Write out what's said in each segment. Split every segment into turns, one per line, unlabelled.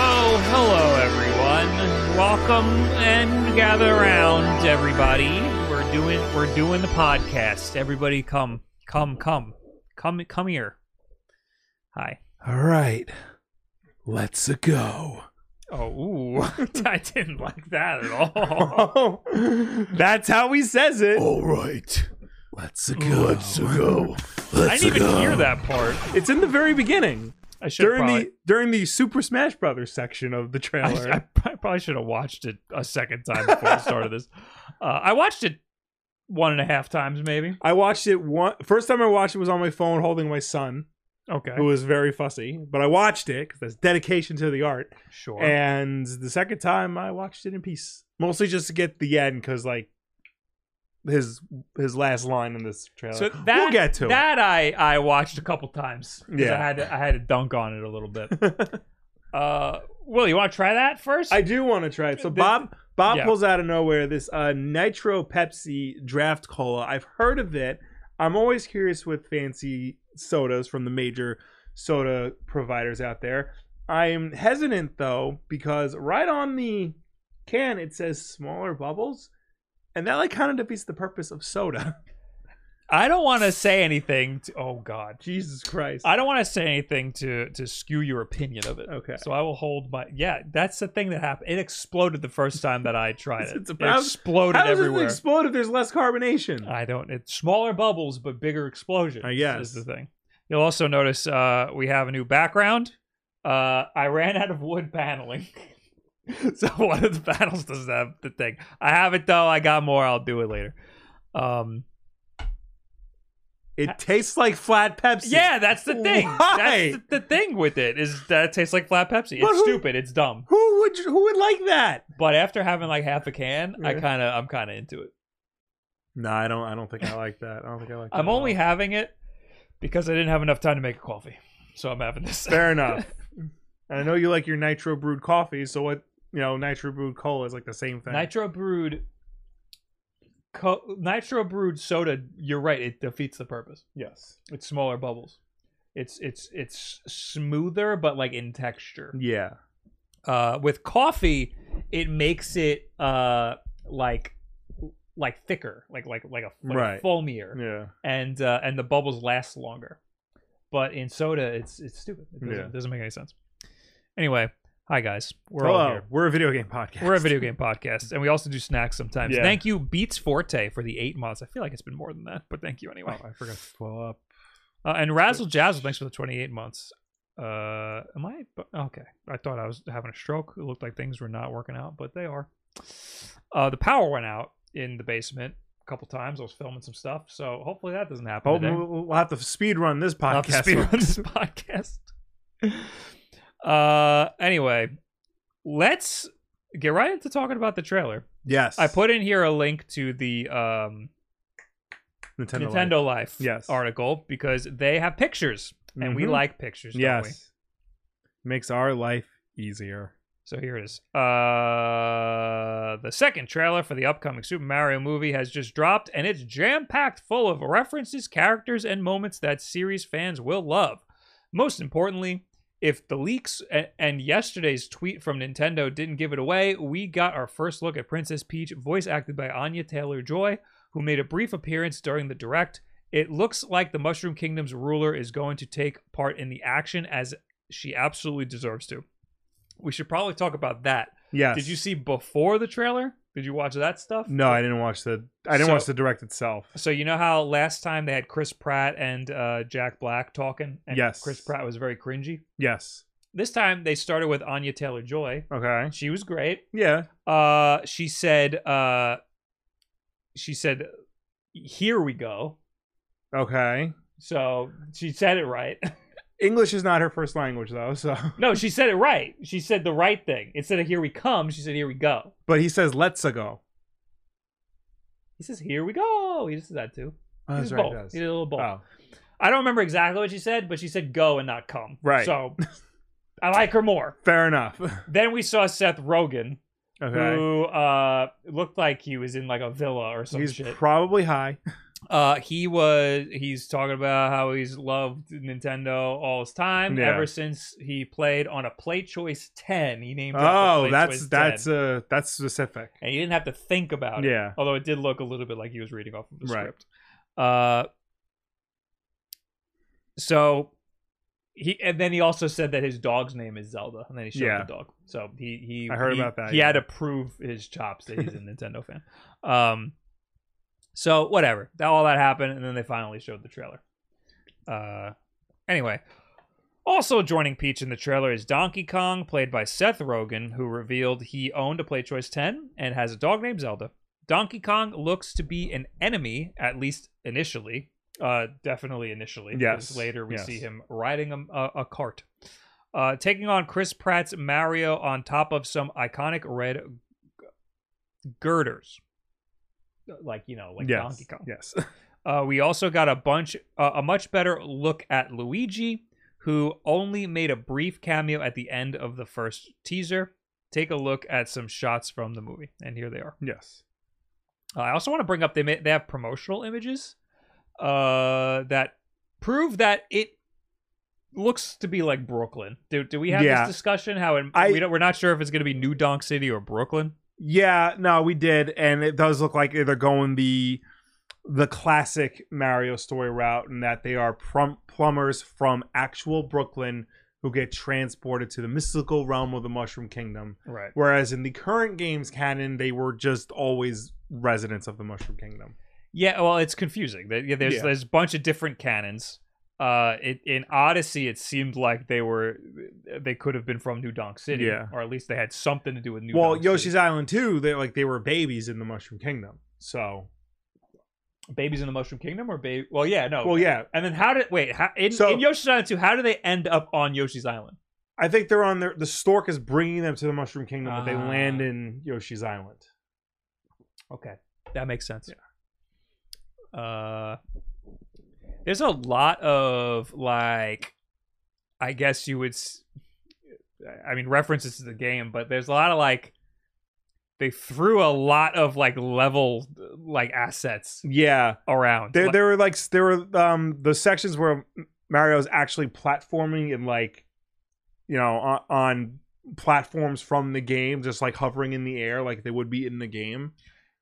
Oh, hello, everyone. Welcome and gather around, everybody. We're doing we're doing the podcast. Everybody, come, come, come, come, come here. Hi.
All right, let's go.
Oh, ooh, I didn't like that at all.
That's how he says it.
All right, let's go. Let's go.
I didn't even hear that part.
It's in the very beginning
I should
during
probably,
the during the Super Smash Brothers section of the
I,
trailer.
I prob- probably should have watched it a second time before I started this. Uh, I watched it one and a half times, maybe.
I watched it one first time I watched it was on my phone holding my son,
Okay,
who was very fussy. But I watched it because that's dedication to the art.
sure.
And the second time I watched it in peace, mostly just to get the end because like his his last line in this trailer.
So that
we'll get to it.
that I I watched a couple times. 'cause
Yeah.
I had to, I had to dunk on it a little bit. uh, Will, you want to try that first?
I do want to try it. So
The-
Bob Bob
yeah.
pulls out of nowhere this uh, Nitro Pepsi Draft Cola. I've heard of it. I'm always curious with fancy sodas from the major soda providers out there. I'm hesitant though because right on the can it says smaller bubbles, and that like kind of defeats the purpose of soda.
I don't want to say anything. To, oh God,
Jesus Christ!
I don't want to say anything to to skew your opinion of it.
Okay.
So I will hold my. Yeah, that's the thing that happened. It exploded the first time that I tried it.
It's
it
about-
exploded
How does it
everywhere.
explode if there's less carbonation?
I don't. It's smaller bubbles, but bigger explosions.
I guess.
is the thing. You'll also notice uh, we have a new background. Uh, I ran out of wood paneling, so one of the panels doesn't have the thing. I have it though. I got more. I'll do it later. Um,
it tastes like flat Pepsi.
yeah, that's the thing.
Why?
That's the, the thing with it is that it tastes like flat Pepsi. It's
But who-
stupid. It's dumb.
Who would who would like that?
But after having like half a can, I
Yeah.
kind of I'm kind of into it.
No, I don't. I don't think I like that. I don't think I like. That
I'm
at
only
all.
having it because I didn't have enough time to make a coffee, so I'm having this.
fair enough. I know you like your nitro brewed coffee, so what you know, nitro brewed cola is like the same thing.
Nitro brewed, co- nitro brewed soda. You're right. It defeats the purpose.
yes.
It's smaller bubbles. It's it's it's smoother, but like in texture.
Yeah.
Uh, with coffee, it makes it uh like like thicker, like like like a, like
Right.
a foamier,
Yeah.
and uh, and the bubbles last longer. But in soda, it's it's stupid. It doesn't,
Yeah.
doesn't make any sense. Anyway, hi guys, we're
Hello.
all here.
We're a video game podcast.
We're a video game podcast, and we also do snacks sometimes.
Yeah.
Thank you, Beats Forte, for the eight months. I feel like it's been more than that, but thank you anyway.
Oh, I forgot to pull up. Oh.
Uh, and Razzle Jazzle, thanks for the twenty-eight months. Uh, am I bu- okay? I thought I was having a stroke. It looked like things were not working out, but they are. Uh, the power went out in the basement a couple times. I was filming some stuff, so hopefully that doesn't happen.
Oh,
today.
we'll, we'll have to speed run this
I'll have to
podcast.
speedrun this podcast. Uh, anyway, let's get right into talking about the trailer.
yes.
I put in here a link to the um, Nintendo,
Life.
Life
Yes.
article because they have pictures and we
Mhm.
like pictures. don't we?
Yes. Makes our life easier.
So here it is. Uh, the second trailer for the upcoming Super Mario movie has just dropped, and it's jam packed full of references, characters, and moments that series fans will love. Most importantly, if the leaks a- and yesterday's tweet from Nintendo didn't give it away, we got our first look at Princess Peach, voice acted by Anya Taylor Joy, who made a brief appearance during the direct. It looks like the Mushroom Kingdom's ruler is going to take part in the action as she absolutely deserves to. We should probably talk about that.
Yes.
Did you see before the trailer? Did you watch that stuff?
No, I didn't watch the I didn't
So-
watch the direct itself.
So you know how last time they had Chris Pratt and uh, Jack Black talking, and
Yes.
Chris Pratt was very cringy.
Yes.
This time they started with Anya Taylor Joy.
Okay.
She was great.
Yeah.
Uh, she said, uh, she said, "Here we go."
Okay.
So she said it right.
English is not her first language though, so.
No, she said it right. She said the right thing. Instead of here we come, she said here we go.
But he says let's go.
He says here we go. He says that too.
Oh,
He
that's
does
right,
both.
he does.
He did a little both.
Oh.
I don't remember exactly what she said, but she said go and not come.
Right.
So I like her more.
Fair enough.
Then we saw Seth Rogen,
Okay.
who uh, looked like he was in like a villa or some
He's
shit.
probably high.
Uh, he was he's talking about how he's loved Nintendo all his time
Yeah.
ever since he played on a Play Choice 10. He named it the
Oh,
Play
that's
Choice
that's
10.
uh that's specific.
and he didn't have to think about it.
Yeah.
Although it did look a little bit like he was reading off of the
Right.
script. Uh, so he and then he also said that his dog's name is Zelda, and then he showed
Yeah.
the dog. So he he
I heard
he-
about that,
He had
yeah.
to prove his chops that he's a Nintendo fan. Um, so whatever, that all that happened, and then they finally showed the trailer. Uh, anyway. Also joining Peach in the trailer is Donkey Kong, played by Seth Rogen, who revealed he owned a Play Choice 10 and has a dog named Zelda. Donkey Kong looks to be an enemy, at least initially. Uh, definitely initially. 'cause
Yes,
Later we
yes.
see him riding a, a, a cart, uh, taking on Chris Pratt's Mario on top of some iconic red g- girders, like you know, like
yes.
Donkey Kong.
Yes.
Uh, we also got a bunch, uh, a much better look at Luigi, who only made a brief cameo at the end of the first teaser. Take a look at some shots from the movie, and here they are.
yes.
Uh, I also want to bring up they may, they have promotional images uh, that prove that it looks to be like Brooklyn. Do do we have
Yeah.
this discussion? How in,
I-
we don't, we're not sure if it's going to be New Donk City or Brooklyn.
Yeah, no, we did, and it does look like they're going the the classic Mario story route, and that they are prom- plumbers from actual Brooklyn who get transported to the mystical realm of the Mushroom Kingdom.
Right.
Whereas in the current game's canon, they were just always residents of the Mushroom Kingdom.
Yeah, well, it's confusing. There- yeah, There's
Yeah.
there's a bunch of different canons. Uh, it, in Odyssey, it seemed like they were they could have been from New Donk City,
Yeah.
or at least they had something to do with New.
well,
Donk
Yoshi's
City.
Island too, they like they were babies in the Mushroom Kingdom. So,
babies in the Mushroom Kingdom, or baby. Well, yeah, no.
well, yeah,
and then how did wait how, in,
So-
in Yoshi's Island 2, How do they end up on Yoshi's Island?
I think they're on their the stork is bringing them to the Mushroom Kingdom, but they
Ah.
land in Yoshi's Island.
Okay, that makes sense. Uh, there's a lot of like, I guess you would, s- I mean, references to the game, but there's a lot of like, they threw a lot of like level like assets
Yeah,
around.
There,
Like-
there were like s- there were um the sections where Mario's actually platforming and like, you know, on, on platforms from the game, just like hovering in the air, like they would be in the game.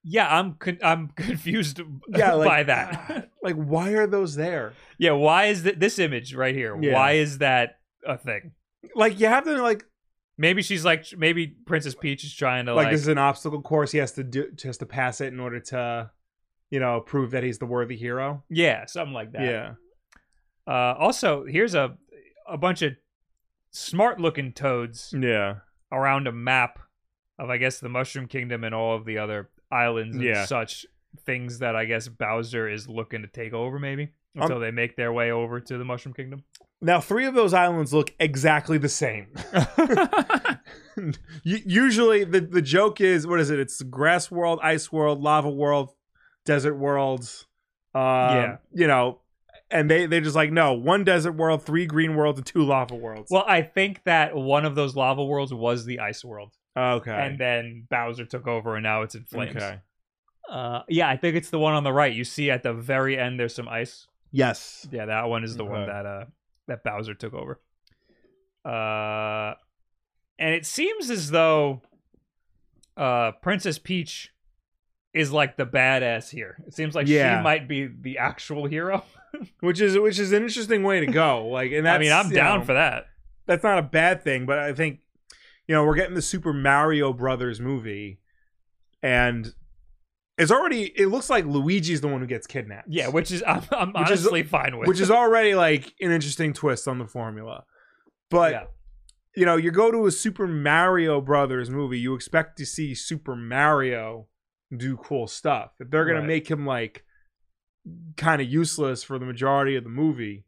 yeah, I'm con- I'm confused
Yeah, like-
by that.
Like, why are those there?
yeah, why is th- this image right here?
Yeah.
Why is that a thing?
Like, you have to like,
Maybe she's like, maybe Princess Peach is trying to
like
like
this is an obstacle course. He has to do, has to pass it in order to, you know, prove that he's the worthy hero.
yeah, something like that.
Yeah,
Uh, also, here's a a bunch of smart looking toads
yeah,
around a map of, I guess, the Mushroom Kingdom and all of the other islands and
Yeah.
such things that I guess Bowser is looking to take over, maybe
Um,
until they make their way over to the Mushroom Kingdom.
Now, three of those islands look exactly the same. U- Usually, the, the joke is what is it? It's grass world, ice world, lava world, desert worlds. Um,
Yeah.
You know, and they, they're just like, no, one desert world, three green worlds, and two lava worlds.
Well, I think that one of those lava worlds was the Ice World,
okay.
and then Bowser took over, and now it's in flames.
Okay.
Uh, yeah, I think it's the one on the right. You see at the very end, there's some ice.
Yes.
Yeah, that one is the one
Okay.
that uh that Bowser took over. Uh and it seems as though uh Princess Peach is like the badass here. It seems like
Yeah.
she might be the actual hero.
Which is which is an interesting way to go. Like, and that's,
I mean, I'm
you
down
know,
for that.
That's not a bad thing, but I think, you know, we're getting the Super Mario Brothers movie, and it's already. It looks like Luigi's the one who gets kidnapped.
Yeah, which is I'm, I'm
Which is-
honestly fine with.
which is already like an interesting twist on the formula. But
Yeah.
you know, you go to a Super Mario Brothers movie, you expect to see Super Mario do cool stuff. If they're gonna
Right.
make him like kind of useless for the majority of the movie,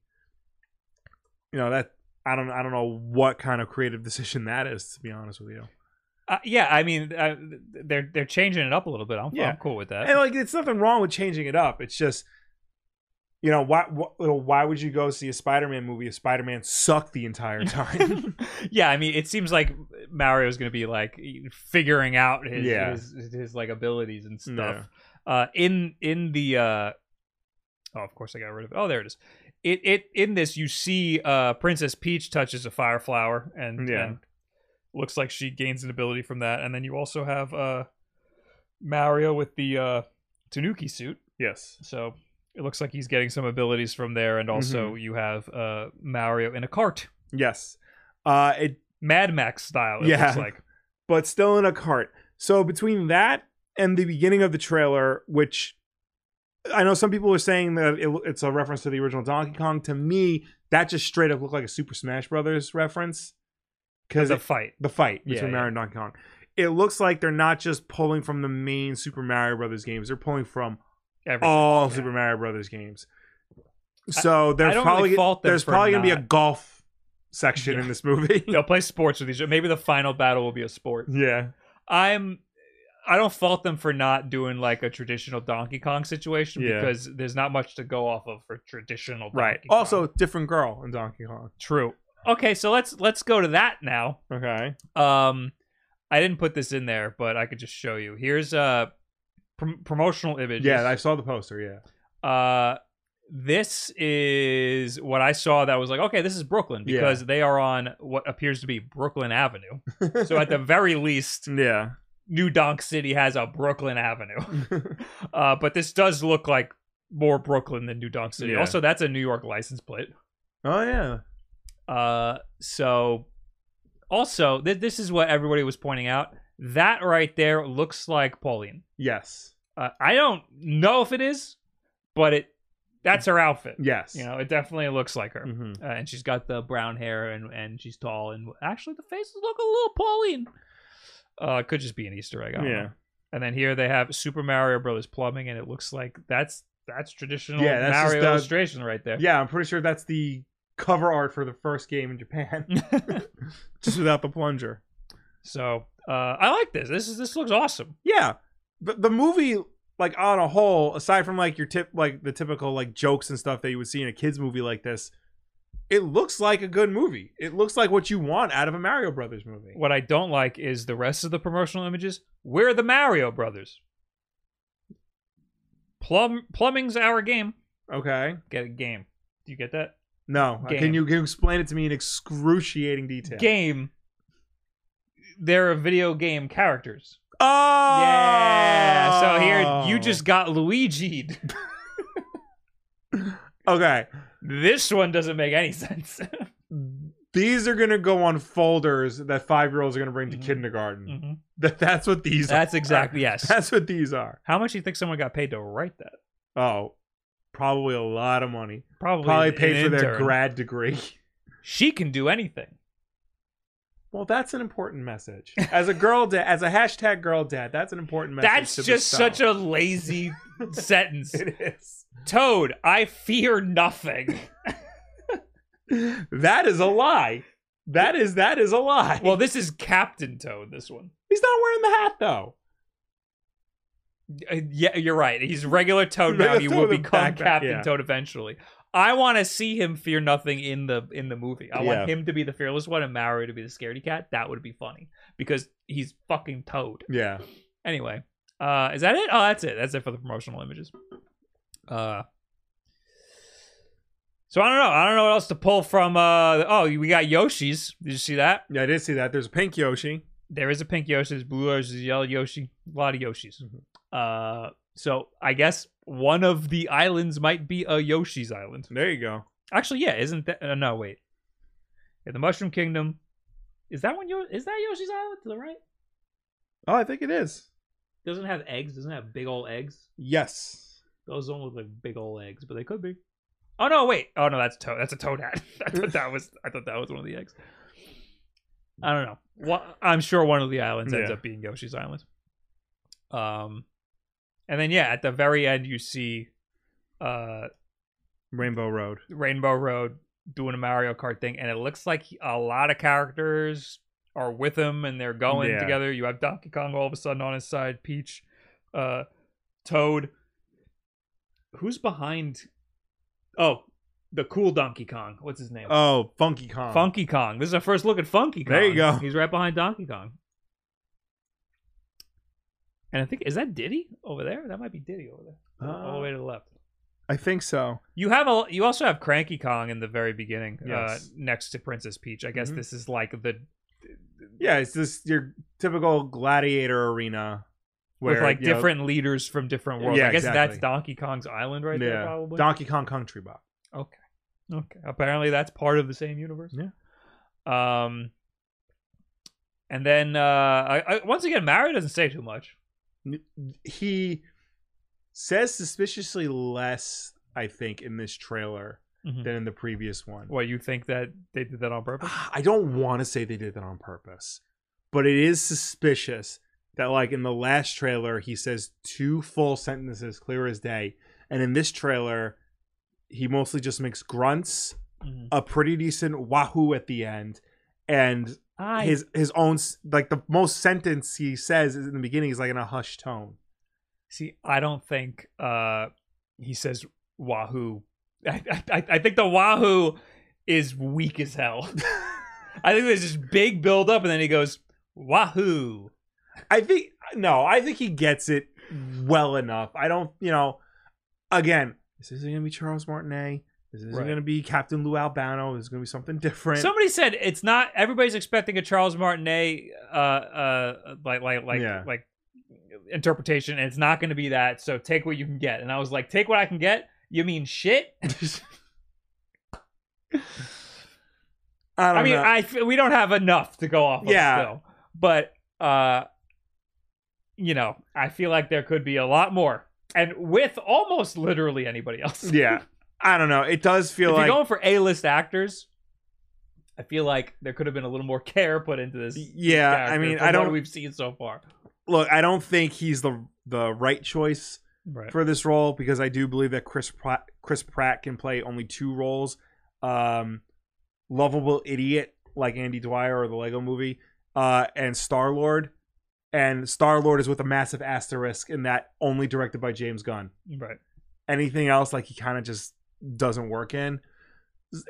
you know that I don't I don't know what kind of creative decision that is to be honest with you.
Uh, yeah, I mean, uh, they're they're changing it up a little bit. I'm,
Yeah.
I'm cool with that.
And like, it's nothing wrong with changing it up. It's just, you know, why why, why would you go see a Spider-Man movie if Spider-Man sucked the entire time?
yeah, I mean, it seems like Mario's going to be like figuring out his
Yeah.
his, his, like abilities and stuff. Uh, in in the uh, oh, of course I got rid of it. Oh, there it is. It it in this you see uh, Princess Peach touches a fire flower and
Yeah.
and looks like she gains an ability from that, and then you also have uh, Mario with the uh, Tanuki suit.
yes.
So it looks like he's getting some abilities from there, and also
Mm-hmm.
you have uh, Mario in a cart,
Yes. Uh, it
Mad Max style. It
Yeah.
looks like
but still in a cart. So between that and the beginning of the trailer, which I know some people are saying that it, it's a reference to the original Donkey Kong. To me, that just straight up looked like a Super Smash Brothers reference because
the fight.
the fight
Yeah,
between
yeah.
Mario and Donkey Kong. It looks like they're not just pulling from the main Super Mario Brothers games; they're pulling from
Everything.
all
yeah.
Super Mario Brothers games. So there's
don't
probably
really fault them
there's
for
probably gonna be a
not-
golf section
Yeah.
in this movie.
They'll play sports with each other. Maybe the final battle will be a sport.
yeah,
I'm I don't fault them for not doing like a traditional Donkey Kong situation
Yeah.
because there's not much to go off of for traditional Donkey
right.
Kong.
Also, different girl in Donkey Kong.
true. Okay, so let's let's go to that now.
Okay.
Um I didn't put this in there, but I could just show you. Here's uh prom- promotional images.
Yeah, I saw the poster. Yeah.
uh this is what I saw that was like, okay, this is Brooklyn
Yeah.
because they are on what appears to be Brooklyn Avenue. So at the very least,
yeah.
New Donk City has a Brooklyn Avenue. Uh, but this does look like more Brooklyn than New Donk City.
Yeah.
Also, that's a New York license plate.
oh yeah.
Uh, so also, th- this is what everybody was pointing out. That right there looks like Pauline.
Yes.
Uh, I don't know if it is, but it that's her outfit.
Yes.
You know, it definitely looks like her.
Mhm.
Uh, and she's got the brown hair and, and she's tall and actually the faces look a little Pauline. Uh, it could just be an Easter egg. I don't
Yeah.
know. And then here they have Super Mario Brothers plumbing, and it looks like that's that's traditional
Yeah, that's
Mario
just, uh,
illustration right there.
Yeah, I'm pretty sure that's the cover art for the first game in Japan, just without the plunger.
so uh, I like this. This is this looks awesome.
Yeah, but the movie, like on a whole, aside from like your tip, like the typical like jokes and stuff that you would see in a kids movie like this, it looks like a good movie. It looks like what you want out of a Mario Brothers movie.
What I don't like is the rest of the promotional images. We're the Mario Brothers. Plum plumbing's our game.
Okay,
Get a game. Do you get that?
no,
Game.
can you, can you explain it to me in excruciating detail?
Game. They're video game characters.
Oh,
Yeah. So here you just got Luigi'd.
okay.
This one doesn't make any sense.
These are gonna go on folders that five year olds are gonna bring to
Mhm.
kindergarten. That Mm-hmm. that's what these
That's
are.
exactly yes.
That's what these are.
How much do you think someone got paid to write that?
Oh, probably a lot of money.
Probably,
Probably
an-
paid
an
for their
intern.
grad degree.
She can do anything.
Well, that's an important message. As a girl dad, as a hashtag girl dad, that's an important message.
That's just such a lazy sentence.
It is.
Toad, I fear nothing.
That is a lie. That is that is a lie.
well, this is Captain Toad. This one.
he's not wearing the hat though.
Uh, yeah, you're right. He's regular Toad now.
Regular
He
Toad
will
and
become
back-
Captain
yeah.
Toad eventually. I want to see him fear nothing in the in the movie. I want
Yeah.
him to be the fearless one and Mario to be the scaredy cat. That would be funny because he's fucking Toad.
Yeah.
Anyway, uh, is that it? Oh, that's it. That's it for the promotional images. Uh, so I don't know. I don't know what else to pull from. Uh, oh, we got Yoshi's. Did you see that?
Yeah, I did see that. There's a pink Yoshi.
There is a pink Yoshi, there's blue Yoshi, there's yellow Yoshi, a lot of Yoshis.
Mm-hmm.
Uh, so I guess one of the islands might be a Yoshi's island.
There you go.
Actually, yeah, isn't that? Uh, no, wait. Yeah, the Mushroom Kingdom. Is that one? Yo- is that Yoshi's island to the right?
Oh, I think it is.
Doesn't have eggs. Doesn't have big old eggs.
Yes.
Those don't look like big old eggs, but they could be. Oh no, wait. Oh no, that's toad. That's a toad hat. I thought that was. I thought that was one of the eggs. I don't know. Wha- I'm sure one of the islands ends
Yeah.
up being Yoshi's Island. Um, and then yeah, at the very end you see, uh,
Rainbow Road.
Rainbow Road. doing a Mario Kart thing, and it looks like he- a lot of characters are with him and they're going
Yeah.
together. You have Donkey Kong all of a sudden on his side, Peach, uh, Toad. Who's behind? Oh, the cool Donkey Kong. What's his name?
Oh, Funky Kong.
Funky Kong. This is our first look at Funky Kong.
There you go.
He's right behind Donkey Kong. And I think is that Diddy over there? That might be Diddy over there. all the
Uh,
way to the left.
I think so.
You have a you also have Cranky Kong in the very beginning, uh,
Yes.
next to Princess Peach. I guess
Mhm.
this is like the
Yeah, it's just your typical gladiator arena
with like
you know,
different leaders from different worlds.
Yeah,
I guess that's
exactly.
Donkey Kong's island right there, probably.
Donkey Kong Country Bob.
Okay. Okay. Apparently that's part of the same universe.
Yeah.
Um and then uh I, I, once again Mario doesn't say too much.
He says suspiciously less, I think, in this trailer
Mhm.
than in the previous one.
What you think that they did that on purpose?
Ah, I don't want to say they did that on purpose, but it is suspicious that like in the last trailer he says two full sentences clear as day, and in this trailer he mostly just makes grunts,
Mhm.
a pretty decent wahoo at the end, and his his own s- like the most sentence he says is in the beginning is like in a hushed tone.
See, I don't think uh he says Wahoo. I I, I think the Wahoo is weak as hell. I think there's this big build up and then he goes Wahoo.
I think no, I think he gets it well enough. I don't, you know, again, this isn't gonna be Charles Martinet. This isn't
Right.
gonna be Captain Lou Albano. This is gonna be something different.
Somebody said it's not everybody's expecting a Charles Martinet uh uh like like like
Yeah.
like interpretation and it's not going to be that. So take what you can get. And I was like, take what I can get. You mean shit?
I
I,
don't
mean,
know.
I f- we don't have enough to go off.
Yeah.
of still. but uh, you know, I feel like there could be a lot more, and with almost literally anybody else.
yeah, I don't know. It does
if
feel like
you're going for A-list actors, I feel like there could have been a little more care put into this.
yeah. I
character
mean,
from
I
what
don't
we've seen so far.
look. I don't think he's the the right choice
Right.
for this role because I do believe that Chris Pratt, Chris Pratt can play only two roles. Um lovable idiot like Andy Dwyer or the Lego movie uh and Star-Lord and Star-Lord is with a massive asterisk in that only directed by James Gunn.
right.
Anything else like he kind of just doesn't work in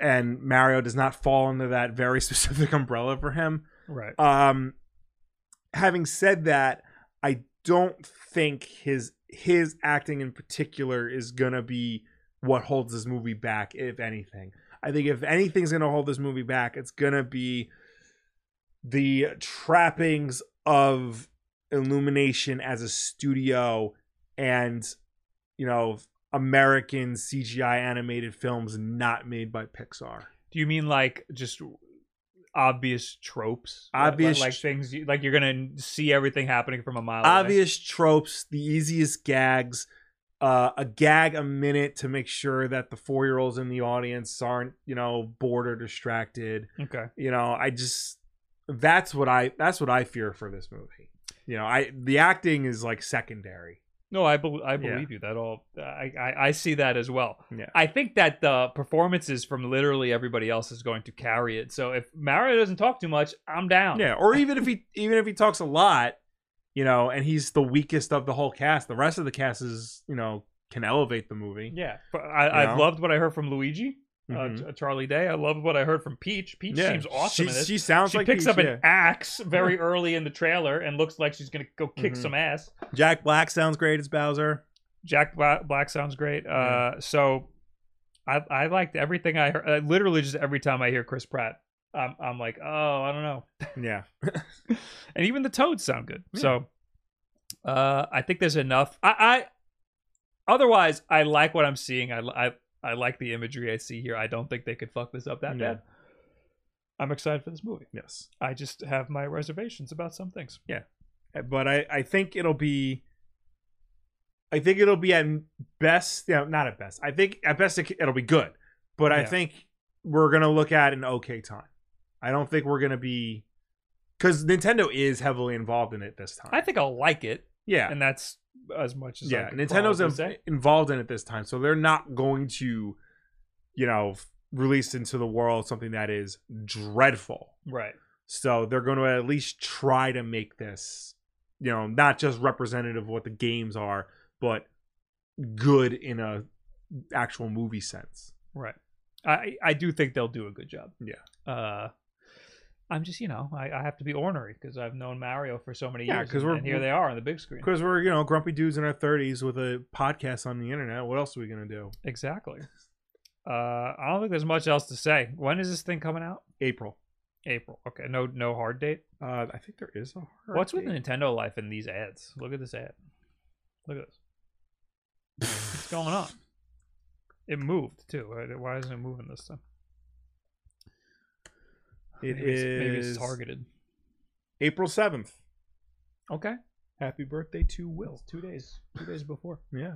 and Mario does not fall under that very specific umbrella for him.
Right.
Um, having said that, I don't think his his acting in particular is gonna be what holds this movie back. If anything, I think if anything's gonna hold this movie back, it's gonna be the trappings of Illumination as a studio and you know American CGI animated films not made by Pixar.
Do you mean like just obvious tropes? Like-
Obvious
like,
tr-
things you, like you're gonna see everything happening from a mile. away?
obvious tropes, the easiest gags, uh, a gag a minute to make sure that the four year olds in the audience aren't, you know, bored or distracted.
Okay.
You know, I just that's what I that's what I fear for this movie. You know, I the acting is like secondary.
No, I, bel I
Yeah.
believe you. That all I, I I see that as well.
Yeah.
I think that the performances from literally everybody else is going to carry it. So if Mario doesn't talk too much, I'm down.
Yeah, or e-, even if he even if he talks a lot, you know, and he's the weakest of the whole cast, the rest of the cast is, you know, can elevate the movie.
yeah. But I,
You
I've
know?
loved what I heard from Luigi,
Mhm.
uh, Ch- Charlie Day. I loved what I heard from Peach. Peach
Yeah.
seems awesome.
She,
in this.
she sounds
She
like
picks
Peach,
up an
yeah.
axe very early in the trailer and looks like she's gonna go kick
Mhm.
some ass.
Jack Black sounds great as Bowser.
Jack Bla- Black sounds great. Uh, so I I liked everything I heard. Uh, literally, just every time I hear Chris Pratt, I'm I'm like, oh, I don't know.
Yeah.
and even the toads sound good. So uh, I think there's enough. I, I otherwise I like what I'm seeing. I, I I like the imagery I see here. I don't think they could fuck this up that
Yeah.
bad. I'm excited for this movie.
Yes.
I just have my reservations about some things.
but I, I think it'll be I think it'll be at best yeah, not at best. I think at best it, will be good. But I
Yeah.
think we're going to look at an okay time. I don't think we're going to be cuz Nintendo is heavily involved in it this time.
I think I'll like it,
yeah.
and that's as much as I
yeah,
could
Nintendo's
probably
in-
say.
involved in it this time, so they're not going to you know, f- released into the world something that is dreadful.
Right.
So they're going to at least try to make this, you know, not just representative of what the games are, but good in a actual movie sense.
Right. I I do think they'll do a good job.
Yeah.
Uh, I'm just you know I, I have to be ornery because I've known Mario for so many
Yeah,
years.
'cause
and-
we're-
and here they are on the big screen.
Because we're you know grumpy dudes in our thirties with a podcast on the internet. What else are we gonna do?
Exactly. Uh, I don't think there's much else to say. When is this thing coming out?
April.
April. Okay. No no hard date.
Uh, I think there is a hard
What's with
date.
the Nintendo life in these ads? Look at this ad. Look at this. What's going on? It moved too. Why- Why isn't it moving this time?
It
maybe it's, maybe
is-
it's targeted.
April seventh.
Okay.
Happy birthday to Will.
It's two days. Two days before.
Yeah.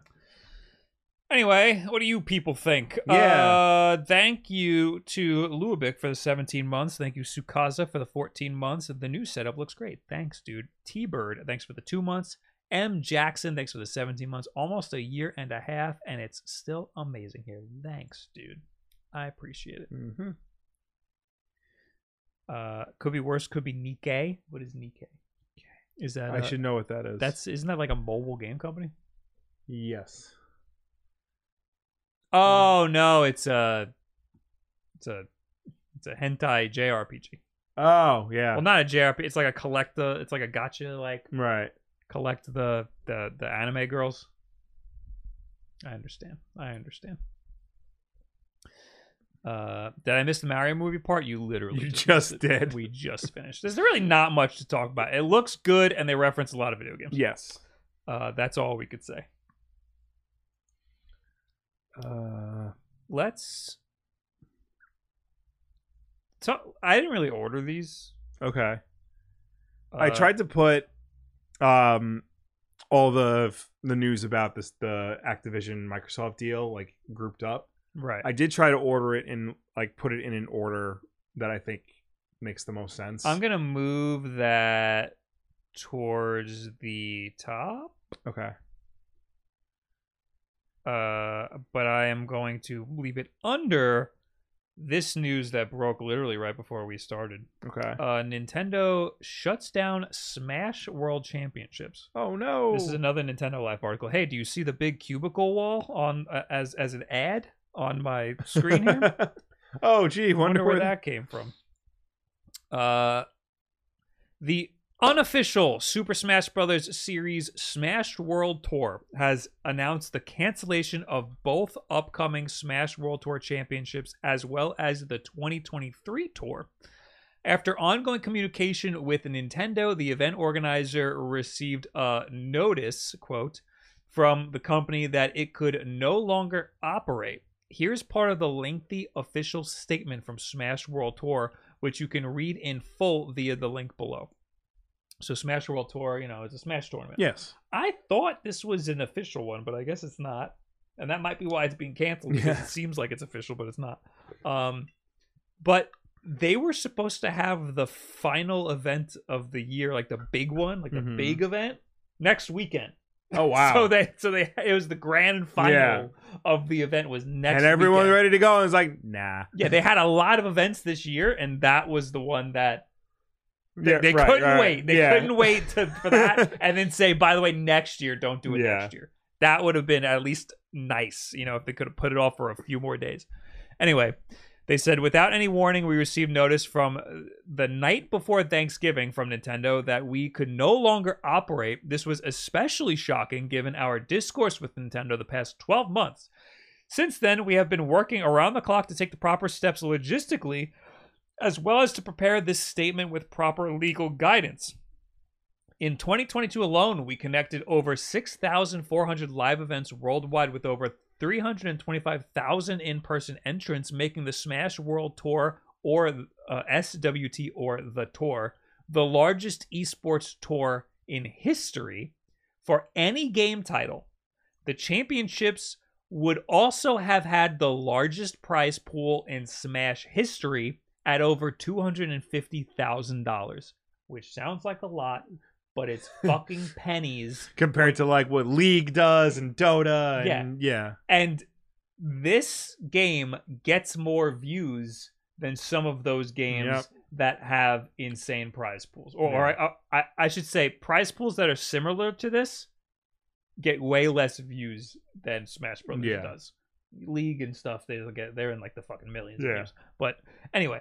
Anyway, what do you people think?
Yeah.
Uh, thank you to Lubick for the 17 months. Thank you, Sukaza, for the 14 months. The new setup looks great. Thanks, dude. T Bird, thanks for the two months. M Jackson, thanks for the 17 months. Almost a year and a half, and it's still amazing here. Thanks, dude. I appreciate it.
Mm-hmm.
Uh, could be worse. Could be Nikkei. What is Nikkei? Is that
I
uh,
should know what that is.
That's isn't that like a mobile game company?
yes.
Oh no, it's a, it's a, it's a hentai JRPG.
Oh yeah.
Well, not a JRPG. It's like a collect the. It's like a gotcha. Like
right.
collect the the the anime girls. I understand. I understand. Uh, did I miss the Mario movie part? You literally
You just
missed it.
did.
We just finished. There's really not much to talk about. It looks good, and they reference a lot of video games.
Yes.
Uh, that's all we could say.
Uh,
Let's. So I didn't really order these.
okay. I
Uh,
tried to put um all the the news about this the Activision Microsoft deal like grouped up.
Right.
I did try to order it and like put it in an order that I think makes the most sense.
I'm gonna move that towards the top.
okay.
Uh, but I am going to leave it under this news that broke literally right before we started.
Okay.
Uh, Nintendo shuts down Smash World Championships.
oh no.
This is another Nintendo Live article. Hey, do you see the big cubicle wall on uh, as as an ad on my screen here?
oh gee,
wonder,
wonder,
where that came from. Uh, the unofficial Super Smash Brothers series Smash World Tour has announced the cancellation of both upcoming Smash World Tour championships as well as the 2023 tour. After ongoing communication with Nintendo, the event organizer received a notice, quote, from the company that it could no longer operate. Here's part of the lengthy official statement from Smash World Tour, which you can read in full via the link below. So, Smash World Tour, you know, it's a Smash tournament.
Yes.
I thought this was an official one, but I guess it's not. And that might be why it's being canceled because
Yeah.
it seems like it's official, but it's not. Um, but they were supposed to have the final event of the year, like the big one, like the
Mhm.
big event, next weekend.
Oh wow.
So they, so they, it was the grand final
Yeah.
of the event was next.
and everyone's
weekend.
ready to go and it's like, nah.
Yeah, they had a lot of events this year, and that was the one that they,
Yeah,
they
right,
couldn't
right.
wait. They
Yeah.
couldn't wait to, for that, and then say, by the way, next year, don't do it
Yeah.
next year. That would have been at least nice, you know, if they could have put it off for a few more days. Anyway, they said, without any warning, we received notice from uh, the night before Thanksgiving from Nintendo that we could no longer operate. This was especially shocking given our discourse with Nintendo the past 12 months. Since then, we have been working around the clock to take the proper steps logistically, as well as to prepare this statement with proper legal guidance. In 2022 alone, we connected over 6,400 live events worldwide with over 325,000 in person entrants, making the Smash World Tour or uh, SWT or the Tour the largest esports tour in history for any game title. The championships would also have had the largest prize pool in Smash history at over $250,000, which sounds like a lot, but it's fucking pennies.
Compared to like what League does and Dota and yeah.
And this game gets more views than some of those games
Yep.
that have insane prize pools, or, or
Yeah.
I, I, I should say, prize pools that are similar to this get way less views than Smash Brothers
Yeah.
does. League and stuff, they'll get they're in like the fucking millions. Of
Yeah.
views. But anyway,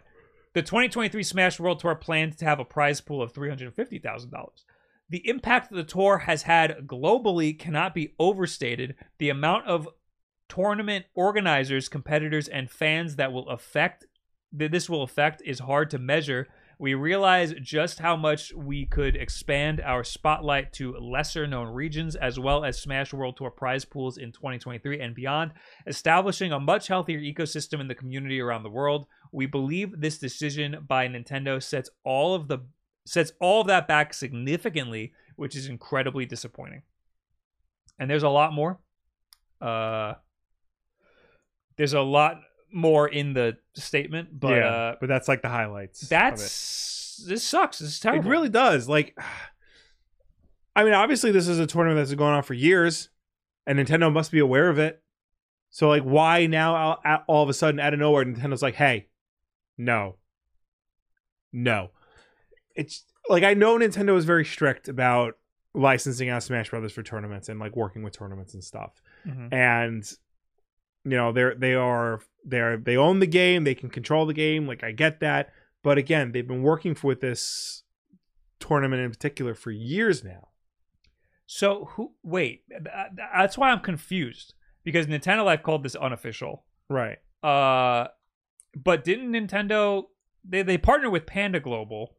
the 2023 Smash World Tour plans to have a prize pool of three hundred fifty thousand dollars. The impact the tour has had globally cannot be overstated. The amount of tournament organizers, competitors, and fans that will affect that this will affect is hard to measure. We realize just how much we could expand our spotlight to lesser known regions as well as Smash World Tour prize pools in 2023 and beyond, establishing a much healthier ecosystem in the community around the world. We believe this decision by Nintendo sets all of the sets all of that back significantly, which is incredibly disappointing. And there's a lot more. Uh there's a lot more in the statement, but
yeah,
uh
but that's like the highlights. of it.
that's this sucks. This is
it
terrible.
really does. Like, I mean, obviously this is a tournament that's been going on for years, and Nintendo must be aware of it. So like, why now? All, out- all of a sudden, out of nowhere, Nintendo's like, "Hey, no, no." It's like I know Nintendo is very strict about licensing out Smash Brothers for tournaments and like working with tournaments and stuff
Mhm.
and you know they're they are they are they own the game they can control the game like i get that but again they've been working for this tournament in particular for years now
So who? Wait, th- th- that's why I'm confused because Nintendo Life called this unofficial.
right
Uh, but didn't Nintendo they they partner with Panda Global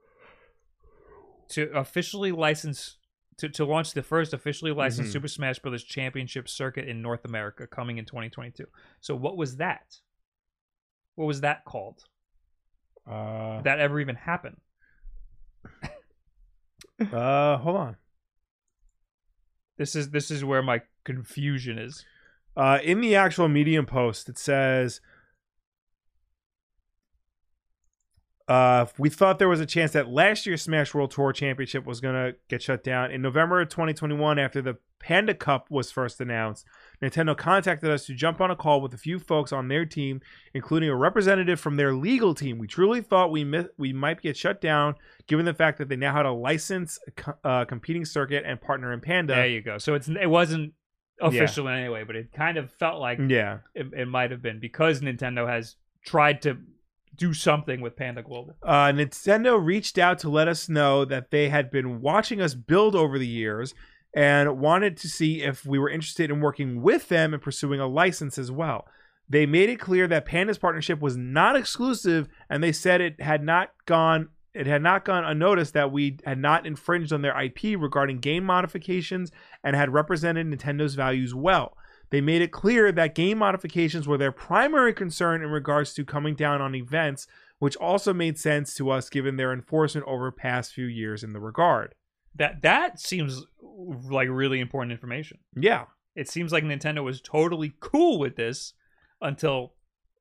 to officially license to, to launch the first officially licensed
Mhm.
Super Smash Bros. Championship circuit in North America coming in 2022. So what was that? What was that called?
uh,
Did that ever even happen?
uh hold on
This is this is where my confusion is.
uh in the actual medium post it says Uh, we thought there was a chance that last year's Smash World Tour Championship was going to get shut down. In November of 2021, after the Panda Cup was first announced, Nintendo contacted us to jump on a call with a few folks on their team, including a representative from their legal team. We truly thought we mi- we might get shut down, given the fact that they now had a license, co- uh, competing circuit, and partner in Panda.
There you go. So it's it wasn't official in any way, but it kind of felt like
yeah.
it, it might have been because Nintendo has tried to do something with Panda Global.
Uh, Nintendo reached out to let us know that they had been watching us build over the years and wanted to see if we were interested in working with them and pursuing a license as well. They made it clear that Panda's partnership was not exclusive, and they said it had not gone it had not gone unnoticed that we had not infringed on their IP regarding game modifications and had represented Nintendo's values well. They made it clear that game modifications were their primary concern in regards to coming down on events, which also made sense to us given their enforcement over past few years in the regard.
That that seems like really important information.
Yeah.
It seems like Nintendo was totally cool with this until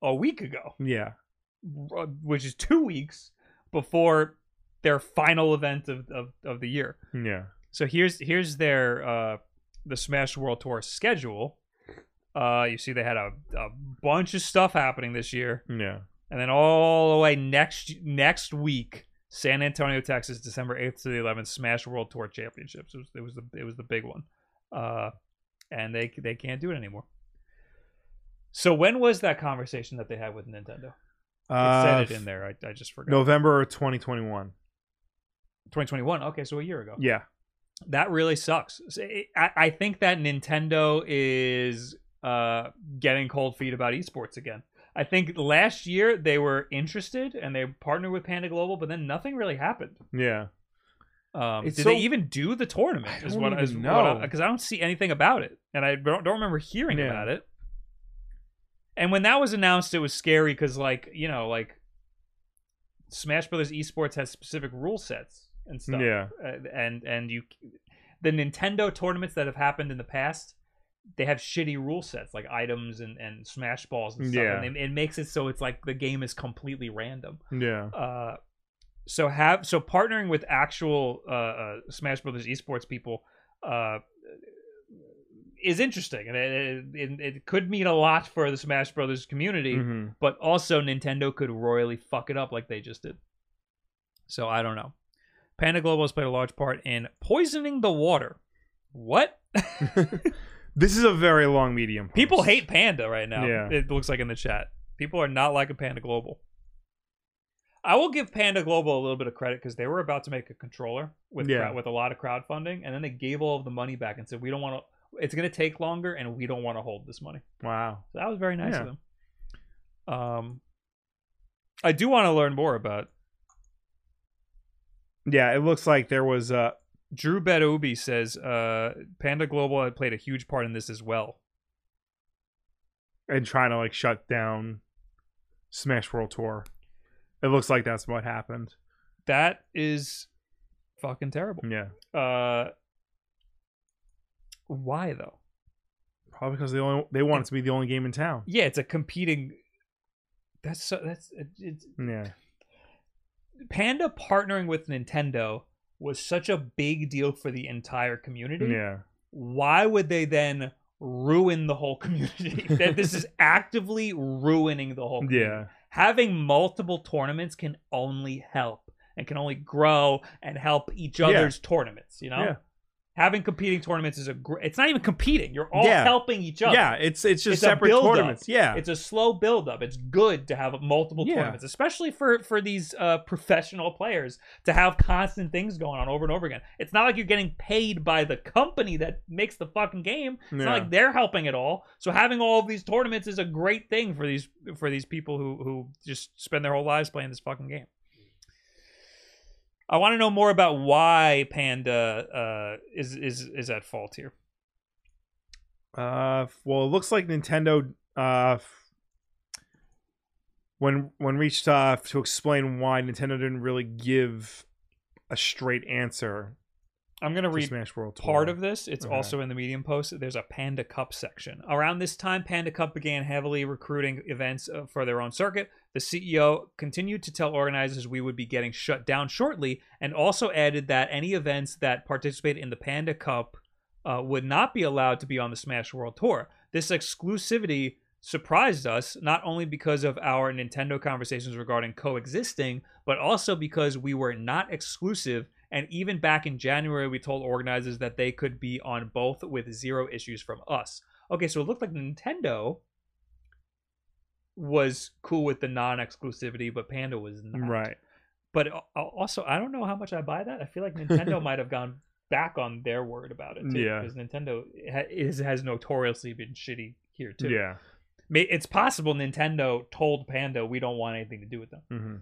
a week ago,
Yeah.
uh, which is two weeks before their final event of, of, of the year.
Yeah.
So here's here's their uh the Smash World Tour schedule. Uh you see they had a, a bunch of stuff happening this year.
Yeah.
And then all the way next next week, San Antonio, Texas, December eighth to the eleventh, Smash World Tour Championships. It was, it was the it was the big one. Uh and they they can't do it anymore. So when was that conversation that they had with Nintendo? It
Uh,
said it in there. I, I just forgot.
November 2021.
2021. Okay, so a year ago.
Yeah.
that really sucks. So it- I, I think that Nintendo is uh, getting cold feet about esports again. I think last year they were interested and they partnered with Panda Global, but then nothing really happened.
Yeah.
Um, did
It's
they
so-
even do the tournament?
I
is
don't
what
even
is what
know.
I- 'cause I don't see anything about it, and I don't, don't remember hearing
Yeah.
about it. And when that was announced, it was scary because, like, you know, like Smash Brothers Esports has specific rule sets and stuff
Yeah.
uh, and and you the Nintendo tournaments that have happened in the past they have shitty rule sets like items and, and smash balls and stuff
Yeah.
and it, it makes it so it's like the game is completely random
Yeah.
uh so have so partnering with actual uh, uh smash brothers esports people uh is interesting, and it, it, it could mean a lot for the Smash Brothers community.
Mm-hmm.
But also, Nintendo could royally fuck it up like they just did. So I don't know. Panda Global has played a large part in poisoning the water. What?
This is a very long medium. post.
People hate Panda right now.
Yeah.
It looks like in the chat. People are not liking Panda Global. I will give Panda Global a little bit of credit because they were about to make a controller with
Yeah.
crowd- with a lot of crowdfunding, and then they gave all of the money back and said, "We don't want to. It's going to take longer, and we don't want to hold this money."
Wow.
So that was very nice
Yeah.
of them. Um, I do want to learn more about
Yeah, it looks like there was uh
Drew Bedubi says uh, Panda Global had played a huge part in this as well.
and trying to like shut down Smash World Tour. It looks like that's what happened.
That is fucking terrible.
Yeah.
Uh, why though?
Probably because they only they want it to be the only game in town.
Yeah, it's a competing. That's so. That's it's,
Yeah.
Panda partnering with Nintendo was such a big deal for the entire community.
Yeah.
Why would they then ruin the whole community? that this is actively ruining the whole. Community.
Yeah.
having multiple tournaments can only help and can only grow and help each other's tournaments you know
Yeah.
having competing tournaments is a great it's not even competing you're all
Yeah.
helping each other
Yeah, it's it's just
It's a
separate
build-up.
tournaments. Yeah.
it's a slow build up it's good to have multiple
Yeah.
tournaments especially for for these uh professional players to have constant things going on over and over again it's not like you're getting paid by the company that makes the fucking game it's
Yeah.
not like they're helping at all. So having all of these tournaments is a great thing for these for these people who who just spend their whole lives playing this fucking game. I want to know more about why Panda uh, is is is at fault here.
Uh, well, it looks like Nintendo. Uh, f- when when reached uh, to explain why Nintendo didn't really give a straight answer
I'm gonna
to
read
Smash World Tour.
part of this. It's
Okay.
also in the Medium post. There's a Panda Cup section. Around this time, Panda Cup began heavily recruiting events uh, for their own circuit. The CEO continued to tell organizers we would be getting shut down shortly, and also added that any events that participate in the Panda Cup uh, would not be allowed to be on the Smash World Tour. This exclusivity surprised us not only because of our Nintendo conversations regarding coexisting, but also because we were not exclusive. And even back in January, we told organizers that they could be on both with zero issues from us. Okay, so it looked like Nintendo was cool with the non-exclusivity, but Panda was not.
right.
But al- al- also, I don't know how much I buy that. I feel like Nintendo might have gone back on their word about it. Too,
Yeah.
Because Nintendo ha- is, has notoriously been shitty here too.
Yeah.
May- It's possible Nintendo told Panda we don't want anything to do with them.
hmm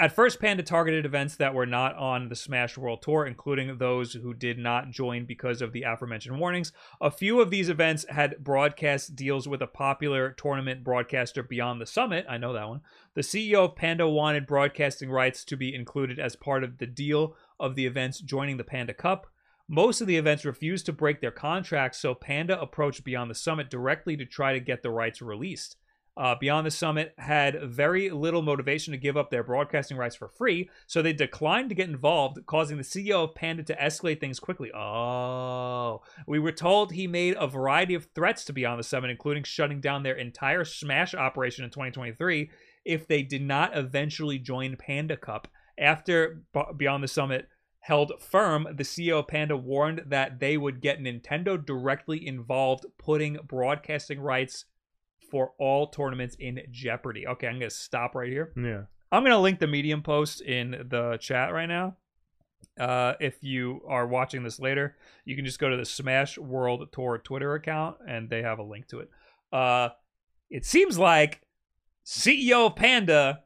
At first, Panda targeted events that were not on the Smash World Tour, including those who did not join because of the aforementioned warnings. A few of these events had broadcast deals with a popular tournament broadcaster beyond the summit. I know that one. The CEO of Panda wanted broadcasting rights to be included as part of the deal of the events joining the Panda Cup. Most of the events refused to break their contracts, so Panda approached Beyond the Summit directly to try to get the rights released. Uh, Beyond the Summit had very little motivation to give up their broadcasting rights for free, so they declined to get involved, causing the CEO of Panda to escalate things quickly. Oh, we were told he made a variety of threats to Beyond the Summit, including shutting down their entire Smash operation in 2023 if they did not eventually join Panda Cup. After B- Beyond the Summit held firm, the CEO of Panda warned that they would get Nintendo directly involved, putting broadcasting rights for all tournaments in jeopardy. Okay, I'm going to stop right here.
Yeah.
I'm going to link the Medium post in the chat right now. Uh, if you are watching this later, you can just go to the Smash World Tour Twitter account and they have a link to it. Uh, it seems like CEO of Panda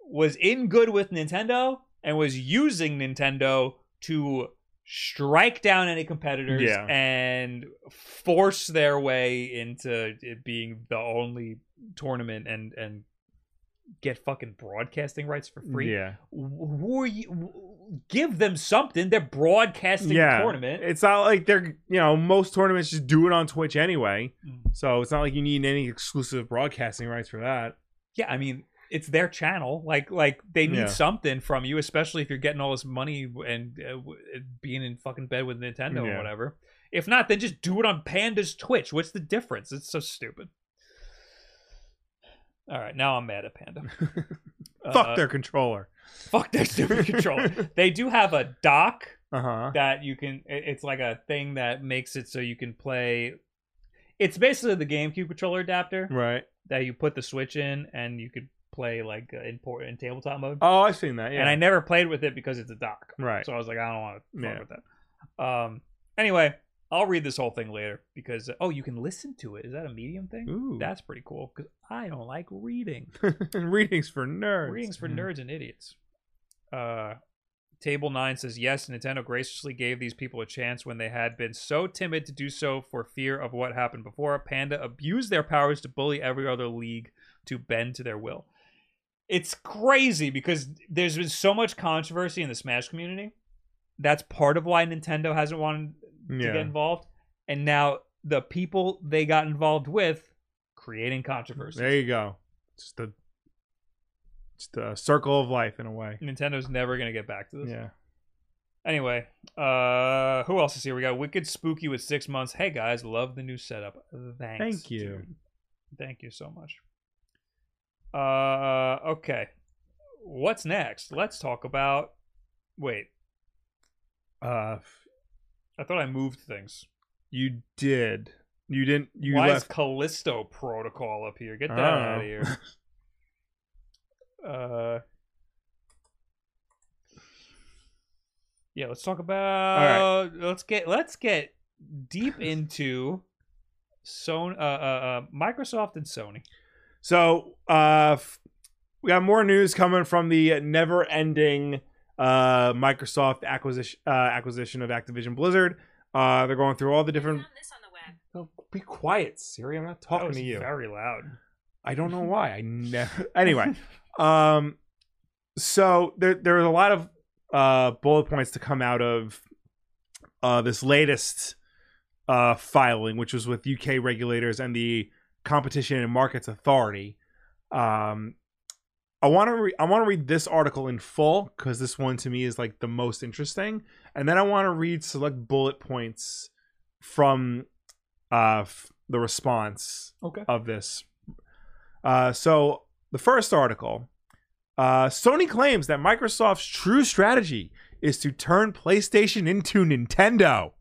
was in good with Nintendo and was using Nintendo to strike down any competitors
Yeah.
and force their way into it being the only tournament and and get fucking broadcasting rights for free.
Yeah.
Wh- Who are you? wh- Give them something. They're broadcasting
Yeah.
the tournament.
It's not like they're you know most tournaments just do it on Twitch anyway,
Mm.
so it's not like you need any exclusive broadcasting rights for that.
Yeah, I mean, it's their channel. Like, like they need
Yeah.
something from you, especially if you're getting all this money and uh, w- being in fucking bed with Nintendo or
Yeah.
whatever. If not, then just do it on Panda's Twitch. What's the difference? It's so stupid. All right, now I'm mad at Panda.
Fuck
Uh,
their controller.
fuck their stupid controller. They do have a dock
Uh huh.
that you can it- it's like a thing that makes it so you can play it's basically the GameCube controller adapter
Right.
that you put the Switch in and you could play like uh, in port in tabletop mode.
Oh, I've seen that. Yeah.
And I never played with it because it's a dock.
right.
So I was like, I don't want to fuck
Yeah.
with that. Um anyway, I'll read this whole thing later because oh, you can listen to it. Is that a medium thing?
Ooh.
That's pretty cool cuz I don't like reading.
readings for nerds. Hmm. Mm-hmm.
Readings for
Mhm.
nerds and idiots. Uh, table nine says yes. Nintendo graciously gave these people a chance when they had been so timid to do so for fear of what happened before. Panda abused their powers to bully every other league to bend to their will. It's crazy because there's been so much controversy in the Smash community. That's part of why Nintendo hasn't wanted to get
Yeah.
involved. And now the people they got involved with creating controversy.
There you go. Just a just a circle of life in a way.
Nintendo's never gonna get back to this.
Yeah.
Anyway, uh who else is here? We got Wicked Spooky with six months. Hey guys, love the new setup. Thanks.
Thank you.
dude. Thank you so much. Uh okay. What's next? Let's talk about wait,
Uh, f-
I thought I moved things.
you did. You didn't. You
Why is
left. Oh.
Callisto protocol up here? Get that
I don't
out of
know.
here. uh yeah let's talk about let's get let's get deep into Sony, uh, uh, uh, Microsoft and Sony.
So uh, f- we got more news coming from the never-ending uh, Microsoft acquisition uh, acquisition of Activision Blizzard. Uh, they're going through all the different. Oh, be quiet, Siri. I'm not
that
talking
was
to you.
very loud.
I don't know why. I never. Anyway, um, so there there was a lot of uh bullet points to come out of uh this latest uh filing, which was with UK regulators and the Competition and Markets Authority. Um, I want to re- I want to read this article in full because this one to me is like the most interesting, and then I want to read select bullet points from uh f- the response
Okay.
of this. Uh, so the first article, uh, Sony claims that Microsoft's true strategy is to turn PlayStation into Nintendo.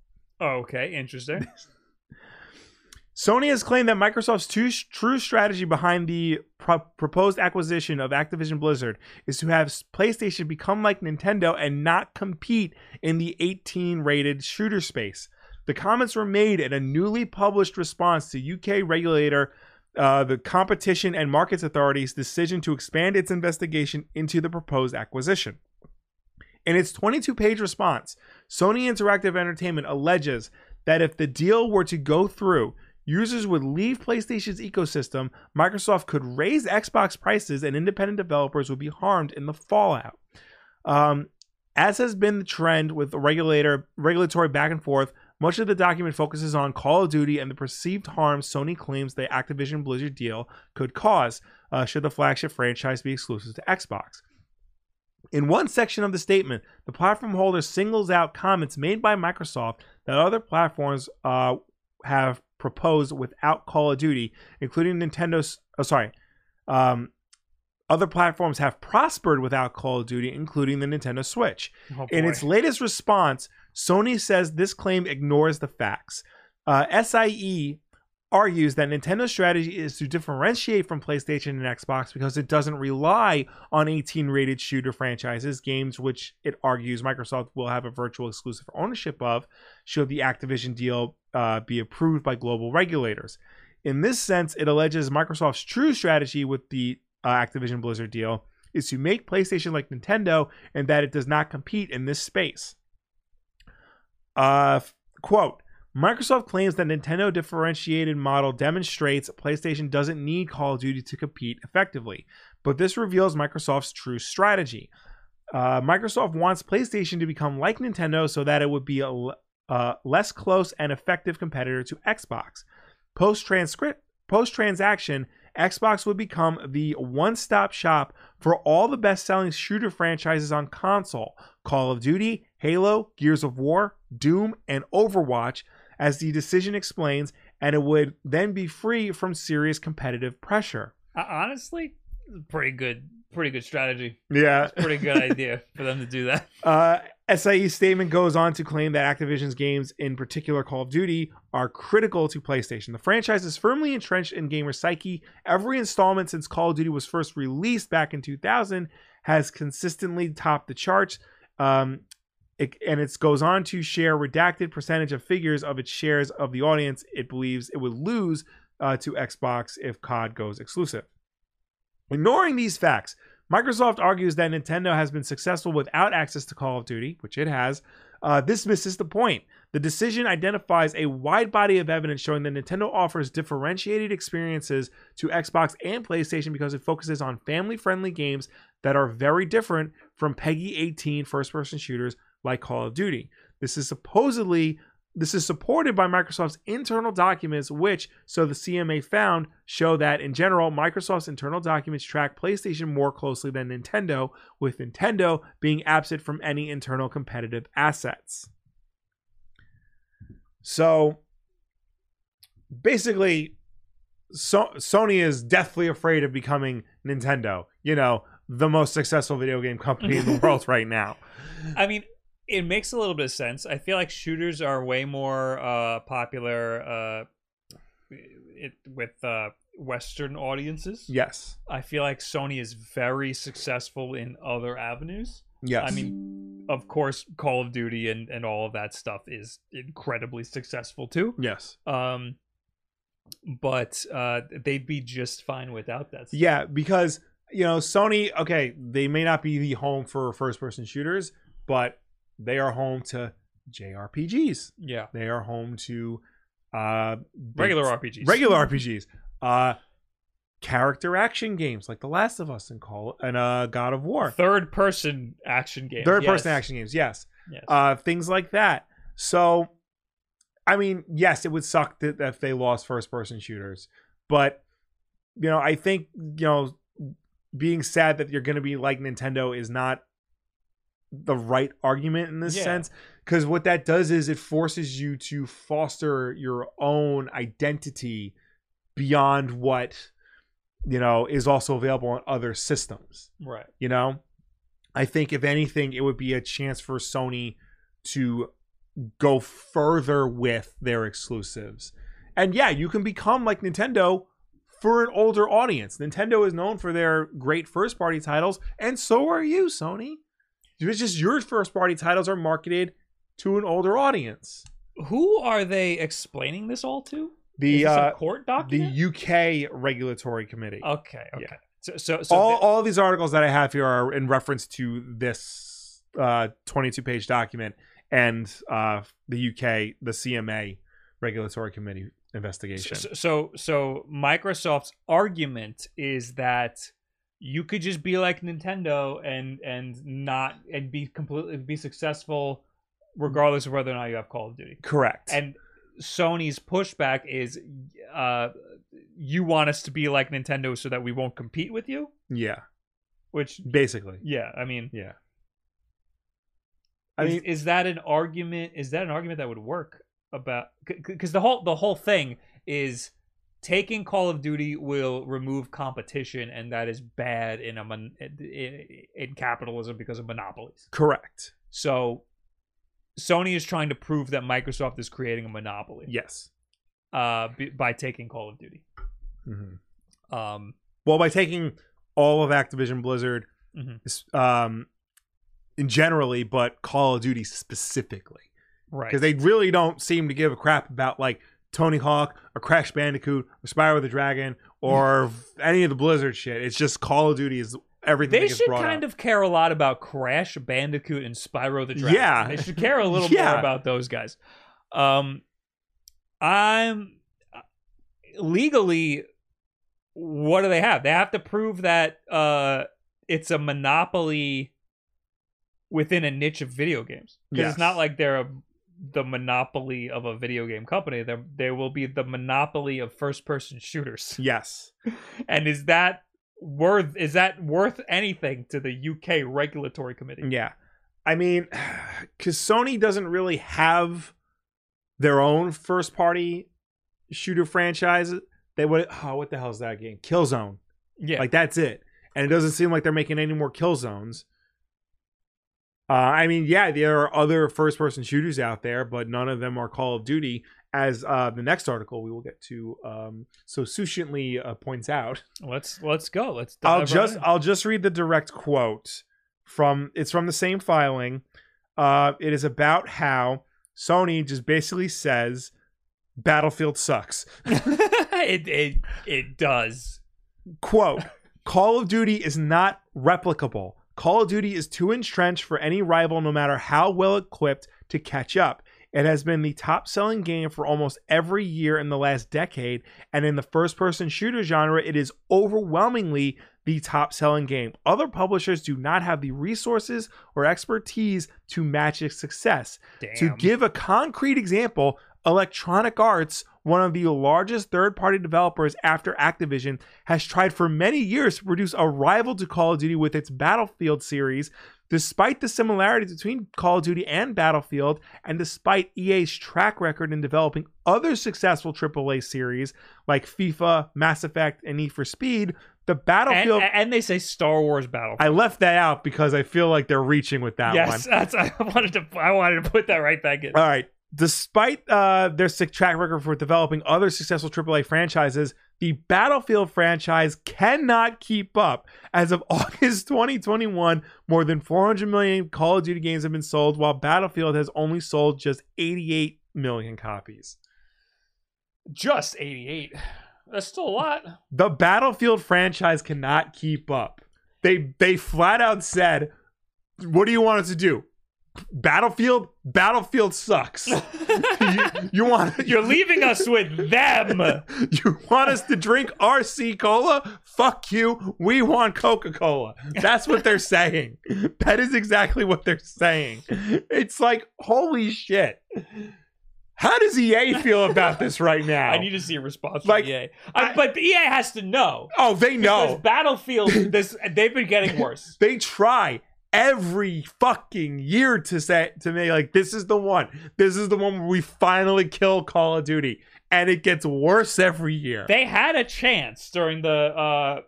Oh, Okay, interesting.
Sony has claimed that Microsoft's two true strategy behind the pro- proposed acquisition of Activision Blizzard is to have PlayStation become like Nintendo and not compete in the 18 rated shooter space. The comments were made in a newly published response to UK regulator, uh, the Competition and Markets Authority's decision to expand its investigation into the proposed acquisition. In its 22 page response, Sony Interactive Entertainment alleges that if the deal were to go through, users would leave PlayStation's ecosystem, Microsoft could raise Xbox prices, and independent developers would be harmed in the fallout. Um, as has been the trend with the regulator regulatory back and forth, much of the document focuses on Call of Duty and the perceived harm Sony claims the Activision Blizzard deal could cause uh, should the flagship franchise be exclusive to Xbox. In one section of the statement, the platform holder singles out comments made by Microsoft that other platforms uh, have proposed without Call of Duty, including Nintendo's. Oh, sorry. Um, other platforms have prospered without Call of Duty, including the Nintendo Switch.
Oh,
In
boy.
its latest response, Sony says this claim ignores the facts. Uh, SIE argues that Nintendo's strategy is to differentiate from PlayStation and Xbox because it doesn't rely on 18 rated shooter franchises, games which it argues Microsoft will have a virtual exclusive ownership of should the Activision deal uh, be approved by global regulators. In this sense, it alleges Microsoft's true strategy with the uh, Activision Blizzard deal is to make PlayStation like Nintendo and that it does not compete in this space. Uh, f- quote Microsoft claims that Nintendo differentiated model demonstrates PlayStation doesn't need Call of Duty to compete effectively, but this reveals Microsoft's true strategy. Uh, Microsoft wants PlayStation to become like Nintendo so that it would be a l- uh, less close and effective competitor to Xbox. Post transcript post transaction, Xbox would become the one-stop shop for all the best-selling shooter franchises on console: Call of Duty, Halo, Gears of War, Doom, and Overwatch, as the decision explains, and it would then be free from serious competitive pressure.
Uh, honestly, pretty good, pretty good strategy.
Yeah.
It's a pretty good idea for them to do that.
Uh, SIE's statement goes on to claim that Activision's games, in particular Call of Duty, are critical to PlayStation. The franchise is firmly entrenched in gamer psyche. Every installment since Call of Duty was first released back in 2000 has consistently topped the charts. Um, it, and it goes on to share redacted percentage of figures of its shares of the audience it believes it would lose uh, to Xbox if COD goes exclusive. Ignoring these facts, Microsoft argues that Nintendo has been successful without access to Call of Duty, which it has. Uh, this misses the point. The decision identifies a wide body of evidence showing that Nintendo offers differentiated experiences to Xbox and PlayStation because it focuses on family friendly games that are very different from Peggy 18 first person shooters like Call of Duty. This is supposedly this is supported by Microsoft's internal documents, which, so the CMA found, show that in general, Microsoft's internal documents track PlayStation more closely than Nintendo, with Nintendo being absent from any internal competitive assets. So basically, so- Sony is deathly afraid of becoming Nintendo, you know, the most successful video game company in the world right now.
I mean, it makes a little bit of sense. I feel like shooters are way more uh, popular uh, it, with uh, Western audiences.
Yes.
I feel like Sony is very successful in other avenues.
Yes.
I mean, of course, Call of Duty and, and all of that stuff is incredibly successful too.
yes.
Um, but uh, they'd be just fine without that. stuff.
Yeah, because you know Sony. Okay, they may not be the home for first-person shooters, but they are home to JRPGs.
yeah,
They are home to uh,
regular
big-
RPGs.
regular RPGs, uh, character action games like The Last of Us and Call and uh, God of War,
third person action game.
third-person
Yes.
action games. Yes,
Yes.
uh, things like that. So, I mean, yes, it would suck that if they lost first person shooters, but you know, I think you know, being sad that you're going to be like Nintendo is not the right argument in this
Yeah.
sense because what that does is it forces you to foster your own identity beyond what you know is also available on other systems
right.
you know i think if anything it would be a chance for sony to go further with their exclusives and yeah you can become like nintendo for an older audience nintendo is known for their great first party titles and so are you sony it's just your first party titles are marketed to an older audience
Who are they explaining this all to? Is
the
this
uh,
a Oh, court document?
the uk regulatory committee
okay, okay.
Yeah.
So, so, so
all,
the-
all these articles that I have here are in reference to this uh, 22 page document and uh, the UK, the CMA regulatory committee investigation.
So, so so Microsoft's argument is that you could just be like Nintendo and and not and be completely be successful regardless of whether or not you have Call of Duty.
Correct.
And Sony's pushback is uh you want us to be like Nintendo so that we won't compete with you,
yeah,
which
basically.
yeah, I mean I
Yeah. I
is,
mean,
is that an argument? Is that an argument that would work about because the whole the whole thing is taking Call of Duty will remove competition, and that is bad in a mon, in, in capitalism because of monopolies.
correct.
So Sony is trying to prove that Microsoft is creating a monopoly
Yes.
uh, b- by taking Call of Duty.
hmm
Um,
Well, by taking all of Activision Blizzard
Mhm.
s- um, in generally, but Call of Duty specifically.
right.
because they really don't seem to give a crap about like Tony Hawk or Crash Bandicoot or Spyro the Dragon or any of the Blizzard shit. It's just Call of Duty is everything.
They
that gets
should
brought
kind
up.
of care a lot about Crash, Bandicoot, and Spyro the Dragon.
Yeah.
they should care a little more
Yeah.
about those guys. Um, I'm legally, what do they have? They have to prove that uh, it's a monopoly within a niche of video games. Because
Yes.
it's not like they're a, the monopoly of a video game company. They they will be the monopoly of first person shooters.
yes,
And is that worth is that worth anything to the UK regulatory committee?
yeah. I mean, because Sony doesn't really have their own first party shooter franchise. They would oh what the hell is that game? Killzone.
Yeah.
Like that's it. And it doesn't seem like they're making any more kill zones. Uh, I mean, yeah, there are other first person shooters out there, but none of them are Call of Duty, as uh, the next article we will get to um, so succinctly uh, points out.
let's let's go. Let's. dive
I'll
right
just
in.
I'll just read the direct quote from it's from the same filing. Uh, it is about how Sony just basically says Battlefield sucks.
it it it does.
Quote: Call of Duty is not replicable. Call of Duty is too entrenched for any rival, no matter how well equipped, to catch up. It has been the top selling game for almost every year in the last decade, and in the first person shooter genre, it is overwhelmingly the top selling game. Other publishers do not have the resources or expertise to match its success.
Damn.
To give a concrete example, Electronic Arts, one of the largest third party developers after Activision, has tried for many years to produce a rival to Call of Duty with its Battlefield series. Despite the similarities between Call of Duty and Battlefield, and despite EA's track record in developing other successful AAA series like FIFA, Mass Effect, and Need for Speed, the
and,
Battlefield.
and they say Star Wars Battle.
I left that out because I feel like they're reaching with that one.
yes, that's. I wanted to. I wanted to put that right back in.
All right. Despite uh, their sick track record for developing other successful AAA franchises, the Battlefield franchise cannot keep up. As of August 2021, more than 400 million Call of Duty games have been sold, while Battlefield has only sold just 88 million copies.
just 88. That's still a lot.
The Battlefield franchise cannot keep up. They they flat out said, "What do you want us to do? Battlefield? Battlefield sucks. you, you want
You're leaving us with them.
you want us to drink RC cola? Fuck you. We want Coca Cola. That's what they're saying. That is exactly what they're saying. It's like, holy shit. How does EA feel about this right now?
I need to see a response
Like,
from EA. I, but EA has to know.
oh, they
Because
know.
Battlefield, this they've been getting worse.
They try every fucking year to say to me like this is the one this is the one where we finally kill call of duty and it gets worse every year
They had a chance during the uh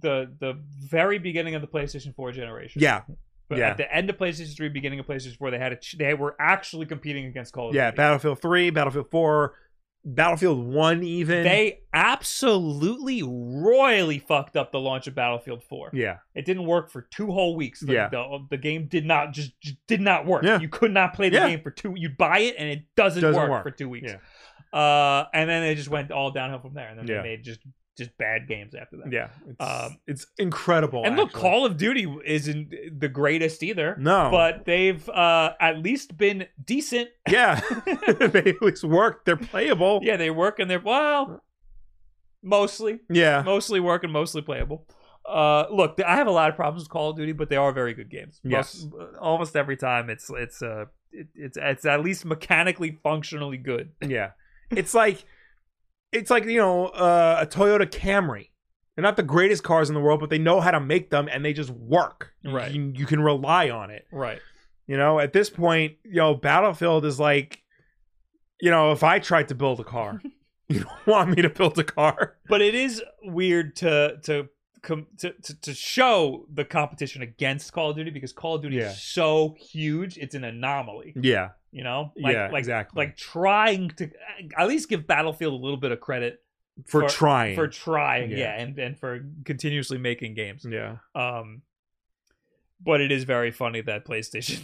the the very beginning of the PlayStation 4 generation.
yeah
But
yeah.
at the end of PlayStation 3, beginning of PlayStation 4, they had a ch- they were actually competing against Call of
Yeah,
Duty.
Battlefield 3, Battlefield 4, Battlefield 1 even.
They absolutely royally fucked up the launch of Battlefield 4.
Yeah.
It didn't work for two whole weeks. The,
Yeah.
the, the game did not just, just did not work.
Yeah.
You could not play the
Yeah.
game for two. You'd buy it and it doesn't,
Doesn't
work,
work.
for two weeks.
Yeah.
Uh, and then it just went all downhill from there. And then
Yeah.
they made just just bad games after that.
Yeah. It's,
Um,
it's incredible.
and look,
actually.
Call of Duty isn't the greatest either.
No.
But they've uh, at least been decent.
Yeah. they at least work. They're playable.
Yeah, they work and they're well, mostly.
Yeah.
mostly work and mostly playable. Uh, look, th- I have a lot of problems with Call of Duty, but they are very good games.
Yes.
Most- almost every time it's it's uh it, it's it's at least mechanically functionally good.
Yeah. It's like it's like, you know, uh, a Toyota Camry. They're not the greatest cars in the world, but they know how to make them and they just work. You-
Right.
You, you can rely on it.
Right.
You know, at this point, you know, Battlefield is like, you know, if I tried to build a car, you don't want me to build a car.
But it is weird to to com- to, to to show the competition against Call of Duty because Call of Duty
Yeah.
is so huge, it's an anomaly.
Yeah.
You know, like
yeah,
like
exactly.
like trying to at least give Battlefield a little bit of credit
for,
for-
trying.
for trying,
Yeah.
yeah, and and for continuously making games.
yeah.
Um, but it is very funny that PlayStation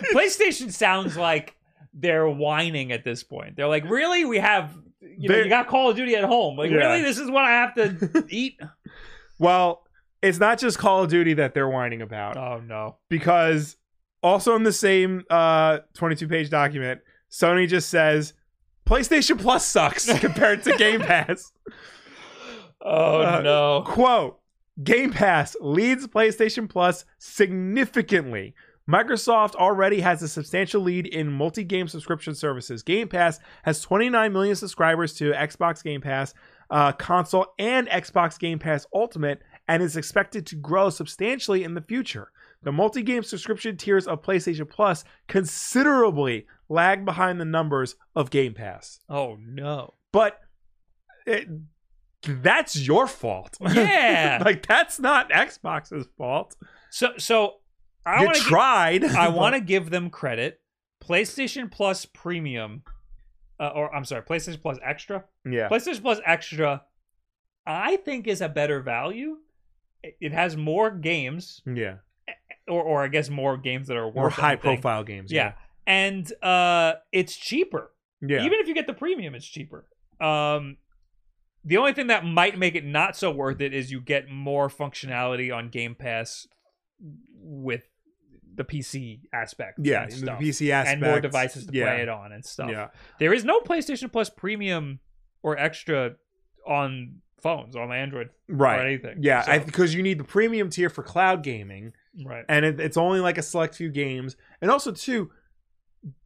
PlayStation sounds like they're whining at this point. They're like, really, we have you know
They-
you got Call of Duty at home. Like,
Yeah.
really, this is what I have to eat.
Well, it's not just Call of Duty that they're whining about
Oh no,
because also in the same uh 22 page document, Sony just says PlayStation Plus sucks compared to Game Pass.
oh
Uh,
no.
Quote Game Pass leads PlayStation Plus significantly. Microsoft already has a substantial lead in multi game subscription services. Game Pass has 29 million subscribers to Xbox Game Pass, uh, console, and Xbox Game Pass Ultimate, and is expected to grow substantially in the future. The multi game subscription tiers of PlayStation Plus considerably lag behind the numbers of Game Pass.
Oh no.
But it, that's your fault.
Yeah.
like that's not Xbox's fault.
so so I
you
want to
tried.
I want to give them credit. PlayStation Plus Premium, uh, or I'm sorry, PlayStation Plus Extra.
Yeah.
PlayStation Plus Extra, I think is a better value. It- It has more games,
yeah.
or or I guess more games that are
Or
worth
high
anything.
profile games.
Yeah. and uh, it's cheaper.
Yeah.
Even if you get the premium, it's cheaper. Um, the only thing that might make it not so worth it is you get more functionality on Game Pass with the PC aspect.
yeah.
and
The
stuff.
PC
and
aspect
more devices to
yeah.
play it on and stuff.
Yeah.
There is no PlayStation Plus Premium or Extra on phones on Android
Right.
or anything. So-
Yeah, because you need the premium tier for cloud gaming,
right.
and it, it's only like a select few games. And also, too,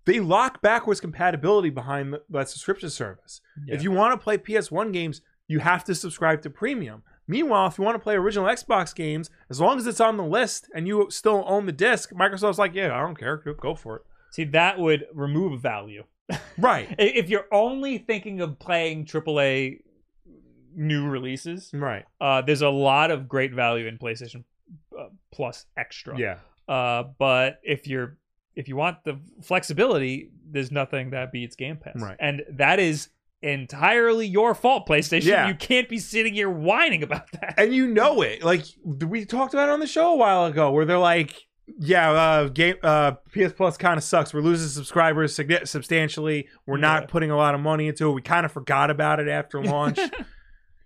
they lock backwards compatibility behind the, that subscription service. If you want to play PS1 games, you have to subscribe to premium. Meanwhile, if you want to play original Xbox games, as long as it's on the list and you still own the disc, Microsoft's like, yeah, I don't care, go- go for it.
see that would remove value I-
Right,
if you're only thinking of playing AAA new releases.
right,
Uh, there's a lot of great value in PlayStation uh, Plus Extra.
yeah,
Uh, but if you're if you want the flexibility, there's nothing that beats Game Pass.
Right.
And that is entirely your fault, PlayStation.
Yeah.
You can't be sitting here whining about that.
and you know it. Like we talked about it on the show a while ago, where they're like, "Yeah, uh, game uh, PS Plus kind of sucks. We're losing subscribers signi- substantially. We're
Yeah.
not putting a lot of money into it. We kind of forgot about it after launch.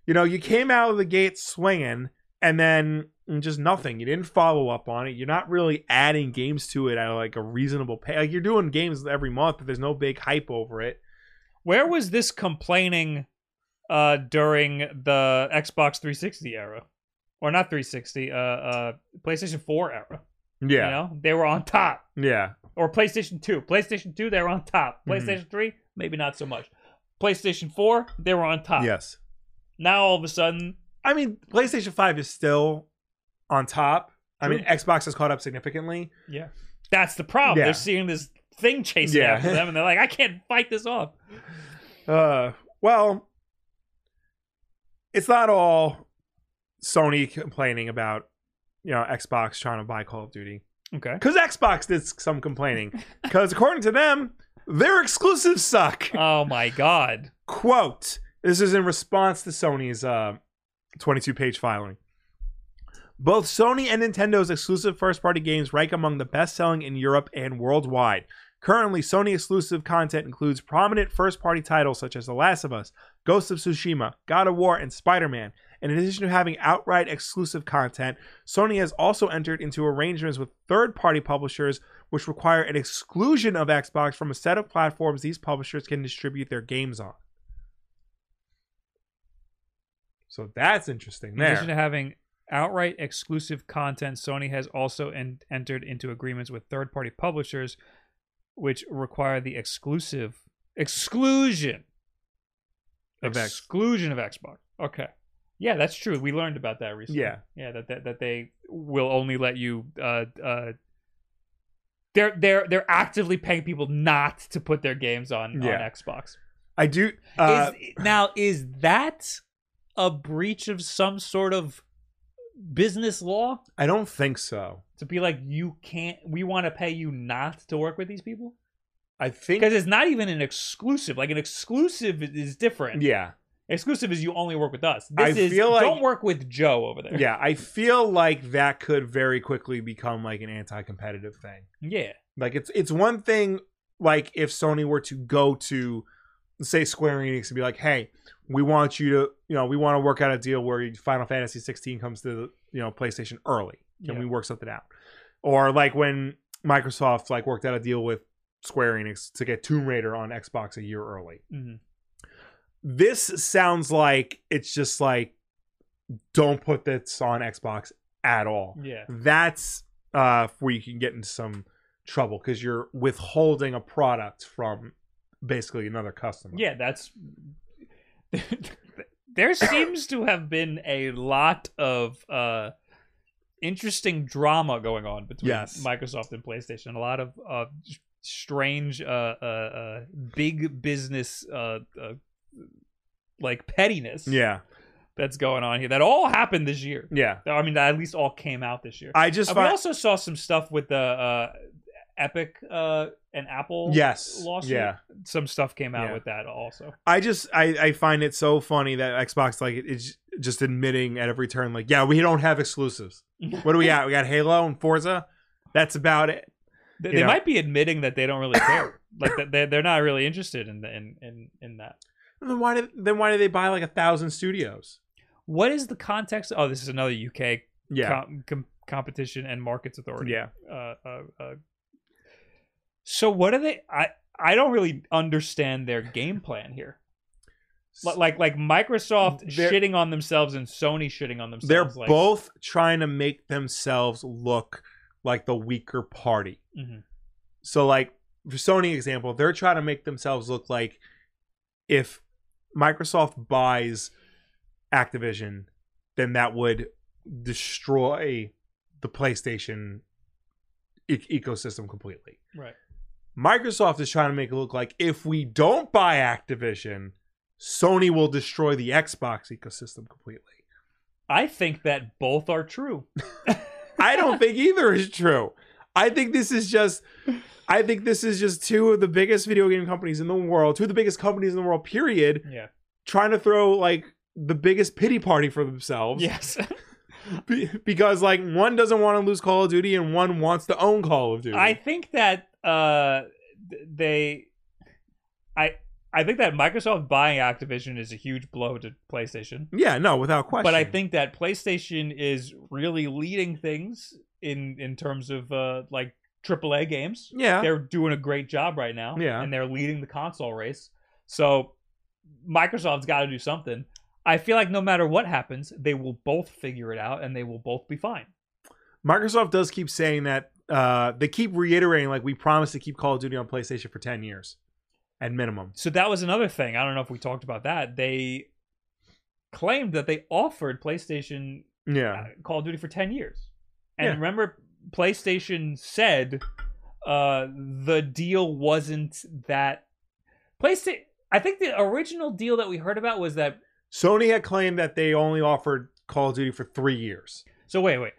you know, you came out of the gate swinging, and then just nothing. You didn't follow up on it. You're not really adding games to it at like a reasonable pay. Like you're doing games every month, but there's no big hype over it.
Where was this complaining uh during the Xbox 360 era? Or not 360, uh uh PlayStation 4 era. You know? They were on top.
yeah,
Or PlayStation 2. PlayStation 2, they were on top.
Mhm.
PlayStation 3, maybe not so much. PlayStation 4, they were on top.
yes.
Now all of a sudden,
I mean, PlayStation 5 is still on top. I mean,
True.
Xbox has caught up significantly.
Yeah. That's the problem.
Yeah.
They're seeing this thing chasing
Yeah.
after them and they're like, I can't fight this off.
Uh, well, it's not all Sony complaining about, you know, Xbox trying to buy Call of Duty.
Okay.
Because Xbox did some complaining. Because according to them, their exclusives suck.
Oh my god.
quote this is in response to sony's uh, 22 page filing both sony and nintendo's exclusive first party games rank among the best selling in europe and worldwide currently sony exclusive content includes prominent first party titles such as the last of us ghost of tsushima god of war and spider-man in addition to having outright exclusive content sony has also entered into arrangements with third party publishers which require an exclusion of xbox from a set of platforms these publishers can distribute their games on So that's interesting
In addition to
there.
having outright exclusive content, Sony has also en- entered into agreements with third party publishers which require the exclusive exclusion
Of X.
exclusion of Xbox. Okay. Yeah, that's true. We learned about that recently.
Yeah.
Yeah, that that, that they will only let you uh uh they're they're they're actively paying people not to put their games on,
Yeah.
on Xbox
I do. Uh,
is, now is that a breach of some sort of business law
I don't think so.
to be like you can't we want to pay you not to work with these people
I think.
because it's not even an exclusive like an exclusive is different
Yeah,
exclusive is you only work with us
I
this is
feel like-
don't work with joe over there
yeah. I feel like that could very quickly become like an anti-competitive thing.
yeah
Like it's it's one thing like if Sony were to go to say Square Enix and be like, "Hey, we want you to, you know, we want to work out a deal where Final Fantasy 16 comes to, you know, PlayStation early. Can
Yeah.
we work something out?" Or like when Microsoft like worked out a deal with Square Enix to get Tomb Raider on Xbox a year early.
Mhm.
This sounds like it's just like don't put this on Xbox at all
yeah
that's uh where you can get into some trouble because you're withholding a product from basically another customer
yeah that's there seems to have been a lot of uh interesting drama going on between
Yes.
microsoft and playstation a lot of uh strange uh, uh, uh, big business uh, uh, like pettiness
Yeah.
that's going on here that all happened this year.
Yeah.
I mean, that at least all came out this year.
I just
Uh, we
find,
also saw some stuff with the uh, Epic uh, and Apple.
yes.
lawsuit.
Yeah.
some stuff came out
Yeah.
with that also.
I just I, I find it so funny that Xbox like is just admitting at every turn like yeah we don't have exclusives. What do we got? We got Halo and Forza. That's about it.
They,
You
they
know.
might be admitting that they don't really care. like that they they're not really interested in the, in, in in that.
And then why did then why did they buy like a thousand studios?
What is the context? Oh, this is another UK
Yeah.
com- com- competition and markets authority.
Yeah.
Uh, uh, uh. So what are they? I I don't really understand their game plan here. Li- Like like Microsoft
They're-
shitting on themselves and Sony shitting on themselves.
They're
like,
both trying to make themselves look like the weaker party.
Mhm.
So like for Sony example, they're trying to make themselves look like if Microsoft buys Activision, then that would destroy the PlayStation e- ecosystem completely.
right.
Microsoft is trying to make it look like if we don't buy Activision, Sony will destroy the Xbox ecosystem completely.
I think that both are true.
I don't think either is true. I think this is just I think this is just two of the biggest video game companies in the world, two of the biggest companies in the world, period,
Yeah.
trying to throw like the biggest pity party for themselves.
Yes.
Be- because like one doesn't want to lose Call of Duty and one wants to own Call of Duty.
I think that uh, th- they, I, I think that Microsoft buying Activision is a huge blow to PlayStation.
yeah, no, without question.
But I think that PlayStation is really leading things in in terms of uh, like AAA games.
yeah.
They're doing a great job right now,
Yeah.
and they're leading the console race. So Microsoft's got to do something. I feel like no matter what happens, they will both figure it out, and they will both be fine.
Microsoft does keep saying that uh, they keep reiterating like we promise to keep Call of Duty on PlayStation for 10 years at minimum.
So that was another thing. I don't know if we talked about that. They claimed that they offered PlayStation uh,
Yeah.
Call of Duty for 10 years. And
Yeah.
remember PlayStation said uh the deal wasn't that PlayStation I think the original deal that we heard about was that
Sony had claimed that they only offered Call of Duty for 3 years.
So wait, wait.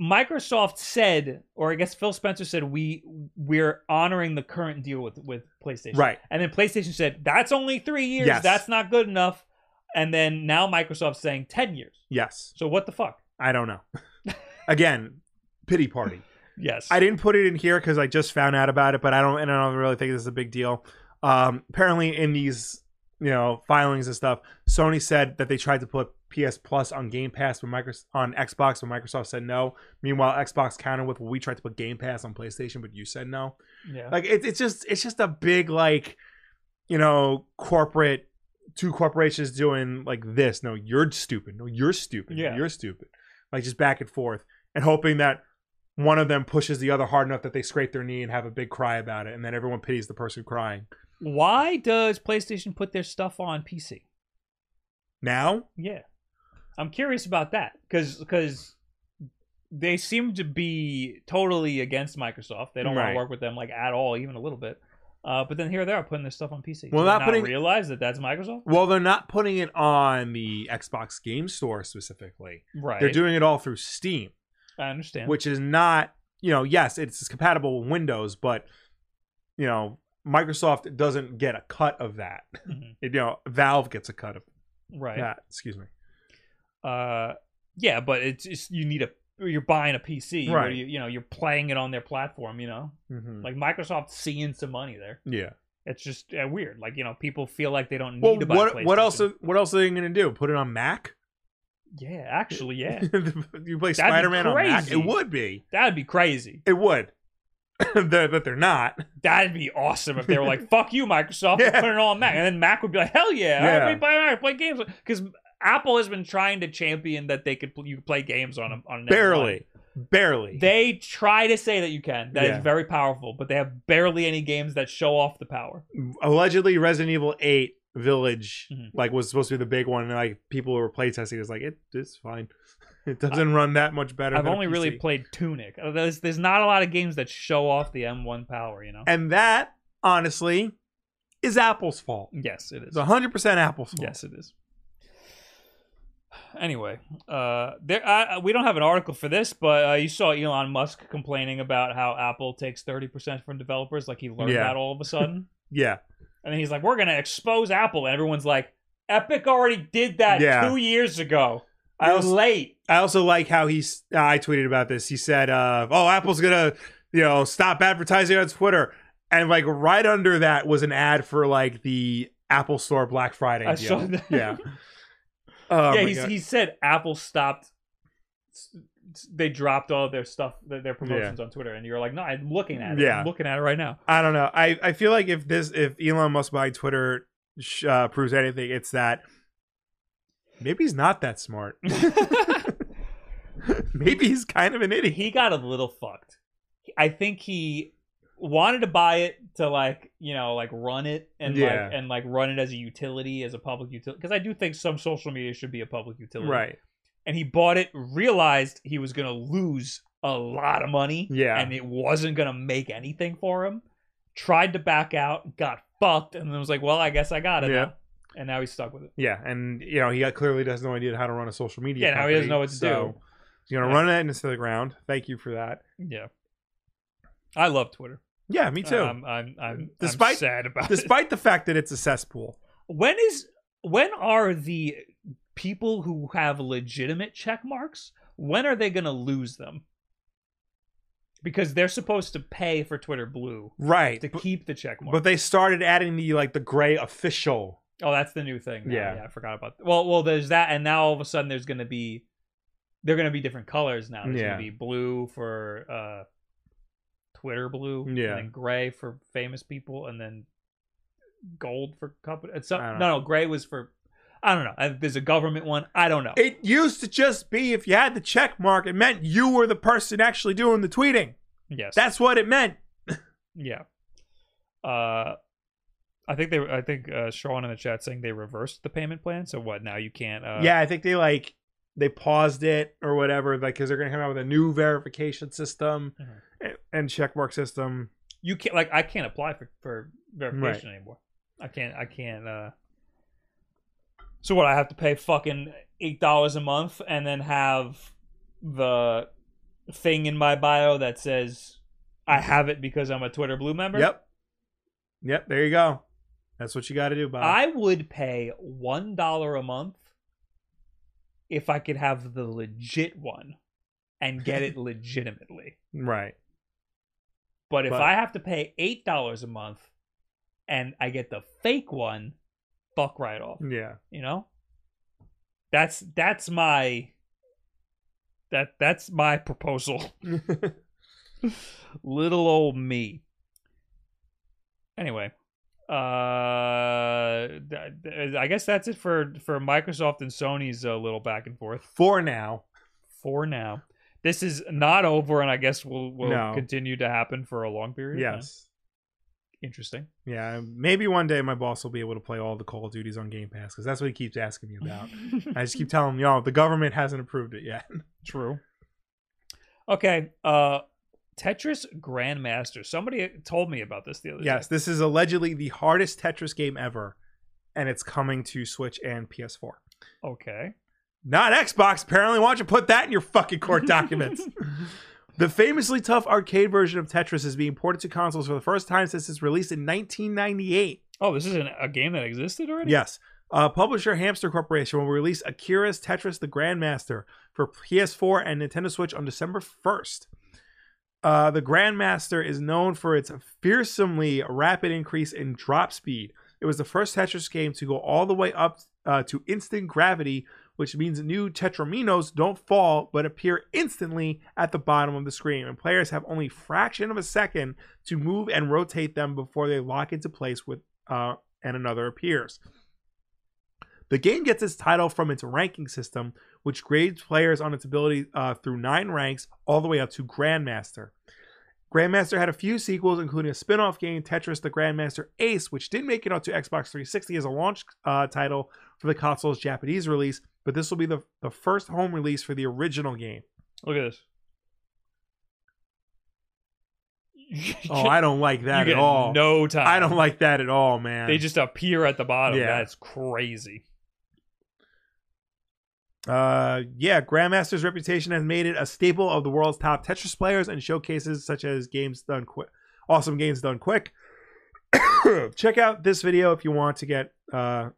Microsoft said or I guess Phil Spencer said we we're honoring the current deal with with PlayStation.
Right.
And then PlayStation said, that's only three years.
Yes.
That's not good enough. And then now Microsoft's saying 10 years.
Yes.
So what the fuck?
I don't know. Again, pity party.
Yes.
I didn't put it in here because I just found out about it, but I don't and I don't really think this is a big deal. Um, apparently, in these you know filings and stuff, Sony said that they tried to put PS Plus on Game Pass, but Microsoft on Xbox, but Microsoft said no. Meanwhile, Xbox countered with, "Well, we tried to put Game Pass on PlayStation, but you said no."
yeah.
Like it's it's just it's just a big like you know corporate two corporations doing like this. No, you're stupid. No, you're stupid. No,
Yeah.
you're stupid. Like just back and forth and hoping that one of them pushes the other hard enough that they scrape their knee and have a big cry about it, and then everyone pities the person crying.
Why does PlayStation put their stuff on PC?
Now,
Yeah. I'm curious about that because because they seem to be totally against Microsoft. They don't want
Right.
to work with them like at all, even a little bit. Uh, but then here they are putting their stuff on PC.
Well,
Do they
not putting-
realize that that's Microsoft,
well, they're not putting it on the Xbox Game Store specifically.
right?
They're doing it all through Steam.
I understand.
which is not you know yes it's compatible with windows but you know microsoft doesn't get a cut of that
Mhm.
you know valve gets a cut of
right?
that excuse me
uh yeah but it's just you need a you're buying a pc where
Right.
you, you know you're playing it on their platform you know
Mhm.
like microsoft's seeing some money there
yeah
it's just uh, weird like you know people feel like they don't need
well
to buy
what what else
PlayStation.
are- what else are they gonna do put it on mac
yeah actually yeah
you play
That'd be
spider-man on mac
crazy.
it would be
that'd be crazy
it would They're- but they're not
that'd be awesome if they were like fuck you microsoft
Yeah.
yeah. put it all on mac and then mac would be like hell yeah,
Yeah.
All right, buy Mac, play games because apple has been trying to champion that they could pl- you could play games on a, on an Xbox.
barely barely
They try to say that you can. That is
Yeah.
very powerful, but they have barely any games that show off the power.
allegedly Resident Evil 8 Village
Mhm.
like was supposed to be the big one and like people who were playtesting is like it, it's fine It doesn't run that much better.
I've
than a
only really
PC.
played Tunic. Uh, There's, there's not a lot of games that show off the M1 power, you know?
And that, honestly, is Apple's fault.
yes, it is.
It's 100% Apple's fault.
Yes, it is. Anyway, uh, there I, we don't have an article for this, but uh, you saw Elon Musk complaining about how Apple takes thirty percent from developers, like he learned
Yeah.
that all of a sudden,
Yeah.
and then he's like, "We're gonna expose Apple," and everyone's like, "Epic already did that
Yeah.
two years ago.
I
I was
also-
late."
I also like how he's. uh, I tweeted about this. He said, uh, "Oh, Apple's gonna, you know, stop advertising on Twitter." And like right under that was an ad for like the Apple Store Black Friday.
I
deal.
saw that.
Yeah. Oh,
yeah,
my
he's,
God.
he said Apple stopped. They dropped all their stuff, their their promotions on Twitter, and you're like, "No, I'm looking at it.
Yeah.
I'm looking at it right now."
I don't know. I, I feel like if this if Elon Musk buying Twitter sh- uh, proves anything, it's that maybe he's not that smart. maybe he's kind of an idiot.
he got a little fucked. I think he wanted to buy it to like you know like run it and
Yeah.
like and like run it as a utility as a public utility because I do think some social media should be a public utility
Right.
and he bought it realized he was gonna lose a lot of money
Yeah.
and it wasn't gonna make anything for him tried to back out got fucked and then was like well I guess I got it
Yeah.
now. and now he's stuck with it
Yeah, and you know he clearly has no idea how to run a social media.
Yeah, now he doesn't
company,
know what to
so
do.
He's gonna
Yeah.
run that into the ground. Thank you for that.
yeah I love Twitter
Yeah, me too.
I'm I'm, I'm
Despite-
I'm sad about it.
Despite the fact that it's a cesspool.
when is when are the people who have legitimate check marks when are they going to lose them because they're supposed to pay for twitter blue
Right.
to
But,
keep the check mark
but they started adding the like the gray official.
oh that's the new thing now.
Yeah.
i forgot about that. well well there's that and now all of a sudden there's going to be they're going to be different colors now there's
Yeah.
going to be blue for uh twitter blue
Yeah.
and then gray for famous people and then gold for company it's some,
I don't
no no gray was for i don't know I- there's a government one i don't know
It used to just be if you had the check mark, it meant you were the person actually doing the tweeting.
Yes.
That's what it meant.
yeah. Uh, I think they. I think uh, Sean in the chat saying they reversed the payment plan. So what? Now you can't. Uh,
yeah, I think they like they paused it or whatever, like because they're gonna come out with a new verification system
Mhm.
and, and check mark system.
You can't. Like I can't apply for for verification anymore. I can't. I can't. Uh. So what? I have to pay fucking eight dollars a month and then have the thing in my bio that says I have it because I'm a Twitter Blue member.
Yep. Yep. There you go. That's what you got to do, Bob.
I would pay one dollar a month if I could have the legit one and get it legitimately.
right.
But if
But-
I have to pay eight dollars a month and I get the fake one, fuck right off.
Yeah.
You know? That's that's my that that's my proposal. Little old me. Anyway, uh, th- th- I guess that's it for for Microsoft and Sony's uh, little back and forth
For now.
for now. This is not over, and I guess will will
No.
continue to happen for a long period. of
Yes.
time. interesting.
Yeah. Maybe one day my boss will be able to play all the Call of Duties on Game Pass because that's what he keeps asking me about. I just keep telling him, y'all, the government hasn't approved it yet.
True. Okay. Uh, Tetris Grandmaster. Somebody told me about this the other
yes.
day.
This is allegedly the hardest Tetris game ever, and it's coming to Switch and PS4.
Okay.
Not Xbox, apparently. Why don't you put that in your fucking court documents? the famously tough arcade version of Tetris is being ported to consoles for the first time since its release in 1998.
Oh, this is an, a game that existed already.
Yes. Uh, publisher Hamster Corporation will release Akira's Tetris the Grandmaster for PS4 and Nintendo Switch on December 1st. Uh, the Grandmaster is known for its fearsomely rapid increase in drop speed. It was the first Tetris game to go all the way up uh, to instant gravity, which means new Tetraminos don't fall but appear instantly at the bottom of the screen, and players have only fraction of a second to move and rotate them before they lock into place with uh, and another appears. The game gets its title from its ranking system, which grades players on its ability uh, through nine ranks, all the way up to Grandmaster. Grandmaster had a few sequels, including a spin off game, Tetris the Grandmaster Ace, which did make it onto Xbox 360 as a launch uh, title for the console's Japanese release, but this will be the, the first home release for the original game.
Look at this.
Oh, I don't like
You
that
get
at all.
No time.
I don't like that at all, man.
They just appear at the bottom.
Yeah.
That's crazy.
Uh, yeah, Grandmaster's reputation has made it a staple of the world's top Tetris players and showcases such as Games Done Quick, Awesome Games Done Quick. Check out this video if you want to get uh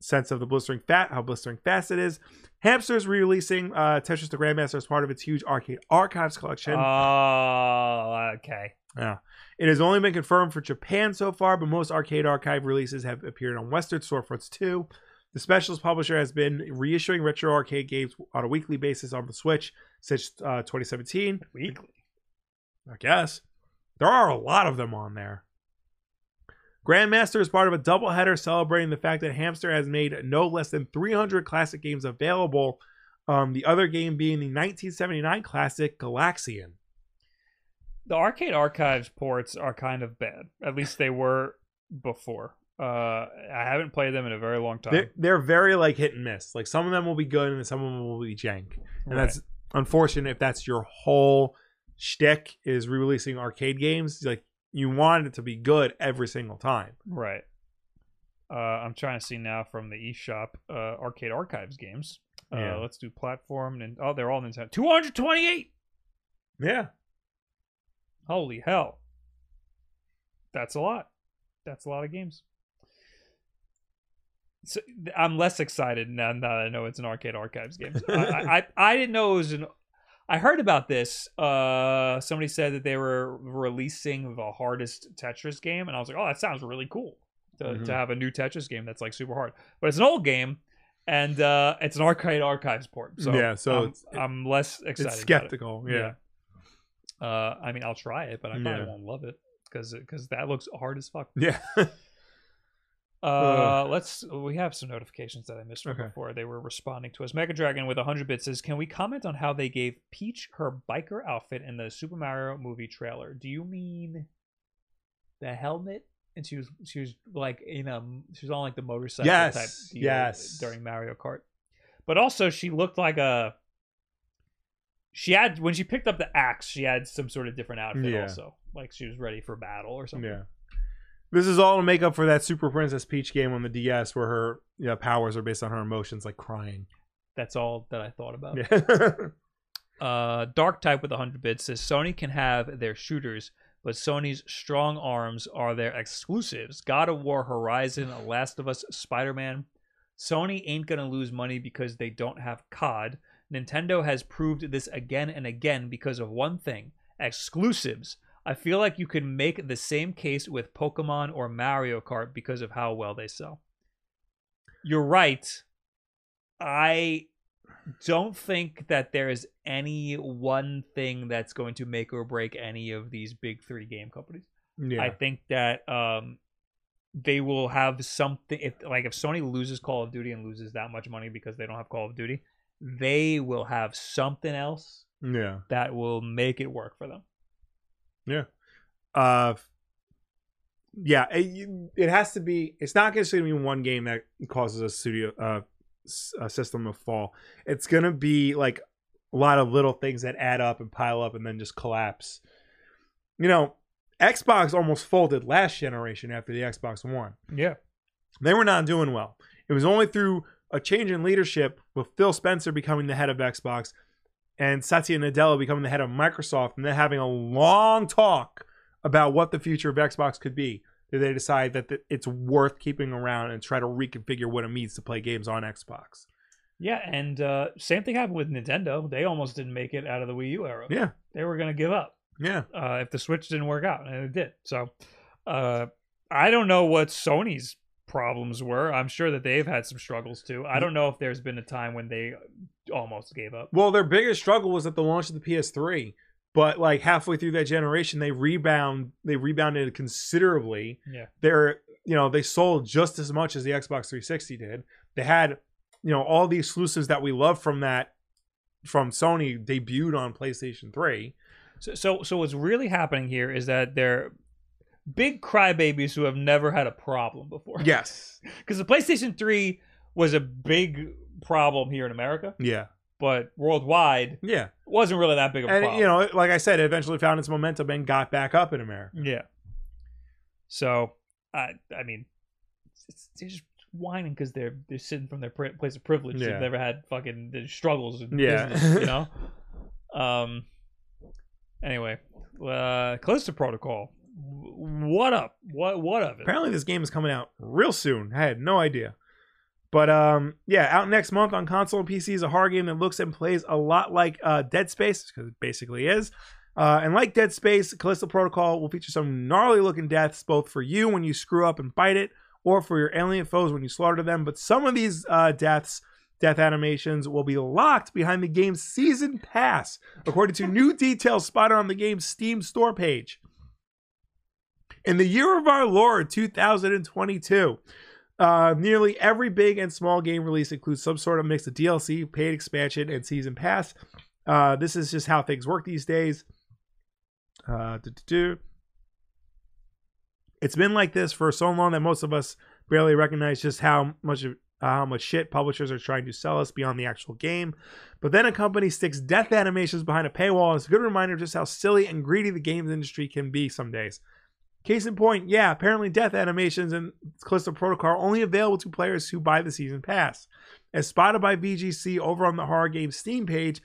sense of the blistering fat, how blistering fast it is. Hamster's re-releasing uh, Tetris the Grandmaster as part of its huge arcade archives collection.
Oh, okay.
Yeah. It has only been confirmed for Japan so far, but most Arcade Archive releases have appeared on Western storefronts too. The specialist publisher has been reissuing retro arcade games on a weekly basis on the Switch since uh, 2017.
Weekly.
I guess. There are a lot of them on there. Grandmaster is part of a doubleheader celebrating the fact that Hamster has made no less than 300 classic games available, um, the other game being the 1979 classic Galaxian.
The arcade archives ports are kind of bad. At least they were before. Uh, I haven't played them in a very long time.
They're, they're very like hit and miss. Like some of them will be good and some of them will be jank. And that's unfortunate if that's your whole shtick is re-releasing arcade games. Like you want it to be good every single time.
Right. Uh, I'm trying to see now from the eShop uh, arcade archives games. Uh,
Yeah.
Let's do platform and oh, they're all Nintendo. 228.
Yeah.
Holy hell. That's a lot. That's a lot of games. So, th- I'm less excited now, now that I know it's an arcade archives game. I, I, I I didn't know it was an. I heard about this. Uh, somebody said that they were releasing the hardest Tetris game, and I was like, "Oh, that sounds really cool to,
Mhm.
to have a new Tetris game that's like super hard." But it's an old game, and uh, it's an arcade archives port. So
Yeah, so
I'm,
it's- it-
I'm less excited.
it's
about it.
skeptical.
Yeah.
yeah.
Uh, I mean, I'll try it, but I probably
Yeah.
won't love it because that looks hard as fuck.
Yeah.
Uh,
Ugh.
let's. We have some notifications that I missed from
Okay.
before. They were responding to us. Mega Dragon with 100 bits says, "Can we comment on how they gave Peach her biker outfit in the Super Mario movie trailer? Do you mean the helmet?" And she was she was like in a she was on like the motorcycle type
Yes,
deal
yes.
during Mario Kart, but also she looked like a she had when she picked up the axe she had some sort of different outfit
Yeah.
also like she was ready for battle or something.
Yeah. This is all to make up for that Super Princess Peach game on the DS where her you know, powers are based on her emotions, like crying.
That's all that I thought about.
Yeah.
uh, Dark Type with 100 bits says Sony can have their shooters, but Sony's strong arms are their exclusives. God of War, Horizon, Last of Us, Spider Man. Sony ain't gonna lose money because they don't have COD. Nintendo has proved this again and again because of one thing exclusives. I feel like you could make the same case with Pokemon or Mario Kart because of how well they sell. You're right. I don't think that there is any one thing that's going to make or break any of these big three game companies.
yeah.
I think that um, they will have something. If like if Sony loses Call of Duty and loses that much money because they don't have Call of Duty, they will have something else
yeah.
that will make it work for them.
Uh, yeah, it, you- it has to be. It's not just going to be one game that causes a studio uh, s- a system to fall. It's going to be like a lot of little things that add up and pile up and then just collapse. You know, Xbox almost folded last generation after the Xbox One.
Yeah.
They were not doing well. It was only through a change in leadership with Phil Spencer becoming the head of Xbox and Satya Nadella becoming the head of Microsoft and then having a long talk about what the future of Xbox could be. Did they decide that th- it's worth keeping around and try to reconfigure what it means to play games on Xbox?
Yeah, and uh, same thing happened with Nintendo. They almost didn't make it out of the Wii U era.
Yeah.
They were gonna give up.
Yeah.
uh, if the Switch didn't work out, and it did. So uh, I don't know what Sony's problems were. I'm sure that they've had some struggles too.
Mm-hmm.
I don't know if there's been a time when they almost gave up.
Well, their biggest struggle was at the launch of the PS3, but like halfway through that generation, they rebound they rebounded considerably.
Yeah.
they're you know they sold just as much as the Xbox 360 did. They had you know all the exclusives that we love from that from Sony debuted on PlayStation 3.
So, so, so what's really happening here is that they're big crybabies who have never had a problem before.
Yes.
Because the PlayStation 3 was a big problem here in America,
Yeah.
but worldwide
Yeah.
wasn't really that big of a
And
problem.
you know, it- like I said, it eventually found its momentum and got back up in America.
Yeah. So, I I mean, it's, it's- they're just whining because they're they're sitting from their pri- place of privilege.
Yeah.
They've never had fucking the struggles in
Yeah.
business, you know. Um. Anyway, uh, Callisto Protocol. W- What up? What what of it?
Apparently this game is coming out real soon. I had no idea. But um yeah, out next month on console and PC is a horror game that looks and plays a lot like uh Dead Space, because it basically is. Uh, and like Dead Space, Callisto Protocol will feature some gnarly looking deaths both for you when you screw up and bite it, or for your alien foes when you slaughter them. But some of these uh, deaths, death animations, will be locked behind the game's season pass, according to new details spotted on the game's Steam store page. In the year of our Lord 2022, uh, nearly every big and small game release includes some sort of mix of DLC, paid expansion, and season pass. Uh, this is just how things work these days. Uh, duh, duh, duh. It's been like this for so long that most of us barely recognize just how much of uh, how much shit publishers are trying to sell us beyond the actual game. But then a company sticks death animations behind a paywall, and it's a good reminder of just how silly and greedy the games industry can be some days. Case in point, yeah, apparently death animations and Callisto Protocol are only available to players who buy the season pass. As spotted by VGC over on the horror game Steam page,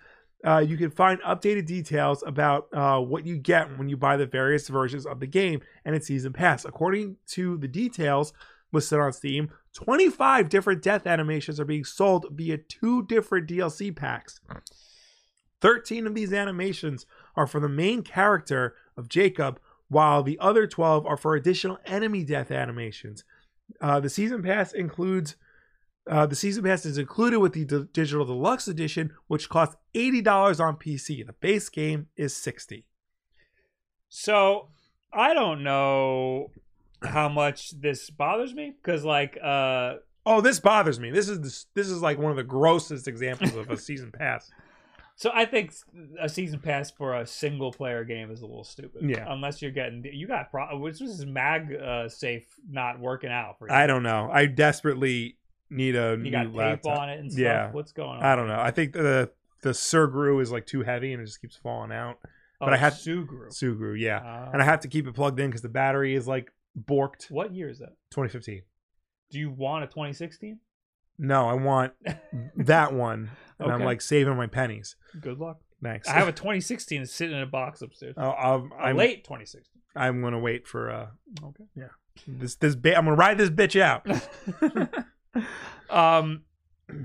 uh, you can find updated details about uh, what you get when you buy the various versions of the game and its season pass. According to the details listed on Steam, 25 different death animations are being sold via two different DLC packs. 13 of these animations are for the main character of Jacob, while the other 12 are for additional enemy death animations. Uh, the season pass includes uh, the season pass is included with the d- digital deluxe edition, which costs eighty dollars on PC. The base game is sixty.
So I don't know how much this bothers me because like uh
Oh, this bothers me. This is this, this is like one of the grossest examples of a season pass.
So I think a season pass for a single player game is a little stupid.
Yeah.
Unless you're getting you got pro- which was mag uh, safe not working out for you.
I don't know. I desperately need a
you
new
got tape
laptop.
on it and stuff.
Yeah.
What's going on?
I don't know. I think the the Surgru is like too heavy and it just keeps falling out. but
Oh,
I had-
Sugru.
Sugru, yeah,
Uh,
and I have to keep it plugged in because the battery is like borked.
what year is that?
2015.
Do you want a 2016?
No, I want that one, and I'm
Okay.
like saving my pennies.
Good luck.
Thanks.
I have a 2016 it's sitting in a box upstairs.
Oh, I'm,
A
I'm
late 2016.
I'm gonna wait for uh
Okay.
this this bi- I'm gonna ride this bitch out.
um,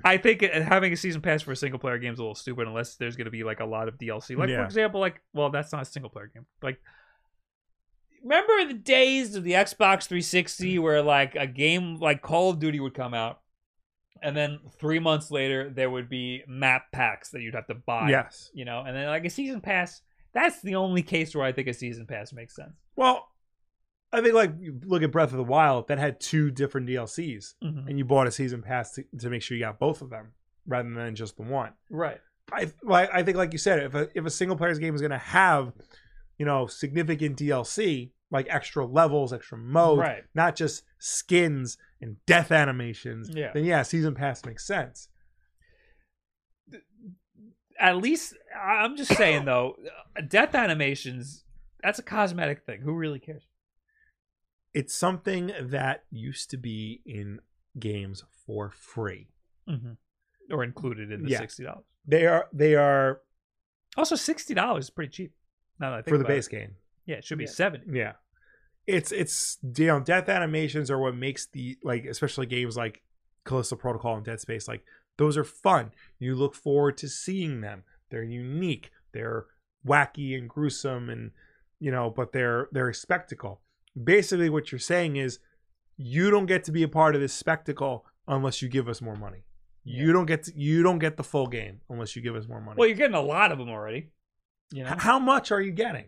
I think it- having a season pass for a single player game is a little stupid unless there's going to be like a lot of DLC. Like for
Yeah.
example, like well, that's not a single player game. Like remember the days of the Xbox 360 where like a game like Call of Duty would come out. And then three months later, there would be map packs that you'd have to buy.
yes.
You know, and then like a season pass, that's the only case where I think a season pass makes sense.
Well, I think like you look at Breath of the Wild that had two different DLCs, and you bought a season pass to, to make sure you got both of them rather than just the one.
Right.
I like I think like you said, if a if a single player's game is gonna have, you know, significant DLC like extra levels, extra modes,
Right.
not just skins and death animations,
Yeah.
then yeah, season pass makes sense.
at least I- I'm just saying though, death animations that's a cosmetic thing. Who really cares?
it's something that used to be in games for free.
Mm-hmm. Or included in the
Yeah.
sixty dollars.
They are they are
Also, sixty dollars is pretty cheap. Now that I think
for the
about it.
base game.
yeah, it should be
Yeah.
seventy.
Yeah. It's it's you know, death animations are what makes the like especially games like Callisto Protocol and Dead Space like those are fun. You look forward to seeing them. They're unique. They're wacky and gruesome and you know, but they're they're a spectacle. Basically what you're saying is you don't get to be a part of this spectacle unless you give us more money. You don't get to, you don't get the full game unless you give us more money.
Well, you're getting a lot of them already. You know,
H- how much are you getting?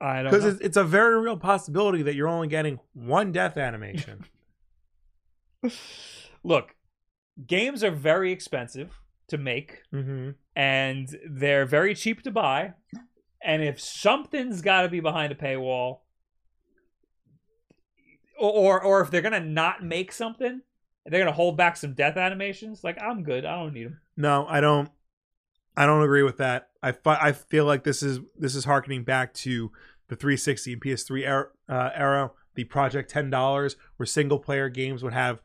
I don't
because
know.
it's, it's a very real possibility that you're only getting one death animation.
Look, games are very expensive to make,
mm-hmm.
and they're very cheap to buy. And if something's got to be behind a paywall, or, or or if they're gonna not make something, and they're gonna hold back some death animations. Like I'm good. I don't need them.
No, I don't. I don't agree with that. I fi- I feel like this is this is harkening back to the 360 and PS3 era, uh, era the Project Ten Dollars, where single player games would have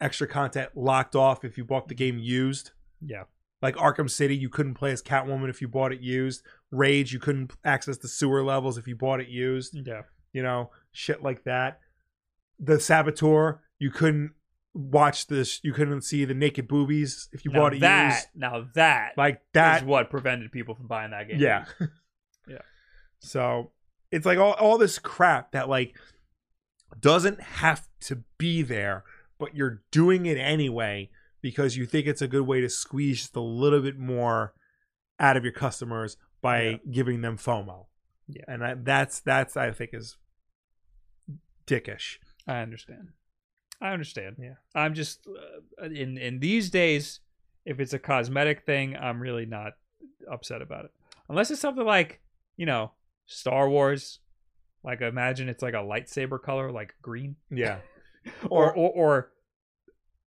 extra content locked off if you bought the game used.
Yeah.
Like Arkham City, you couldn't play as Catwoman if you bought it used. Rage, you couldn't access the sewer levels if you bought it used.
Yeah.
you know, shit like that. The Saboteur, you couldn't watch this, you couldn't see the naked boobies if you
Now
bought it
that,
used.
Now that
Like
is
that,
what prevented people from buying that game.
yeah,
Yeah.
So it's like all all this crap that like doesn't have to be there, but you're doing it anyway because you think it's a good way to squeeze just a little bit more out of your customers by
Yeah.
giving them FOMO.
Yeah.
and I, that's that's I think is dickish.
I understand. I understand.
Yeah.
I'm just uh, in in these days, if it's a cosmetic thing, I'm really not upset about it. Unless it's something like you know Star Wars, like imagine it's like a lightsaber color, like green,
Yeah.
or or, or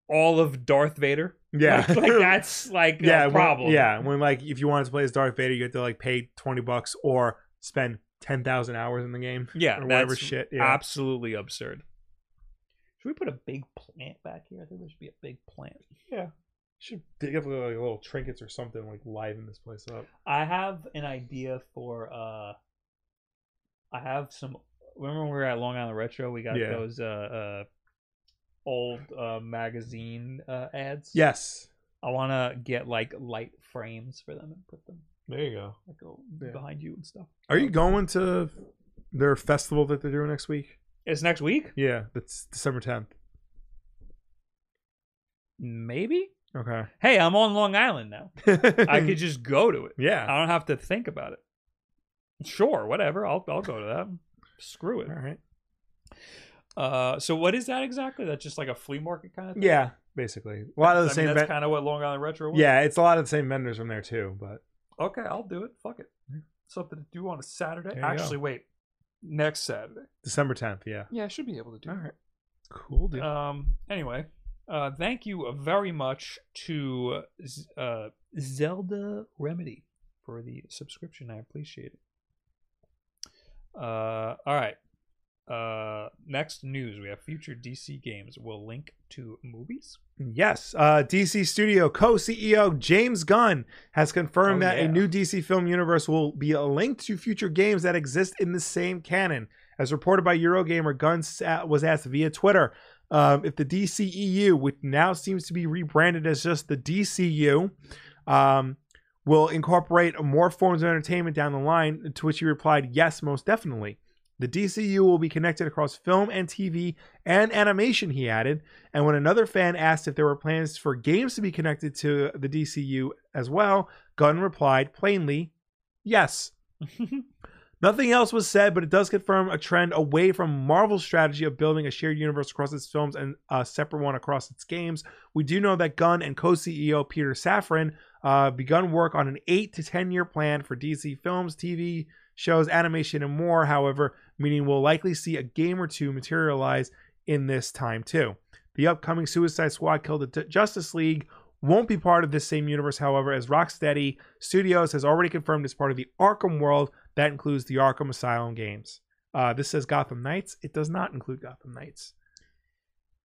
all of Darth Vader.
Yeah.
like, like that's like
yeah,
a
when-
problem.
yeah. When like if you wanted to play as Darth Vader, you had to like pay twenty bucks or spend ten thousand hours in the game.
yeah,
Or whatever
that's
shit. Yeah.
absolutely absurd. Should we put a big plant back here? I think there should be a big plant. Yeah.
Should dig up like little trinkets or something like liven this place up.
I have an idea for uh I have some remember when we were at Long Island Retro we got
Yeah.
those uh uh old uh magazine uh ads.
Yes.
I wanna get like light frames for them and put them
There you go.
like little
Yeah.
behind you and stuff.
Are you going to their festival that they're doing next week?
It's next week?
Yeah, that's December tenth.
Maybe?
Okay.
Hey, I'm on Long Island now. I could just go to it.
Yeah.
I don't have to think about it. Sure, whatever. I'll I'll go to that. Screw it.
All right.
Uh, so what is that exactly? That's just like a flea market kind of thing.
Yeah, basically. A lot of the
I
same
mean, that's
ven-
kind of what Long Island Retro was.
Yeah, it's a lot of the same vendors from there too, but
Okay, I'll do it. Fuck it. Something to do on a Saturday.
There you
Actually, wait. Next Saturday.
December tenth, yeah.
Yeah, I should be able to do.
All
it.
right. Cool dude.
Um. Anyway, uh, thank you very much to Z- uh, Zelda Remedy for the subscription. I appreciate it. Uh. All right. Uh. Next news, we have future DC games. We'll link to movies.
Yes, uh, DC Studio co-CEO James Gunn has confirmed
Oh,
that
yeah.
a new DC film universe will be a link to future games that exist in the same canon. As reported by Eurogamer, Gunn sa- was asked via Twitter um, if the DCEU, which now seems to be rebranded as just the DCU, um, will incorporate more forms of entertainment down the line, to which he replied, yes, most definitely. The DCU will be connected across film and TV and animation, he added. And when another fan asked if there were plans for games to be connected to the DCU as well, Gunn replied plainly, yes. Nothing else was said, but it does confirm a trend away from Marvel's strategy of building a shared universe across its films and a separate one across its games. We do know that Gunn and co CEO Peter Safran uh, begun work on an 8 to 10 year plan for DC films, TV shows, animation, and more, however, meaning we'll likely see a game or two materialize in this time too. The upcoming Suicide Squad Kill the D- Justice League won't be part of this same universe, however, as Rocksteady Studios has already confirmed it's part of the Arkham world that includes the Arkham Asylum games. Uh, this says Gotham Knights. It does not include Gotham Knights.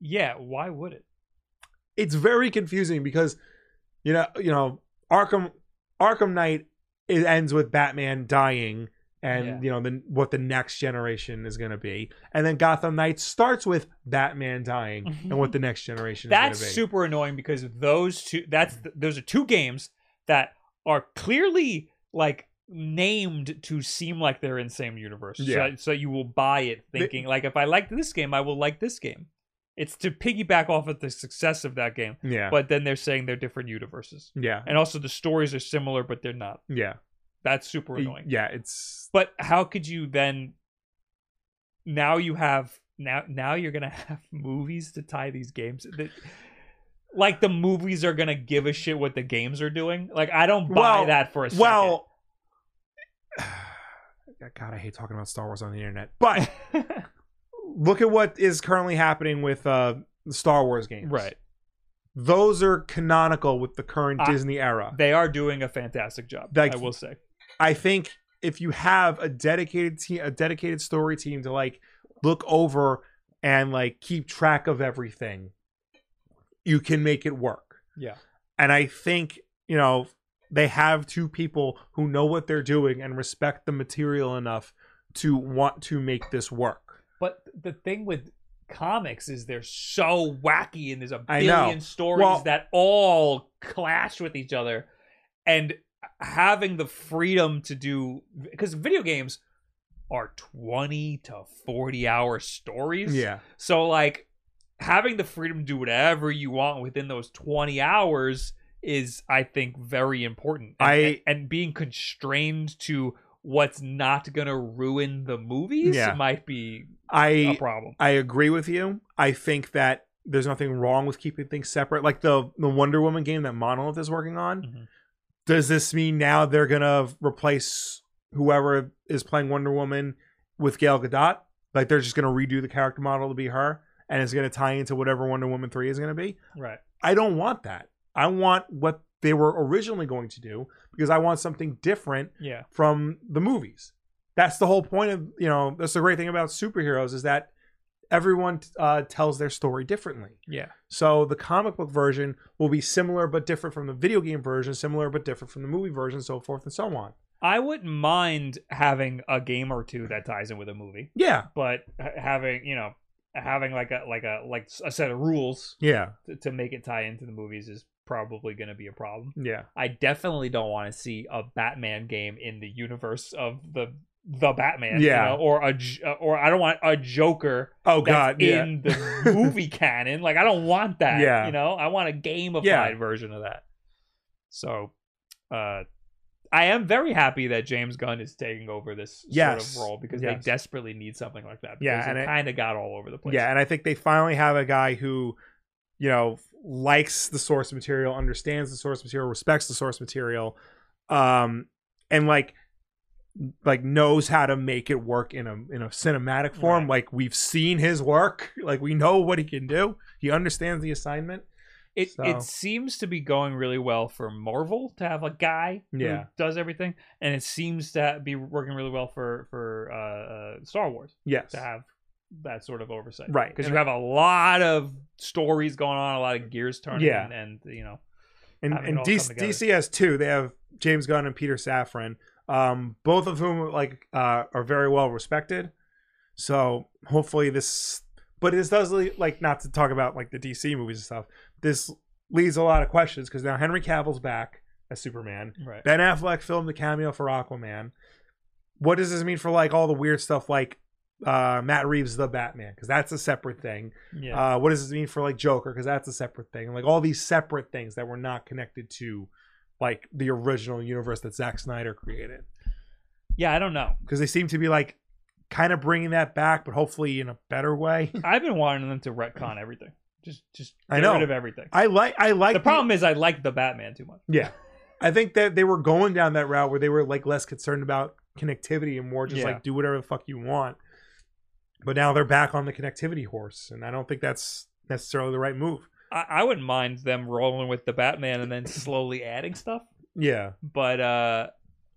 Yeah. Why would it?
It's very confusing because, you know, you know, Arkham Arkham Knight it ends with Batman dying, and
Yeah.
you know the, what the next generation is going to be, and then Gotham Knights starts with Batman dying and what the next generation.
That's
is gonna be.
super annoying because those two. That's those are two games that are clearly like named to seem like they're in the same universe.
Yeah.
So, so you will buy it
They-
thinking like if I like this game, I will like this game. It's to piggyback off of the success of that game.
Yeah.
But then they're saying they're different universes,
yeah.
and also the stories are similar, but they're not.
Yeah.
That's super annoying.
Yeah. It's
But how could you then? Now you have now now you're gonna have movies to tie these games. The- like the movies are gonna give a shit what the games are doing. Like I don't buy
Well-
that for a second.
well. God, I hate talking about Star Wars on the internet. But look at what is currently happening with uh, the Star Wars games.
right,
those are canonical with the current
I-
Disney era.
They are doing a fantastic job.
Like-
I will say.
I think if you have a dedicated team, a dedicated story team to like look over and like keep track of everything, you can make it work.
Yeah.
And I think, you know, they have two people who know what they're doing and respect the material enough to want to make this work.
But the thing with comics is they're so wacky and there's a
I
billion
know.
stories
Well-
that all clash with each other and having the freedom to do because video games are 20 to 40 hour stories so like having the freedom to do whatever you want within those 20 hours is I think very important. And,
I-
and being constrained to what's not going to ruin the movies
Yeah.
might be a
I
problem.
I agree with you. I think that there's nothing wrong with keeping things separate. Like the the Wonder Woman game that Monolith is working on.
Mhm.
Does this mean now they're gonna replace whoever is playing Wonder Woman with Gal Gadot? Like they're just gonna redo the character model to be her, and it's gonna tie into whatever Wonder Woman three is gonna be.
Right.
I don't want that. I want what they were originally going to do because I want something different
Yeah.
from the movies. That's the whole point of you know. That's the great thing about superheroes is that everyone uh, tells their story differently.
Yeah.
So the comic book version will be similar but different from the video game version, similar but different from the movie version, so forth and so on.
I wouldn't mind having a game or two that ties in with a movie,
Yeah,
but ha- having, you know, having like a like a like a set of rules
yeah,
to, to make it tie into the movies is probably going to be a problem.
yeah.
I definitely don't want to see a Batman game in the universe of the the Batman, you
Yeah.
know, or a J- or I don't want a Joker
Oh
that's
god, yeah.
in the movie canon. Like I don't want that.
Yeah.
you know, I want a gamified
Yeah.
version of that. So, uh, I am very happy that James Gunn is taking over this
Yes.
sort of role because
Yes.
they desperately need something like that.
Yeah,
because
and
it
it-
kind of got all over the place.
Yeah, and I think they finally have a guy who, you know, likes the source material, understands the source material, respects the source material, um, and like like knows how to make it work in a in a cinematic form.
Right.
Like we've seen his work, like we know what he can do. He understands the assignment.
It
So-
it seems to be going really well for Marvel to have a guy
Yeah.
who does everything, and it seems to be working really well for for uh, uh, Star Wars
Yes.
to have that sort of oversight,
Right.
Because
And
you have a lot of stories going on, a lot of gears turning,
Yeah.
and, and, you know,
and,
having it
and
all come
DC,
together.
DC has two. They have James Gunn and Peter Safran, um, both of whom like uh, are very well respected. So hopefully this, but this does lead, like not to talk about like the DC movies and stuff. This leads a lot of questions because now Henry Cavill's back as Superman.
right?
Ben Affleck filmed the cameo for Aquaman. What does this mean for like all the weird stuff like uh, Matt Reeves the Batman? Because that's a separate thing.
yeah,
Uh, what does this mean for like Joker? Because that's a separate thing. Like all these separate things that were not connected to like the original universe that Zack Snyder created.
yeah. I don't know.
Because they seem to be like kind of bringing that back, but hopefully in a better way.
I've been wanting them to retcon everything, just just get
I know.
rid of everything.
I like I like
the problem is I like the Batman too much.
yeah, I think that they were going down that route where they were like less concerned about connectivity and more just
Yeah.
like do whatever the fuck you want. But now they're back on the connectivity horse, and I don't think that's necessarily the right move.
I, I wouldn't mind them rolling with the Batman and then slowly adding stuff.
Yeah,
but uh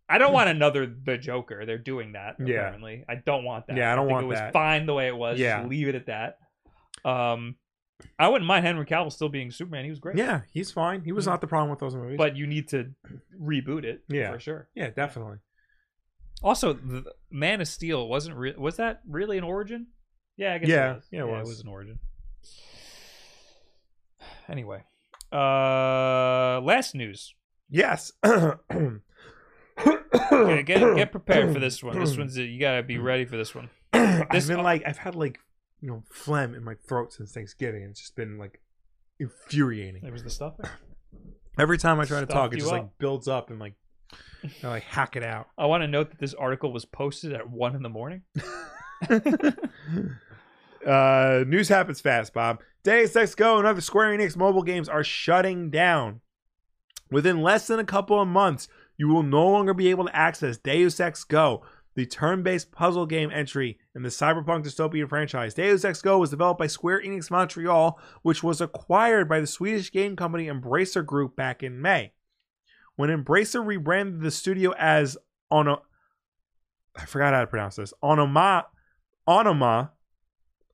I don't want another the Joker. They're doing that
Yeah.
apparently. I don't want that.
Yeah, I don't
think
want
it was
that.
fine the way it was.
Yeah.
Just leave it at that. Um I wouldn't mind Henry Cavill still being Superman. He was great.
yeah, he's fine. He was not the problem with those movies.
Mm. But you need to reboot it
Yeah.
for sure.
yeah, definitely.
Also, the the Man of Steel wasn't re- was that really an origin? Yeah, I guess
Yeah,
it was.
yeah, it
yeah,
was.
it was an origin. Anyway, uh last news.
Yes.
Okay, get get prepared for this one. This one's you got to
Mm.
be ready for this one.
I've
this-
been like I've had like you know phlegm in my throat since Thanksgiving. It's just been like infuriating.
It was the stuffing.
Every time I try to
Stuffed
talk, it
you
just like
up.
builds up and like I like hack it out.
I want to note that this article was posted at one in the morning.
uh, news happens fast, Bob. Deus Ex Go and other Square Enix mobile games are shutting down. Within less than a couple of months, you will no longer be able to access Deus Ex Go. the turn-based puzzle game entry in the cyberpunk dystopian franchise. Deus Ex Go was developed by Square Enix Montreal, which was acquired by the Swedish game company Embracer Group back in May. When Embracer rebranded the studio as Ono, I forgot how to pronounce this. Onoma, Onoma,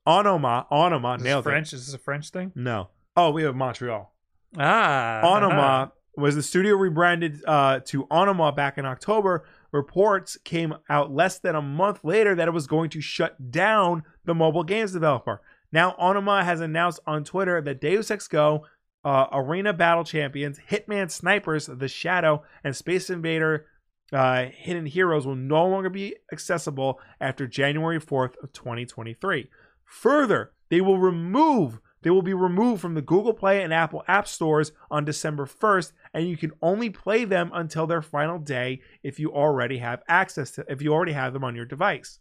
Onoma, Onoma.
Is this
Nailed it.
French? Is this a French thing?
No. Oh, we have Montreal.
Ah.
Onoma was the studio rebranded uh, to Onoma back in October. Reports came out less than a month later that it was going to shut down the mobile games developer. Now, Onoma has announced on Twitter that Deus Ex Go, uh, Arena Battle Champions, Hitman Snipers, The Shadow, and Space Invader uh, Hidden Heroes will no longer be accessible after January 4th of 2023. Further, they will remove they will be removed from the Google Play and Apple App Stores on December 1st and you can only play them until their final day if you already have access to if you already have them on your device.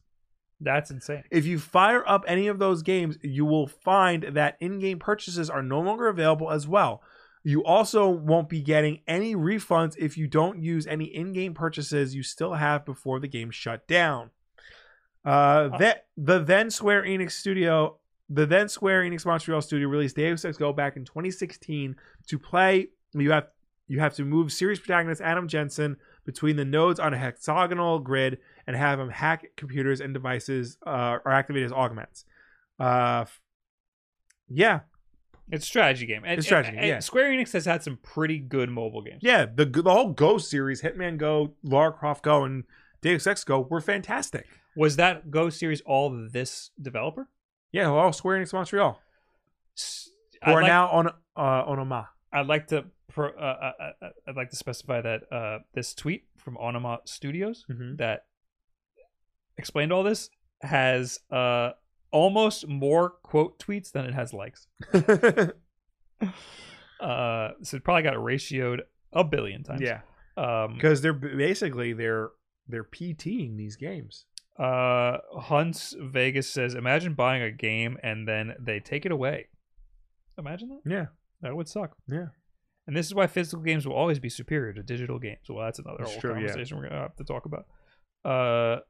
That's insane.
If you fire up any of those games, you will find that in-game purchases are no longer available as well. You also won't be getting any refunds if you don't use any in-game purchases you still have before the game shut down. Uh, that the then Square Enix studio, the then Square Enix Montreal studio released Deus Ex Go back in 2016. To play, you have you have to move series protagonist Adam Jensen between the nodes on a hexagonal grid and have him hack computers and devices uh, or activate his augments. Uh, f- yeah,
It's a strategy game. And,
It's a strategy
and-
game,
and
yeah.
Square Enix has had some pretty good mobile games.
yeah. The the whole Go series, Hitman Go, Lara Croft Go, and Deus Ex Go were fantastic.
Was that Go series all this developer?
Yeah, all Square Enix Montreal.
S-
Who
I'd
are
like-
now on uh, on Oma.
I'd like to pro, uh, uh, uh, I'd like to specify that uh, this tweet from Onoma Studios
Mhm.
that explained all this has uh, almost more quote tweets than it has likes. Mm-hmm. Uh, so it probably got ratioed a billion times.
yeah,
Um,
because they're b- basically they're they're PTing these games.
uh, Hunts Vegas says, imagine buying a game and then they take it away. Imagine that.
Yeah,
That would suck.
yeah.
And this is why physical games will always be superior to digital games. Well, that's another
That's
whole
true, yeah.
conversation we're gonna have to talk about. Uh,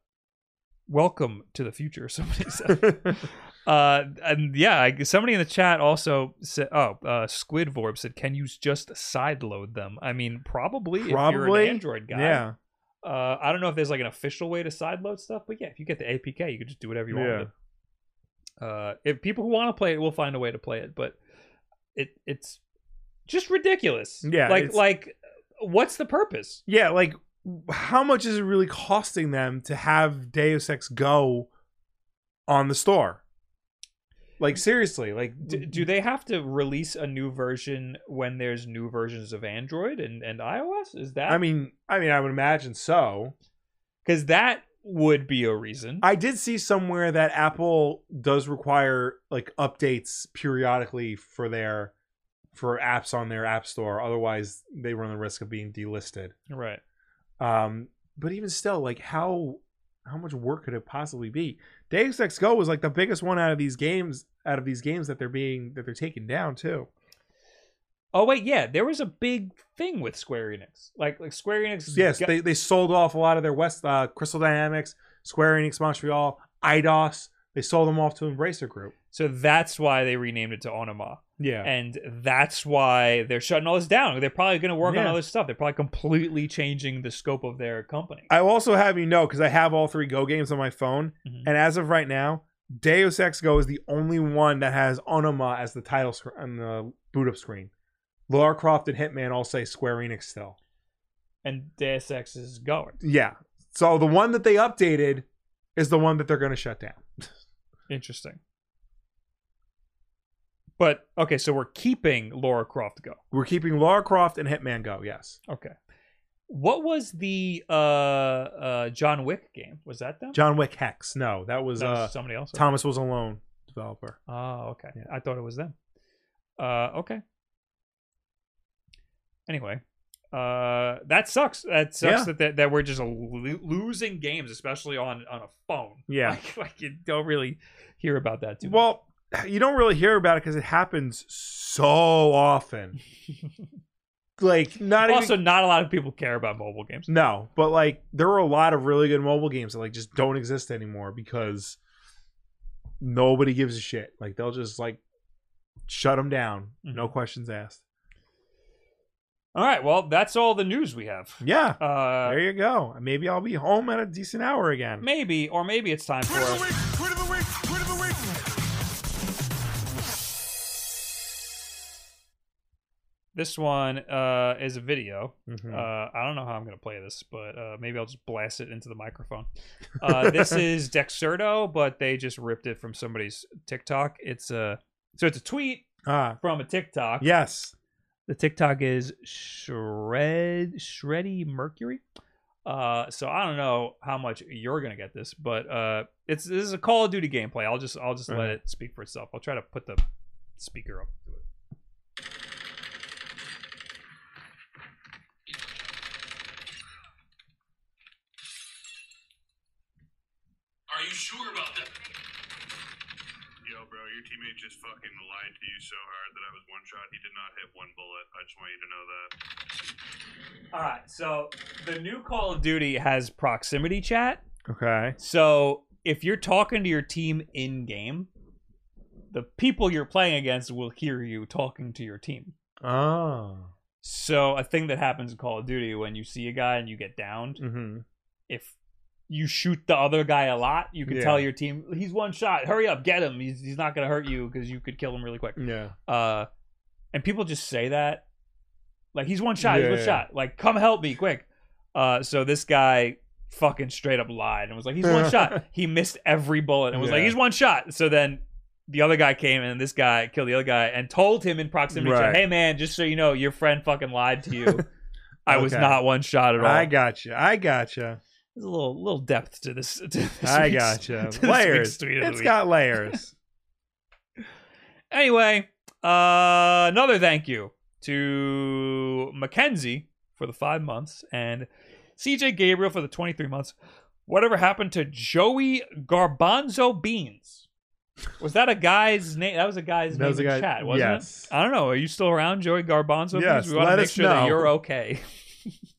welcome to the future. Somebody said. uh, and yeah, I, somebody in the chat also said, "Oh, uh, Squidvorb said, can you just sideload them? I mean, probably, if you're
Probably,
an Android guy.
Yeah,
Uh, I don't know if there's like an official way to sideload stuff, but yeah, if you get the APK, you can just do whatever you want.
yeah.
With it. Uh, if people who want to play it will find a way to play it, but it it's just ridiculous.
Yeah,
like
it's-
like what's the purpose?
Yeah, like how much is it really costing them to have Deus Ex Go on the store? Like seriously, like
D- do they have to release a new version when there's new versions of Android and and iOS? Is that
I mean, I mean, I would imagine so.
because that would be a reason.
I did see somewhere that Apple does require like updates periodically for their for apps on their app store. Otherwise, they run the risk of being delisted.
right.
Um, but even still, like how how much work could it possibly be? Deus Ex Go was like the biggest one out of these games out of these games that they're being that they're taking down too.
Oh wait, yeah, there was a big thing with Square Enix. Like like Square Enix.
Yes,
got-
they, they sold off a lot of their West uh, Crystal Dynamics, Square Enix Montreal, IDOS. They sold them off to Embracer Group.
so that's why they renamed it to Onoma.
Yeah,
and that's why they're shutting all this down. They're probably going to work on
Yeah.
other stuff. They're probably completely changing the scope of their company.
I also have you know because I have all three Go games on my phone,
Mhm.
and as of right now, Deus Ex Go is the only one that has Onoma as the title screen on the boot up screen. Lara Croft and Hitman all say Square Enix still.
and Deus Ex is going.
Yeah. So the one that they updated is the one that they're going to shut down.
Interesting. But okay, so we're keeping Laura Croft go.
We're keeping Lara Croft and Hitman Go. Yes.
Okay. What was the uh uh John Wick game? Was that them?
John Wick Hex. No, that was,
That
uh,
somebody else.
Thomas was alone developer.
Oh, okay.
Yeah.
I thought it was them. Uh, okay. Anyway, uh, that sucks. That sucks
Yeah.
that, that that we're just lo- losing games, especially on on a phone.
Yeah.
like, like you don't really hear about that too. much.
Well, you don't really hear about it because it happens so often. like not
also,
even
not a lot of people care about mobile games.
no, but like there were a lot of really good mobile games that like just don't exist anymore because nobody gives a shit. Like they'll just like shut them down, no questions asked.
All right, well, that's all the news we have.
Yeah,
Uh,
there you go. Maybe I'll be home at a decent hour again.
maybe, or maybe it's time for this one. Uh, is a video.
Mhm.
Uh, I don't know how I'm gonna play this, but uh, maybe I'll just blast it into the microphone. Uh, this is Dexerto, but they just ripped it from somebody's TikTok. It's a so it's a tweet
ah,
from a TikTok.
yes.
The TikTok is shred shreddy mercury. Uh, so I don't know how much you're gonna get this, but uh, it's this is a Call of Duty gameplay. I'll just I'll just let
Alright.
it speak for itself. I'll try to put the speaker up. to it.
Are you sure about that? Yo, bro, your teammate just fucking lied to you so hard that I was one shot. He did not hit one bullet. I just want you to know that.
All right, so the new Call of Duty has proximity chat.
Okay.
So if you're talking to your team in game, the people you're playing against will hear you talking to your team.
Oh.
So a thing that happens in Call of Duty when you see a guy and you get downed,
Mm-hmm.
if you shoot the other guy a lot, you can
Yeah.
tell your team he's one shot. Hurry up, get him. He's he's not gonna hurt you because you could kill him really quick.
Yeah.
Uh, and people just say that, like he's one shot, he's one
Yeah.
shot. Like come help me quick. Uh, so this guy fucking straight up lied and was like he's one shot. He missed every bullet and was like
Yeah.
he's one shot. So then the other guy came and this guy killed the other guy and told him in proximity, to him,
Right.
hey man, just so you know, your friend fucking lied to you. I was
Okay.
not one shot at all.
I gotcha. I gotcha.
There's a little little depth to this. To this
I
week's-
gotcha.
to this week's
Layers.
tweet of the
It's
week.
got layers.
Anyway, uh, another thank you to Mackenzie for the five months and CJ Gabriel for the 23 months. Whatever happened to Joey Garbanzo Beans? Was that a guy's name? That was a guy's
That was
name
a
in
guy-
chat, wasn't
yes.
it? I don't know. Are you still around, Joey Garbanzo
Yes,
Beans? We want to
let
make
us
sure that
know.
you're okay.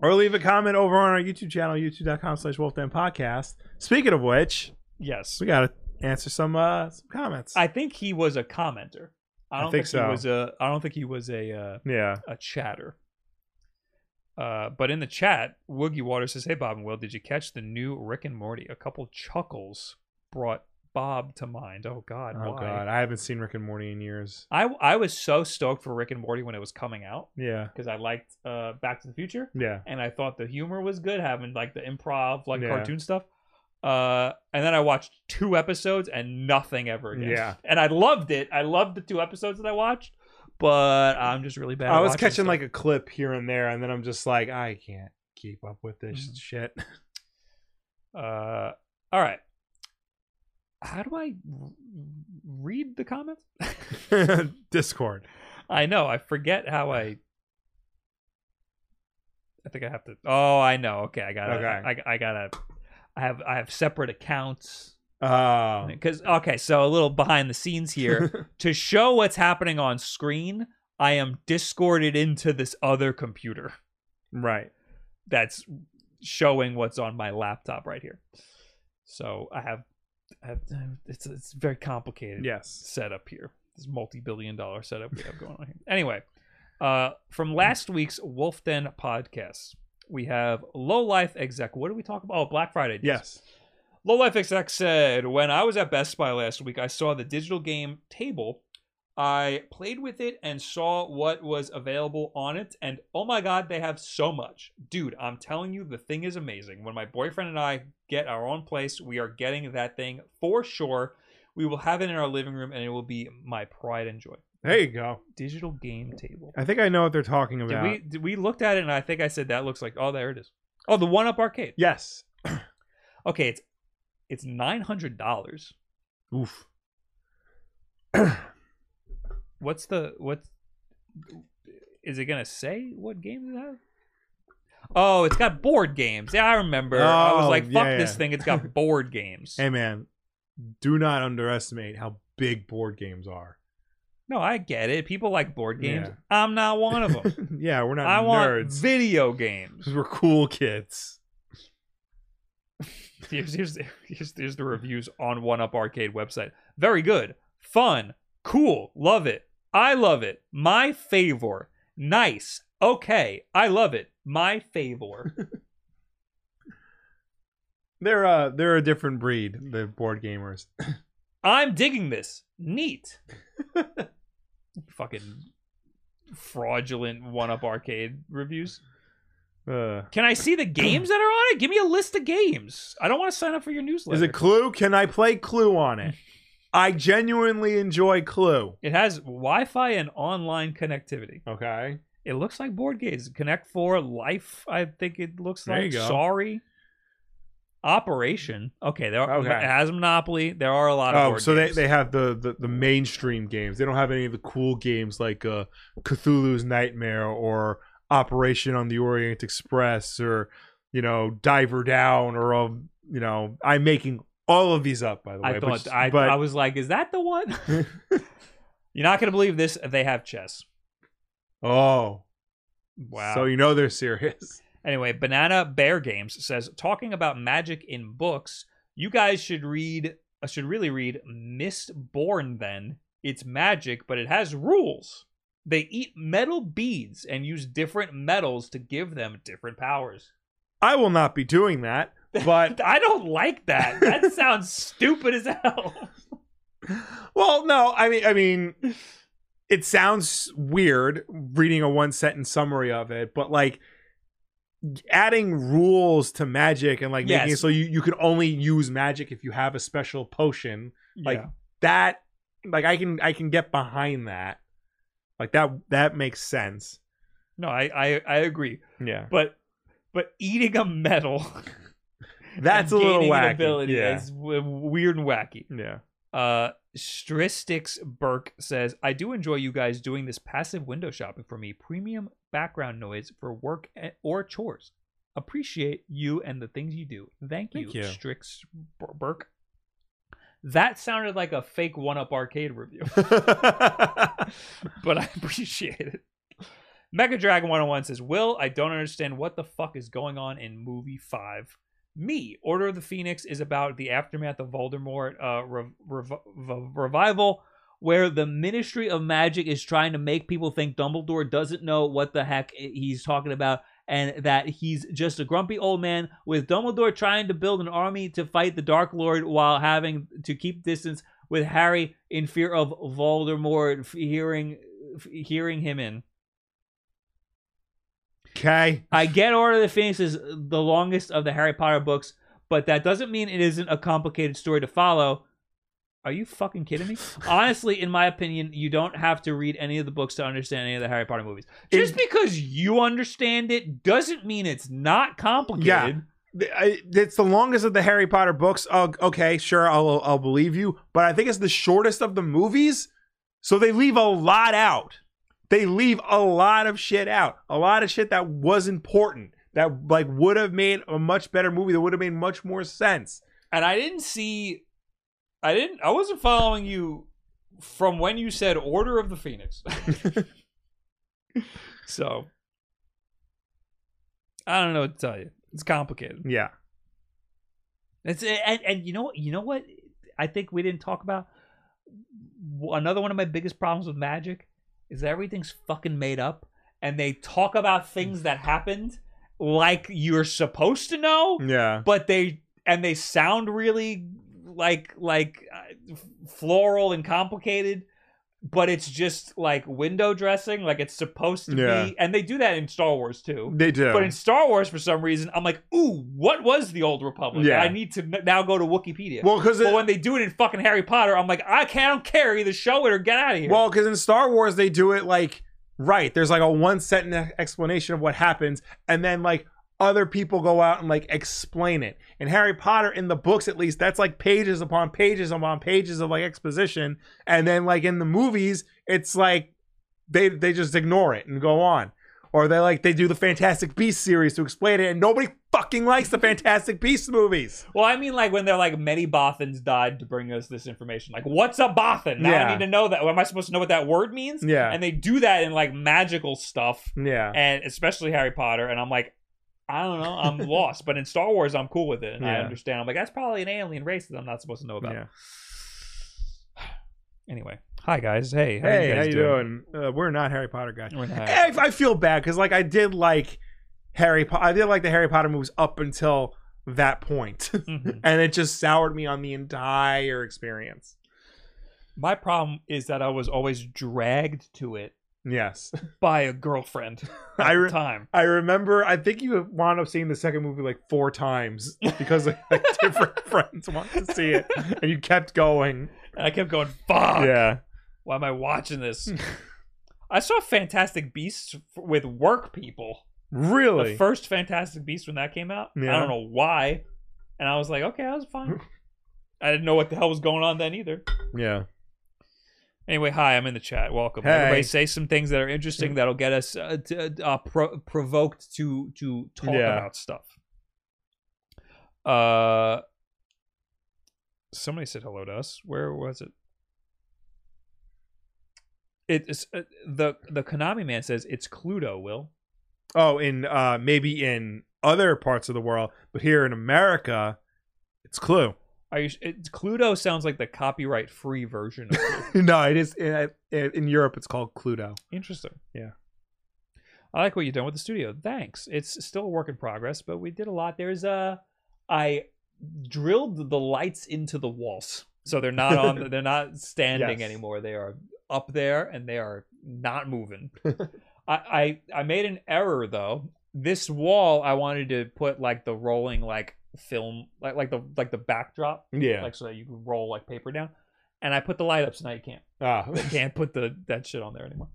or leave a comment over on our YouTube channel, youtube.com slash wolfden podcast. Speaking of which,
yes.
we gotta answer some uh some comments.
I think he was a commenter. I
I
don't
think so.
he was a I don't think he was a uh,
yeah.
a chatter. Uh, but in the chat, Woogie Water says, "Hey Bob and Will, did you catch the new Rick and Morty? A couple chuckles brought Bob to mind. Oh God,
Oh
why?
god, I haven't seen Rick and Morty in years.
I I was so stoked for Rick and Morty when it was coming out
Yeah.
because I liked uh, Back to the Future
Yeah.
and I thought the humor was good, having like the improv, like
Yeah.
cartoon stuff. Uh, and then I watched two episodes and nothing ever again.
Yeah.
and I loved it. I loved the two episodes that I watched, but I'm just really bad.
I was catching like a clip here and there, and then I'm just like, I can't keep up with this
Mhm.
shit.
Uh, all right. How do I r- read the comments?
Discord.
I know I forget how I. I think I have to. Oh, I know. Okay, I gotta.
Okay.
I, I gotta. I have I have separate accounts
Oh.
because okay. So a little behind the scenes here to show what's happening on screen. I am discorded into this other computer
right.
that's showing what's on my laptop right here. So I have, I have it's it's very complicated
Yes.
setup here. This multi-billion dollar setup we have going on here. Anyway, uh, from last week's Wolf Den podcast, we have Low Life Exec. What did we talk about? Oh, Black Friday. deals.
Yes.
Low Life Exec said, When I was at Best Buy last week, I saw the digital game table. I played with it and saw what was available on it, and oh my god, they have so much. Dude, I'm telling you, the thing is amazing. When my boyfriend and I get our own place, we are getting that thing for sure. We will have it in our living room, and it will be my pride and joy.
There you go.
Digital game table.
I think I know what they're talking
Did
about.
we, did we looked at it, and I think I said that looks like, oh, there it is. Oh, the one up arcade.
Yes.
Okay, it's it's nine hundred dollars.
Oof.
What's the what's is it gonna say what games it has? Oh, it's got board games. Yeah, I remember. I was
Oh,
like,
yeah,
fuck this
yeah.
thing, it's got board games.
Hey man, do not underestimate how big board games are.
No, I get it. People like board games.
Yeah.
I'm not one of them.
yeah, we're not
I want
nerds.
video games.
we're cool kids.
Here's, here's, here's, here's the reviews on One Up Arcade website. Very good, fun, cool, love it. I love it. My favor. Nice. Okay. I love it. My favor.
They're uh, they're a different breed. The board gamers.
I'm digging this. Neat. Fucking fraudulent One Up Arcade reviews.
Uh,
Can I see the games that are on it? Give me a list of games. I don't want to sign up for your newsletter.
is it Clue? Can I play Clue on it? I genuinely enjoy Clue.
It has Wi-Fi and online connectivity.
Okay.
It looks like board games. Connect Four, Life. I think it looks
There you
like.
go.
Sorry. Operation. Okay, there are,
Okay.
it has Monopoly. There are a lot of
Oh,
board
so
games.
they they have the, the the mainstream games. They don't have any of the cool games like uh, Cthulhu's Nightmare or Operation on the Orient Express or you know Diver Down or um, you know I'm making all of these up by the way.
I thought
but,
I,
but
I was like, is that the one? You're not gonna believe this. They have chess.
oh
Wow.
So you know they're serious.
Anyway, Banana Bear Games says talking about magic in books, you guys should read uh, should really read Mistborn then. It's magic, but it has rules. They eat metal beads and use different metals to give them different powers.
I will not be doing that, but
I don't like that. That sounds stupid as hell.
well, no, I mean, I mean, it sounds weird reading a one sentence summary of it, but like adding rules to magic and like making it
Yes.
so you, you can only use magic if you have a special potion like that like i can i can get behind that like that that makes sense
no, I, I I agree.
yeah
But but eating a metal
that's a
and
little
gaining an
wacky
ability
yeah
is w- weird and wacky.
yeah
Uh, Stristix Burke says, I do enjoy you guys doing this passive window shopping for me. Premium background noise for work a- or chores. Appreciate you and the things you do. Thank you,
Thank you.
Strix Bur- Burke. That sounded like a fake one up arcade review, but I appreciate it. Mega Dragon 101 says, Will, I don't understand what the fuck is going on in movie five. Me, Order of the Phoenix is about the aftermath of Voldemort uh, rev- rev- rev- revival, where the Ministry of Magic is trying to make people think Dumbledore doesn't know what the heck i- he's talking about and that he's just a grumpy old man, with Dumbledore trying to build an army to fight the Dark Lord while having to keep distance with Harry in fear of Voldemort f- hearing f- hearing him in.
okay
I get Order of the Phoenix is the longest of the Harry Potter books, but that doesn't mean it isn't a complicated story to follow. Are you fucking kidding me? Honestly, in my opinion, you don't have to read any of the books to understand any of the Harry Potter movies. Just because you understand it doesn't mean it's not complicated.
Th- I- it's the longest of the Harry Potter books. Oh, okay, sure, I'll I'll believe you, but I think it's the shortest of the movies. So they leave a lot out. They leave a lot of shit out. A lot of shit that was important. That like would have made a much better movie. That would have made much more sense.
And I didn't see I didn't I wasn't following you from when you said Order of the Phoenix. so I don't know what to tell you. It's complicated.
Yeah.
It's and and you know what you know what I think we didn't talk about another one of my biggest problems with magic is that everything's fucking made up and they talk about things that happened like you're supposed to know
Yeah.
but they and they sound really like like uh, floral and complicated but it's just like window dressing like it's supposed to
Yeah.
be and they do that in Star Wars too
They do.
but in Star Wars, for some reason, I'm like, ooh, what was the Old Republic?
Yeah.
I need to n- now go to Wikipedia.
well, because
but when they do it in fucking Harry Potter, I'm like, I can't carry the show it or get out of here.
Well, because in Star Wars they do it like right. There's like a one sentence explanation of what happens, and then like other people go out and like explain it. In Harry Potter, in the books at least, that's like pages upon pages upon pages of like exposition, and then like in the movies, it's like they they just ignore it and go on, or they like they do the Fantastic Beast series to explain it, and nobody fucking likes the Fantastic Beasts movies.
Well, I mean, like when they're like many Bothans died to bring us this information. Like, what's a Bothan? Now
Yeah.
I need to know that. Am I supposed to know what that word means?
Yeah.
And they do that in like magical stuff,
Yeah.
and especially Harry Potter. And I'm like, I don't know, I'm lost. But in Star Wars, I'm cool with it, and I
Yeah.
understand. I'm like, that's probably an alien race that I'm not supposed to know about.
Yeah.
Anyway, hi guys. Hey, how
Hey,
you
how
guys
you doing? Uh, we're not Harry Potter guys.
We're not-
I, I feel bad because like I did like Harry Potter. I did like the Harry Potter movies up until that point,
Mhm.
and it just soured me on the entire experience.
My problem is that I was always dragged to it
Yes,
by a girlfriend at
I
the
re-
time.
I remember. I think you wound up seeing the second movie like four times because like, different friends wanted to see it, and you kept going.
And I kept going, fuck.
Yeah,
Why am I watching this? I saw Fantastic Beasts f- with work people.
really.
The first Fantastic Beast when that came out. I
Yeah.
don't know why. And I was like, okay, I was fine. I didn't know what the hell was going on then either.
yeah,
Anyway, hi, I'm in the chat. Welcome.
Hey.
Everybody say some things that are interesting that'll get us uh, t- uh, pro- provoked to to talk
Yeah.
about stuff. Uh somebody said hello to us. Where was it? It is uh, the the Konami man says it's Cluedo, Will.
Oh, in uh maybe in other parts of the world, but here in America, it's Clue.
Are you sh- it, Cluedo sounds like the copyright free version of Clue.
no, it is in, in Europe. It's called Cluedo.
Interesting.
Yeah.
I like what you've done with the studio. Thanks. It's still a work in progress, but we did a lot. There's a, I drilled the lights into the walls, so they're not on. they're not standing
Yes.
anymore. They are up there and they are not moving. I, I I made an error though. This wall I wanted to put like the rolling like film like like the like the backdrop
Yeah.
like so that you can roll like paper down, and I put the light up so now you can't
ah,
can't put the that shit on there anymore.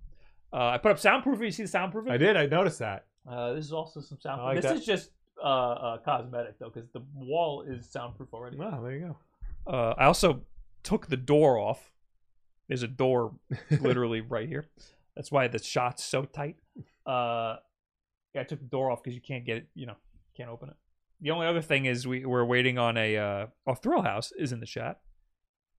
Uh, I put up soundproofing. You see the soundproofing?
I did. I noticed that.
Uh, this is also some soundproofing.
I like
this
that.
is just uh, uh, cosmetic though, because the wall is soundproof already.
Wow, there you
Uh, I also took the door off. There's a door literally right here. That's why the shot's so tight. Uh, yeah, I took the door off because you can't get it. You know, can't open it. The only other thing is we we're waiting on a uh, oh Thrill House is in the chat.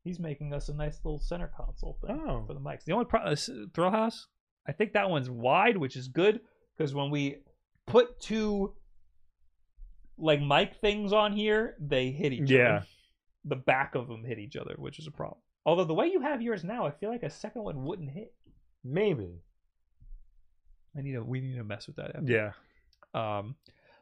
He's making us a nice little center console
go.
thing for
Oh,
the mics. The only problem is Thrill House. I think that one's wide, which is good because when we put two like mic things on here, they hit each
Yeah.
other. The back of them hit each other, which is a problem. Although the way you have yours now, I feel like a second one wouldn't hit.
maybe.
I need to we need to mess with that. after.
Yeah.
Um,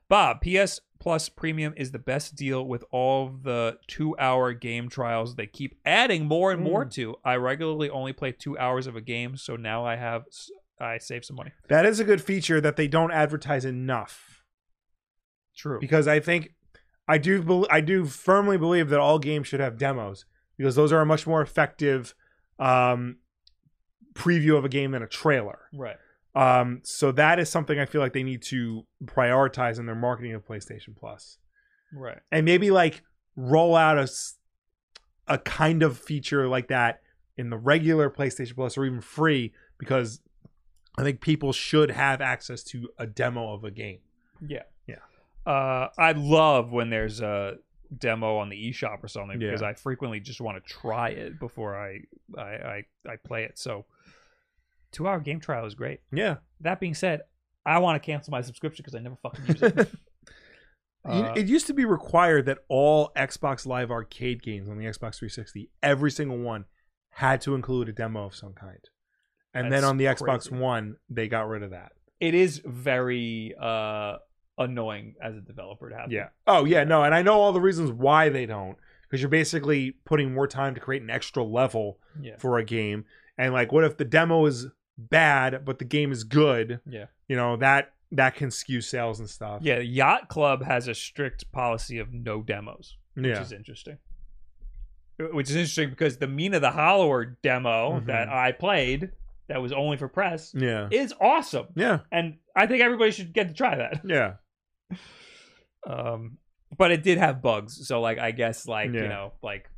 Bob, PS Plus Premium is the best deal with all the two hour game trials they keep adding more and
Mm.
more to. I regularly only play two hours of a game, so now I have s- I save some money.
That is a good feature that they don't advertise enough
True.
because I think I do bel I do firmly believe that all games should have demos because those are a much more effective um, preview of a game than a trailer.
right.
Um, so that is something I feel like they need to prioritize in their marketing of PlayStation Plus,
Right.
and maybe like roll out a s- a kind of feature like that in the regular PlayStation Plus or even free, because I think people should have access to a demo of a game.
Yeah.
Yeah.
Uh, I love when there's a demo on the eShop or something because
Yeah.
I frequently just want to try it before I I, I I play it. So two hour game trial is great.
Yeah,
That being said, I want to cancel my subscription because I never fucking use it. Uh,
it used to be required that all Xbox Live Arcade games on the Xbox 360, every single one, had to include a demo of some kind. And
That's
then on the Xbox
crazy.
One, they got rid of that.
it is very uh annoying as a developer to have.
Yeah. Oh yeah, no, and I know all the reasons why they don't because you're basically putting more time to create an extra level
Yeah.
for a game. And like what if the demo is bad but the game is good?
Yeah.
You know, that that can skew sales and stuff.
Yeah. Yacht Club has a strict policy of no demos, which
Yeah.
is interesting. Which is interesting because the Mina the Hollower demo
Mhm.
that I played, that was only for press,
Yeah.
is awesome,
Yeah.
and I think everybody should get to try that.
Yeah.
um but it did have bugs so like i guess like you
Yeah.
know like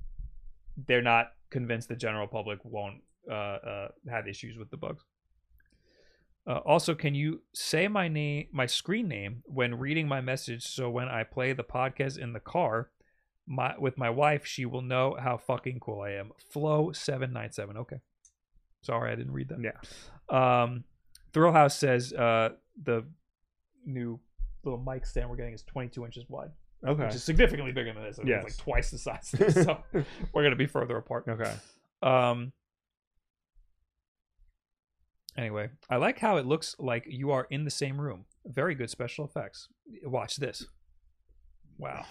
they're not convinced the general public won't uh uh have issues with the bugs Uh, also, can you say my name, my screen name, when reading my message? So when I play the podcast in the car, my with my wife, she will know how fucking cool I am. Flow seven nine seven. Okay, sorry I didn't read that. Yeah. Um, Thrill House says uh, the new little mic stand we're getting is twenty two inches wide,
Okay.
which is significantly bigger than this. I mean, It's
Yes.
like twice the size. of this, so we're gonna be further apart.
okay.
Um. Anyway, I like how it looks like you are in the same room. Very good special effects. Watch this. Wow.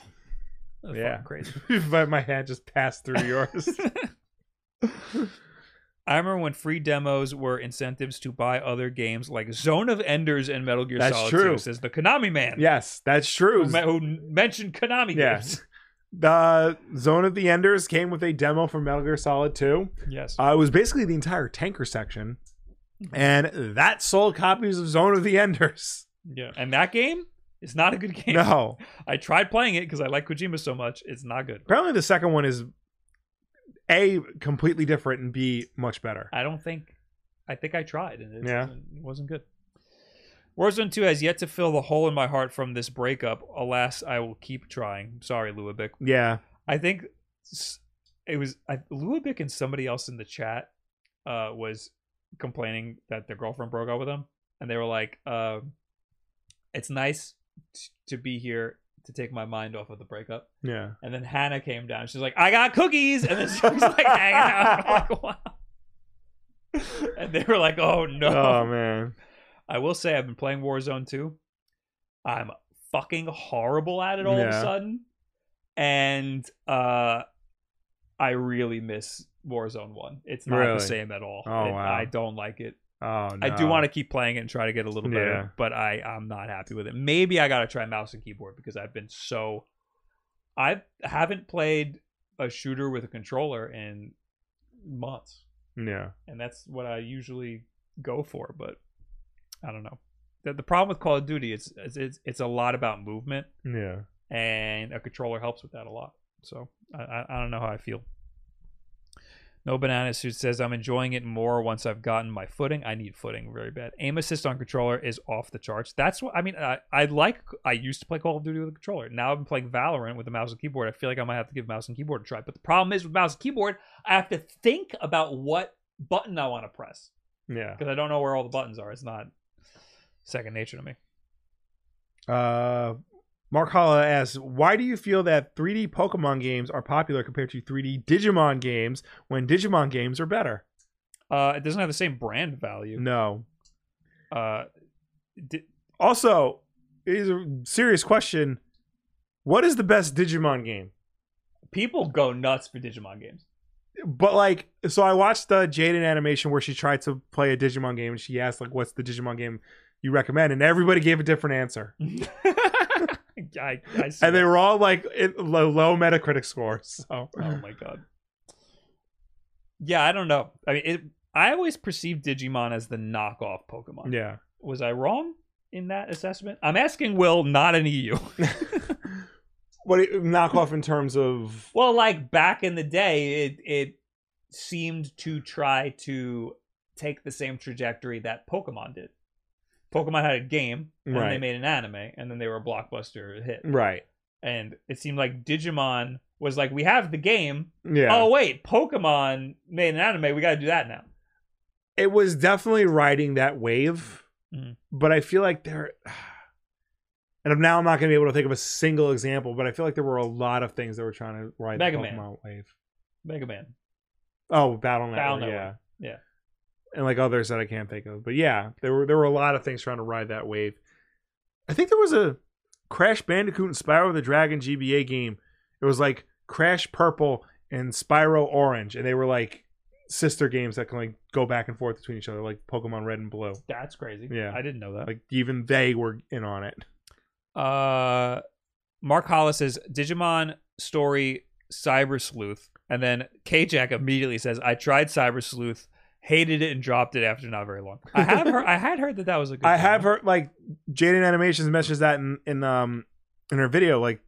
That was
Yeah.
fucking crazy.
but my hand just passed through yours.
I remember when free demos were incentives to buy other games like Zone of Enders and Metal Gear
That's
Solid
true.
2, says the Konami man.
yes, that's true.
Who, me- who mentioned Konami
Yeah.
games.
The Zone of the Enders came with a demo for Metal Gear Solid 2.
Yes.
Uh, it was basically the entire tanker section,
Mm-hmm.
and that sold copies of Zone of the Enders.
yeah. And that game is not a good game.
No,
I tried playing it because I like Kojima so much. It's not good.
apparently the second one is a completely different and b much better.
I don't think. I think I tried, and it,
Yeah.
wasn't, it wasn't good. Warzone 2 has yet to fill the hole in my heart from this breakup. Alas, I will keep trying. Sorry, Luabic.
Yeah,
I think s- it was I, Luabic and somebody else in the chat uh, was complaining that their girlfriend broke up with them, and they were like, uh, "It's nice t- to be here to take my mind off of the breakup."
yeah.
And then Hannah came down. She's like, "I got cookies," and then she was like hanging out. I'm like, wow. And they were like, "Oh no!"
Oh man,
I will say I've been playing Warzone 2. I'm fucking horrible at it all of a
Yeah.
sudden. And uh I really miss Warzone 1. It's not
Really?
the same at all.
Oh,
It-
wow.
I don't like it.
oh no.
I do want to keep playing it and try to get a little better,
Yeah.
but I I'm not happy with it. Maybe I got to try mouse and keyboard because I've been so I haven't played a shooter with a controller in months
Yeah,
and that's what I usually go for. But I don't know. The, the problem with Call of Duty is it's, it's it's a lot about movement,
yeah.
and a controller helps with that a lot. So I I, I don't know how I feel. No banana suit says I'm enjoying it more once I've gotten my footing. I need footing very bad. Aim assist on controller is off the charts. That's what I mean. I, I like. I used to play Call of Duty with a controller. Now I've been playing Valorant with a mouse and keyboard. I feel like I might have to give mouse and keyboard a try. But the problem is with mouse and keyboard, I have to think about what button I want to press
Yeah.
because I don't know where all the buttons are. It's not second nature to me.
Uh, Mark Holla asks, why do you feel that 3D Pokemon games are popular compared to 3D Digimon games when Digimon games are better?
Uh, it doesn't have the same brand value.
No.
Uh, di-
Also, it is a serious question. What is the best Digimon game?
people go nuts for Digimon games.
But like, so I watched the Jaden animation where she tried to play a Digimon game and she asked like, "What's the Digimon game you recommend?" And everybody gave a different answer,
I, I see
and they
that.
were all like it, low, low Metacritic scores.
oh, oh my god. Yeah, I don't know. I mean, it, I always perceived Digimon as the knockoff Pokemon.
Yeah.
Was I wrong in that assessment? I'm asking Will, not an EU.
What do you- knockoff in terms of?
Well, like back in the day, it it seemed to try to take the same trajectory that Pokemon did. Pokemon had a game, and then they
Right.
made an anime, and then they were a blockbuster hit.
Right.
And it seemed like Digimon was like, we have the game.
Yeah.
Oh wait, Pokemon made an anime. We got to do that now.
it was definitely riding that wave,
Mhm.
but I feel like there. And I'm- now I'm not going to be able to think of a single example, but I feel like there were a lot of things that were trying to ride
Mega
the
Man.
Pokemon wave.
Mega Man.
Oh, Battle Network,
Battle
yeah,
Network, yeah.
and like others that I can't think of, but yeah, there were there were a lot of things trying to ride that wave. I think there was a Crash Bandicoot and Spyro the Dragon GBA game. It was like Crash Purple and Spyro Orange, and they were like sister games that can like go back and forth between each other, like Pokemon Red and Blue.
That's crazy.
Yeah.
I didn't know that.
Like even they were in on it.
Uh, Mark Hollis says Digimon story Cyber Sleuth, and then KJack immediately says, "I tried Cyber Sleuth, hated it, and dropped it after not very long." I have heard, I had heard that that was a good.
I
game.
have heard like Jaden Animations mentions that in in um in her video. Like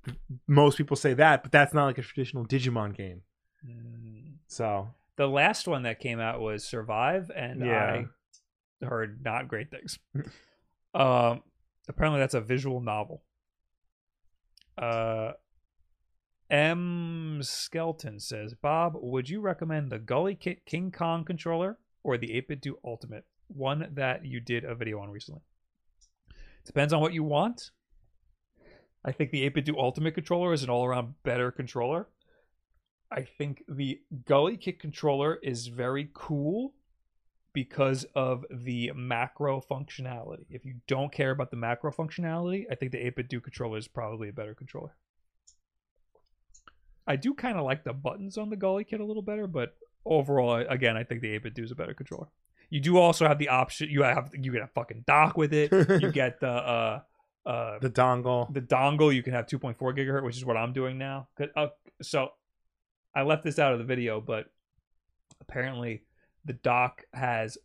most people say that, but that's not like a traditional Digimon game.
Mm.
So
The last one that came out was Survive, and
Yeah.
I heard not great things. um, apparently that's a visual novel. Uh, M. Skelton says, Bob, would you recommend the Gully Kit King Kong controller or the 8-bit do Ultimate, one that you did a video on recently? Depends on what you want. I think the 8-bit do Ultimate controller is an all-around better controller. I think the Gully Kit controller is very cool because of the macro functionality. If you don't care about the macro functionality, I think the 8-bit do controller is probably a better controller. I do kind of like the buttons on the Gully Kit a little better, but overall, I- again, I think the 8-bit do is a better controller. You do also have the option. You have you get a fucking dock with it. You get the uh uh
The dongle.
the dongle you can have 2.4 gigahertz which is what i'm doing now 'Cause- uh, so i left this out of the video but apparently the dock has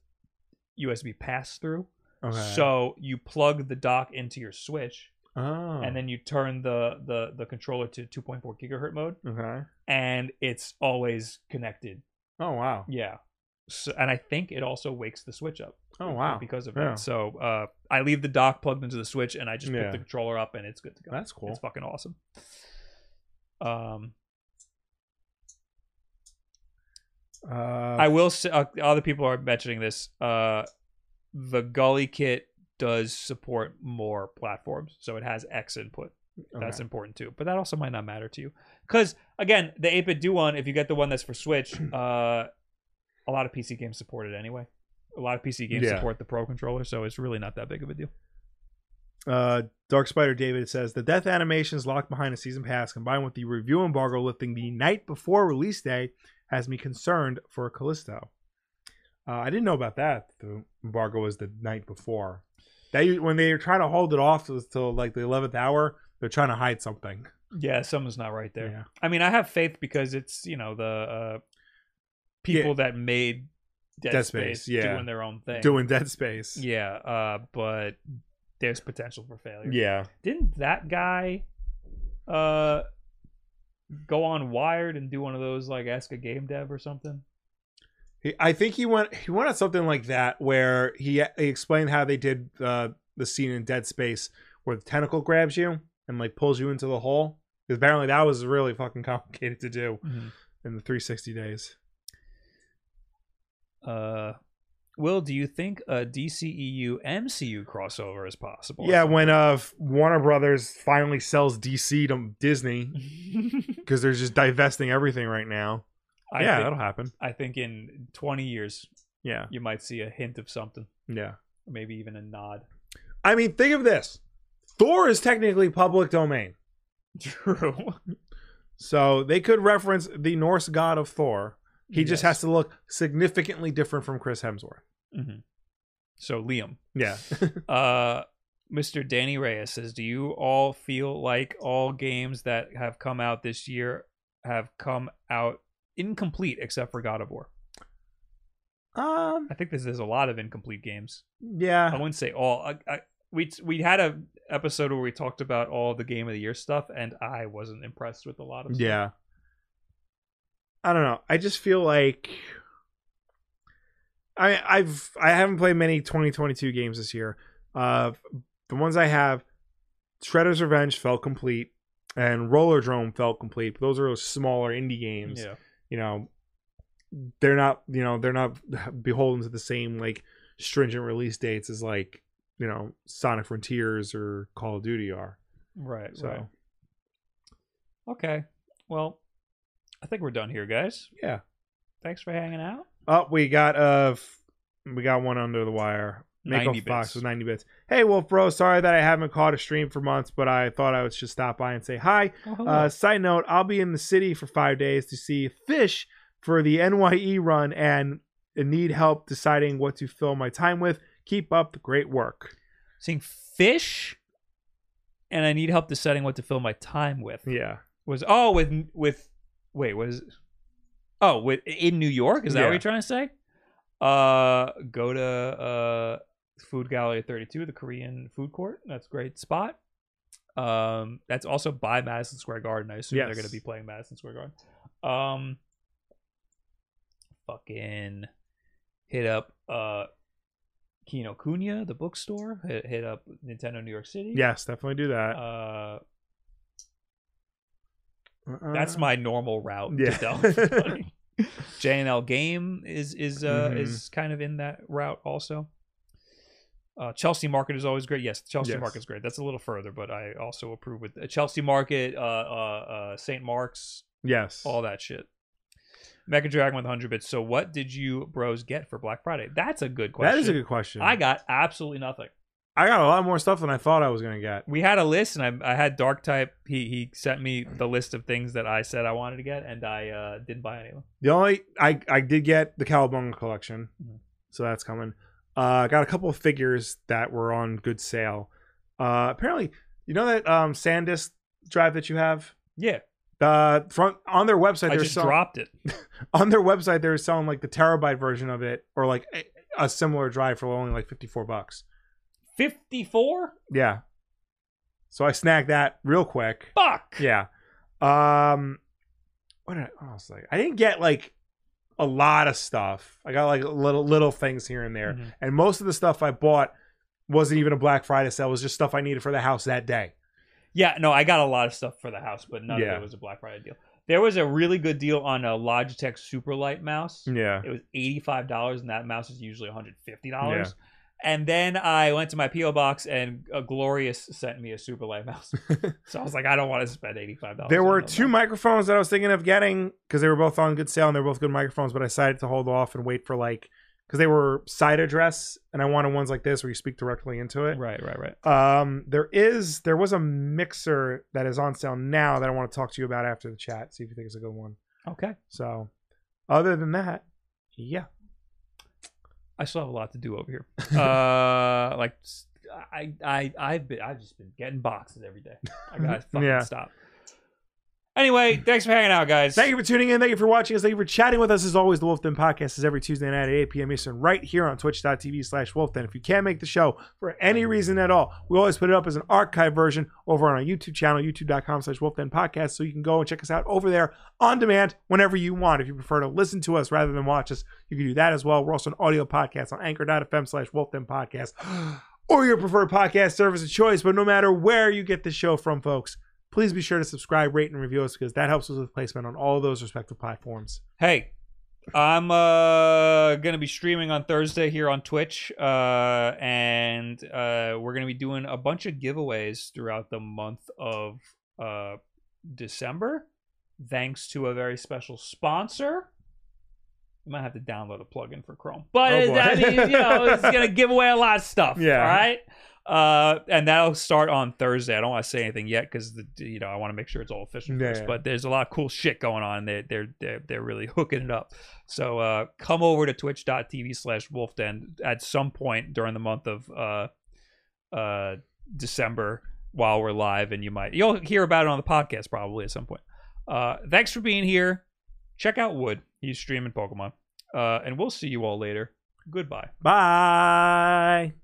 usb pass through so you plug the dock into your switch
oh.
and then you turn the, the the controller to 2.4 gigahertz mode
okay.
and it's always connected
Oh wow.
yeah so, and i think it also wakes the switch up
Oh wow.
because of
Yeah.
it so uh, i leave the dock plugged into the switch and i just
Yeah.
pick the controller up and it's good to go
That's cool.
it's fucking awesome. Um,
Uh,
I will say uh, other people are mentioning this. Uh, the Gully kit does support more platforms, so it has X input. That's
okay.
important too, but that also might not matter to you because again, the 8-bit do one. If you get the one that's for Switch, uh, a lot of PC games support it anyway. A lot of PC games
Yeah.
support the Pro controller, so it's really not that big of a deal.
Uh, Dark Spider David says the death animations locked behind a season pass, combined with the review embargo lifting the night before release day, has me concerned for Callisto. Uh, I didn't know about that. The embargo was the night before. That you- when they were trying to hold it off until like the eleventh hour, they're trying to hide something.
Yeah, something's not right there.
Yeah.
I mean, I have faith because it's you know the uh, people
Yeah.
that made Dead,
Dead
Space,
Space, yeah.
doing their own thing,
Doing Dead Space.
yeah. Uh, but there's potential for failure.
Yeah.
Didn't that guy uh go on Wired and do one of those like ask a game dev or something?
He- I think he went he went on something like that where he, he explained how they did uh, the scene in Dead Space where the tentacle grabs you and like pulls you into the hole. 'Cause apparently that was really fucking complicated to do in the 360 days.
Uh, Will, do you think a E DCEU MCU crossover is possible?
yeah, when uh Warner Brothers finally sells DC to Disney because they're just divesting everything right now.
I
yeah,
think-
that'll happen.
I think in 20 years
Yeah,
you might see a hint of something,
yeah.
maybe even a nod.
I mean, think of this: Thor is technically public domain,
True.
so they could reference the Norse god of Thor. He just
Yes.
has to look significantly different from Chris Hemsworth.
hmm So Liam,
Yeah.
uh, Mr. Danny Reyes says, "Do you all feel like all games that have come out this year have come out incomplete except for God of War?"
um.
I think this is a lot of incomplete games. I
Yeah.
wouldn't say all. I, I, we we had a episode where we talked about all the game of the year stuff, and I wasn't impressed with a lot of. Stuff.
Yeah. I don't know. I just feel like I I've I haven't played many 2022 games this year. Uh, the ones I have, Shredder's Revenge felt complete, and Roller Drome felt complete. Those are smaller indie games.
yeah.
you know they're not you know they're not beholden to the same like stringent release dates as like you know sonic frontiers or call of duty are
Right.
so
Right. Okay. Well, I think we're done here, guys.
yeah
Thanks for hanging out.
oh we got uh f- we got one under the wire Make
90
up Fox
bits.
with 90 bits. Hey, Wolf Bro, sorry that I haven't caught a stream for months, but I thought I would just stop by and say hi.
Oh.
Uh, side note, I'll be in the city for five days to see Fish for the NYE run and need help deciding what to fill my time with. Keep up the great work.
seeing fish and i need help deciding what to fill my time with
Yeah.
was oh with with wait what is it? oh with in new york is that what
Yeah.
you're trying to say uh go to uh food gallery 32 the korean food court that's a great spot um that's also by madison square garden i assume they're
Yes.
going to be playing madison square garden um fucking hit up uh Kino Kunia, the bookstore. Hit, hit up Nintendo New York City.
Yes, definitely do that.
Uh,
Uh-uh.
that's my normal route
Yeah.
to Delphi Funny. JNL Game is is uh
Mhm.
is kind of in that route also. Uh, Chelsea Market is always great. Yes, Chelsea
Yes.
Market is great. That's a little further, but I also approve with uh, Chelsea Market, uh, uh, uh, St. Mark's,
yes.
all that shit. Mega Dragon with 100 bits. So, what did you bros get for Black Friday? That's a good question.
That is a good question.
I got absolutely nothing.
I got a lot more stuff than I thought I was gonna get.
we had a list and I, I had dark type he he sent me the list of things that i said i wanted to get and i uh didn't buy any of them
The only I I did get the Calabunga collection,
Mm.
so that's coming. Uh, got a couple of figures that were on good sale. Uh, apparently, you know that um Sandisk drive that you have.
yeah
The Uh, front on their website,
i
they're
just
sell-
dropped it
on their website they're selling like the terabyte version of it or like a, a similar drive for only like fifty four bucks.
54
Yeah, so I snagged that real quick.
fuck
Yeah. Um what, did I, what else like I didn't get like a lot of stuff. I got like little little things here and there.
Mhm.
And most of the stuff I bought wasn't even a Black Friday sale, it was just stuff I needed for the house that day.
yeah no i got a lot of stuff for the house but none
Yeah.
of it was a black friday deal there was a really good deal on a logitech superlight mouse
Yeah.
it was $85 and that mouse is usually $150 and then i went to my po box and uh, glorious sent me a superlight mouse so i was like i don't want to spend $85
There
on
were
that
two
mouse.
microphones that I was thinking of getting because they were both on good sale and they were both good microphones, but I decided to hold off and wait for like because they were side address and I wanted ones like this where you speak directly into it.
right right right
Um, there is there was a mixer that is on sale now that I want to talk to you about after the chat. See if you think it's a good one.
okay
So, other than that, yeah,
I still have a lot to do over here. uh, like s- I, I, I've been, I've just been getting boxes every day. I gotta fucking
Yeah.
stop. Anyway, thanks for hanging out, guys.
thank you for tuning in. Thank you for watching us. Thank you for chatting with us. As always, the Wolfden Podcast is every Tuesday night at 8 p.m. Eastern, right here on twitch.tv slash Wolfden. If you can't make the show for any reason at all, we always put it up as an archive version over on our YouTube channel, youtube.com slash Wolfden Podcast. So you can go and check us out over there on demand whenever you want. If you prefer to listen to us rather than watch us, you can do that as well. We're also an audio podcast on anchor.fm slash Wolfden Podcast or your preferred podcast service of choice. But no matter where you get the show from, folks, please be sure to subscribe, rate, and review us because that helps us with placement on all of those respective platforms.
Hey, I'm uh gonna be streaming on Thursday here on Twitch, uh, and uh, we're gonna be doing a bunch of giveaways throughout the month of uh December, thanks to a very special sponsor. I might have to download a plugin for Chrome, but
Oh, boy.
I mean, you know, it's gonna give away a lot of stuff.
Yeah.
All right. Uh, and that'll start on Thursday. I don't want to say anything yet because you know I want to make sure it's all official
Yeah,
first.
yeah.
But there's a lot of cool shit going on. They're they're they're, they're really hooking it up. So uh, come over to Twitch.tv/slash Wolfden at some point during the month of uh, uh, December while we're live, and you might you'll hear about it on the podcast probably at some point. Uh, thanks for being here. Check out Wood. He's streaming Pokemon. Uh, and we'll see you all later. Goodbye.
Bye.